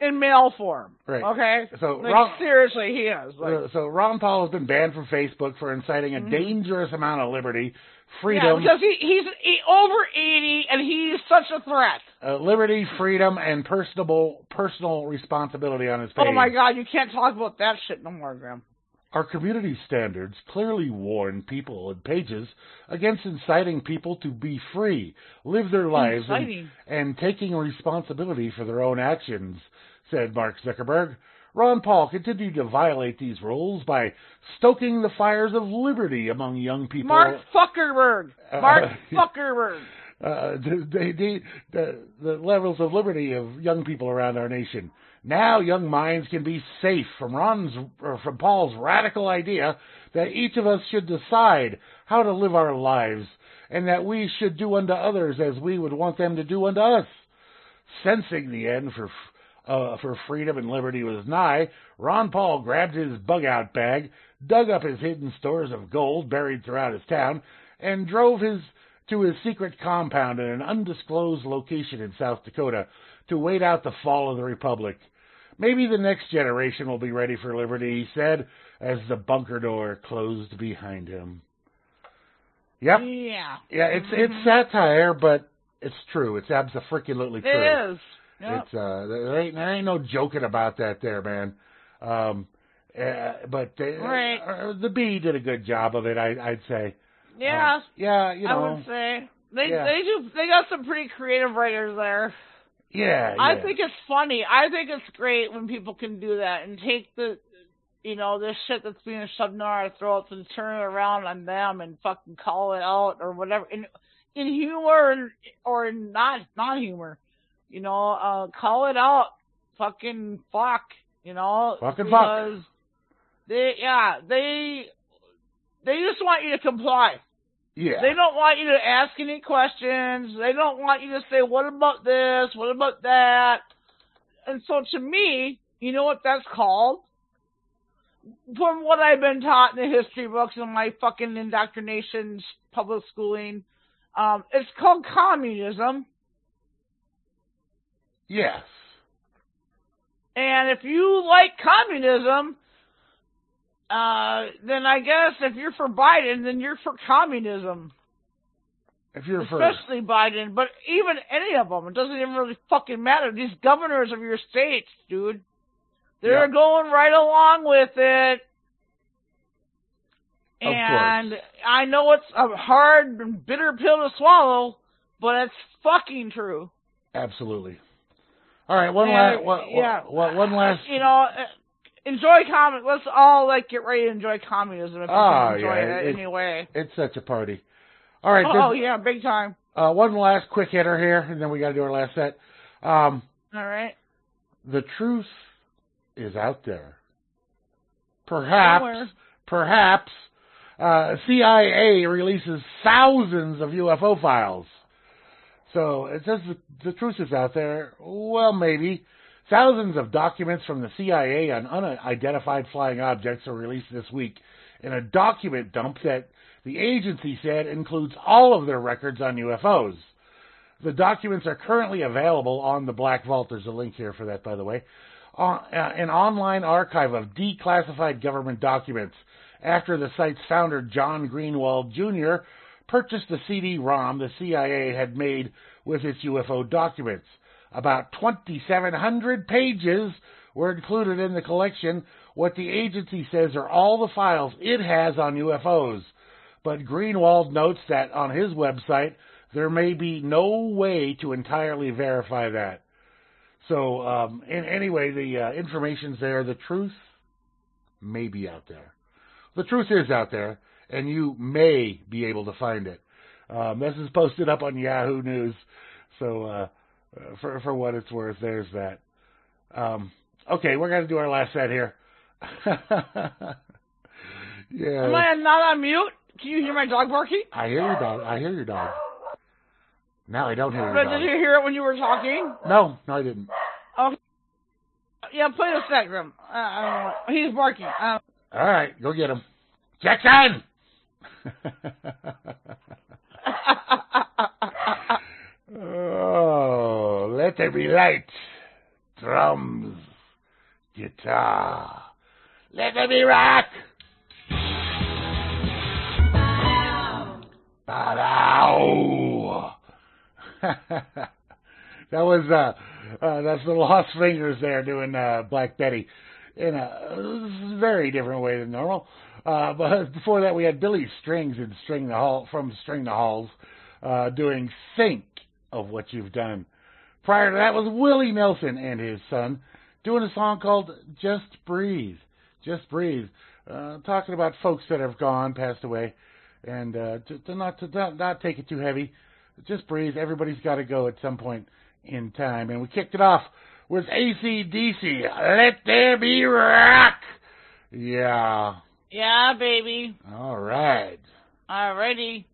in male form.
Right.
Okay.
So
Like
Ron. uh,
seriously, he is. Like,
so Ron Paul has been banned from Facebook for inciting a
Mhm.
dangerous amount of liberty,
yeah,
freedom,
because he he's he, over eighty and he's such a threat.
uh, liberty, freedom, and personable personal responsibility on his page.
Oh my God, you can't talk about that shit no more, Graham.
Our community standards clearly warn people and pages against inciting people to be free, live their lives, and
Exciting.
and taking responsibility for their own actions, said Mark Zuckerberg. Ron Paul continued to violate these rules by stoking the fires of liberty among young people.
Mark Fuckerberg.
Uh,
Mark Fuckerberg.
uh, the, the, the, the levels of liberty of young people around our nation. Now young minds can be safe from Ron's or from Paul's radical idea that each of us should decide how to live our lives and that we should do unto others as we would want them to do unto us. Sensing the end for f- uh, for freedom and liberty was nigh, Ron Paul grabbed his bug out bag, dug up his hidden stores of gold buried throughout his town, and drove his to his secret compound in an undisclosed location in South Dakota to wait out the fall of the Republic. Maybe the next generation will be ready for liberty, he said, as the bunker door closed behind him. Yep.
Yeah.
Yeah, it's
Mhm.
it's satire, but it's true. It's absolutely true.
It is. Yep.
It's uh, there ain't there ain't no joking about that there, man. Um, uh, but they,
Right.
uh, the bee did a good job of it, I, I'd say.
Yeah,
Uh, yeah, you know.
I would say they
yeah.
they do they got some pretty creative writers there.
Yeah,
I
yeah.
think it's funny. I think it's great when people can do that and take the you know this shit that's being shoved down our throats and turn it around on them and fucking call it out or whatever in in humor and or in not not humor, you know, uh call it out, fucking fuck, you know,
Fucking fuck.
because they yeah they they just want you to comply.
yeah.
They don't want you to ask any questions. They don't want you to say, what about this? What about that? And so to me, you know what that's called? From what I've been taught in the history books and my fucking indoctrination, public schooling, um, it's called communism.
yes.
And if you like communism, uh, then I guess if you're for Biden, then you're for communism.
If you're for
especially Biden, but even any of them. It doesn't even really fucking matter. These governors of your states, dude, they're
Yeah.
going right along with it.
Of course.
And I know it's a hard and bitter pill to swallow, but it's fucking true.
absolutely. All right, one
Yeah,
last one,
yeah.
one, one last
You know, uh, enjoy commun. Let's all like get ready to enjoy communism if
Ah,
you can enjoy
yeah,
it,
it-
anyway.
it's such a party. All right,
Oh
this-
yeah, big time.
uh, one last quick hitter here and then we got to do our last set. Um,
All right.
the truth is out there. Perhaps,
Somewhere.
perhaps, uh, CIA releases thousands of UFO files. So it says the, the truth is out there. Well, maybe. Thousands of documents from the CIA on unidentified flying objects were released this week in a document dump that the agency said includes all of their records on UFOs. The documents are currently available on the Black Vault. There's a link here for that, by the way. On, uh, an online archive of declassified government documents after the site's founder, John Greenwald Jr., purchased the CD ROM the CIA had made with its UFO documents. About 2,700 pages were included in the collection, what the agency says are all the files it has on UFOs. But Greenwald notes that on his website, there may be no way to entirely verify that. So, um, in, anyway, the uh, information's there. The truth may be out there. The truth is out there, and you may be able to find it. Um, this is posted up on Yahoo News, so uh, for for what it's worth, there's that. Um, okay, we're gonna do our last set here.
Am
yeah,
I not on mute? Can you hear my dog barking?
I hear your dog. I hear your dog. Now I don't hear your
But did
dog.
you hear it when you were talking?
No, no, I didn't.
Yeah, play the spectrum. Uh, I don't know. He's barking. Uh,
All right, go get him, Jackson. oh, let there be light. Drums, guitar. Let there be rock. Ba-dow. that was uh, uh that's the Lost Fingers there doing uh, Black Betty in a very different way than normal. Uh, but before that, we had Billy Strings and String the Hall from String the Halls uh, doing "Think of What You've Done." Prior to that was Willie Nelson and his son doing a song called "Just Breathe." Just breathe, uh, talking about folks that have gone, passed away, and uh, to, to not to not, not take it too heavy. Just breathe. Everybody's got to go at some point in time. And we kicked it off with ACDC. Let there be rock. Yeah.
yeah, baby.
All right.
Alrighty.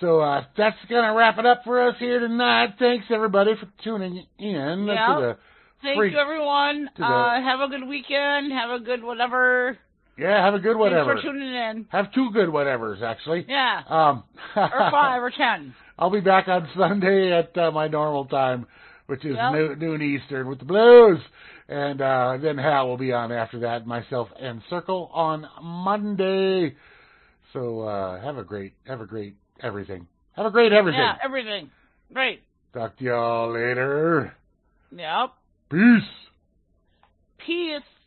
So uh, that's gonna wrap it up for us here tonight. Thanks everybody for tuning in
Yeah.
to
Thank
Freak
you, everyone.
to the-
Uh, have a good weekend. Have a good whatever.
the yeah. Have a good whatever.
Thanks for tuning in.
Have two good whatevers actually.
Yeah.
Um,
Or five or ten.
I'll be back on Sunday at uh, my normal time, which is
Yep.
noo- noon Eastern with the Blues. And uh, then Hal will be on after that, myself and Circle on Monday. So uh, have a great, have a great everything. Have a great everything.
Yeah, everything. Great.
Talk to y'all later.
Yep.
Peace.
Peace.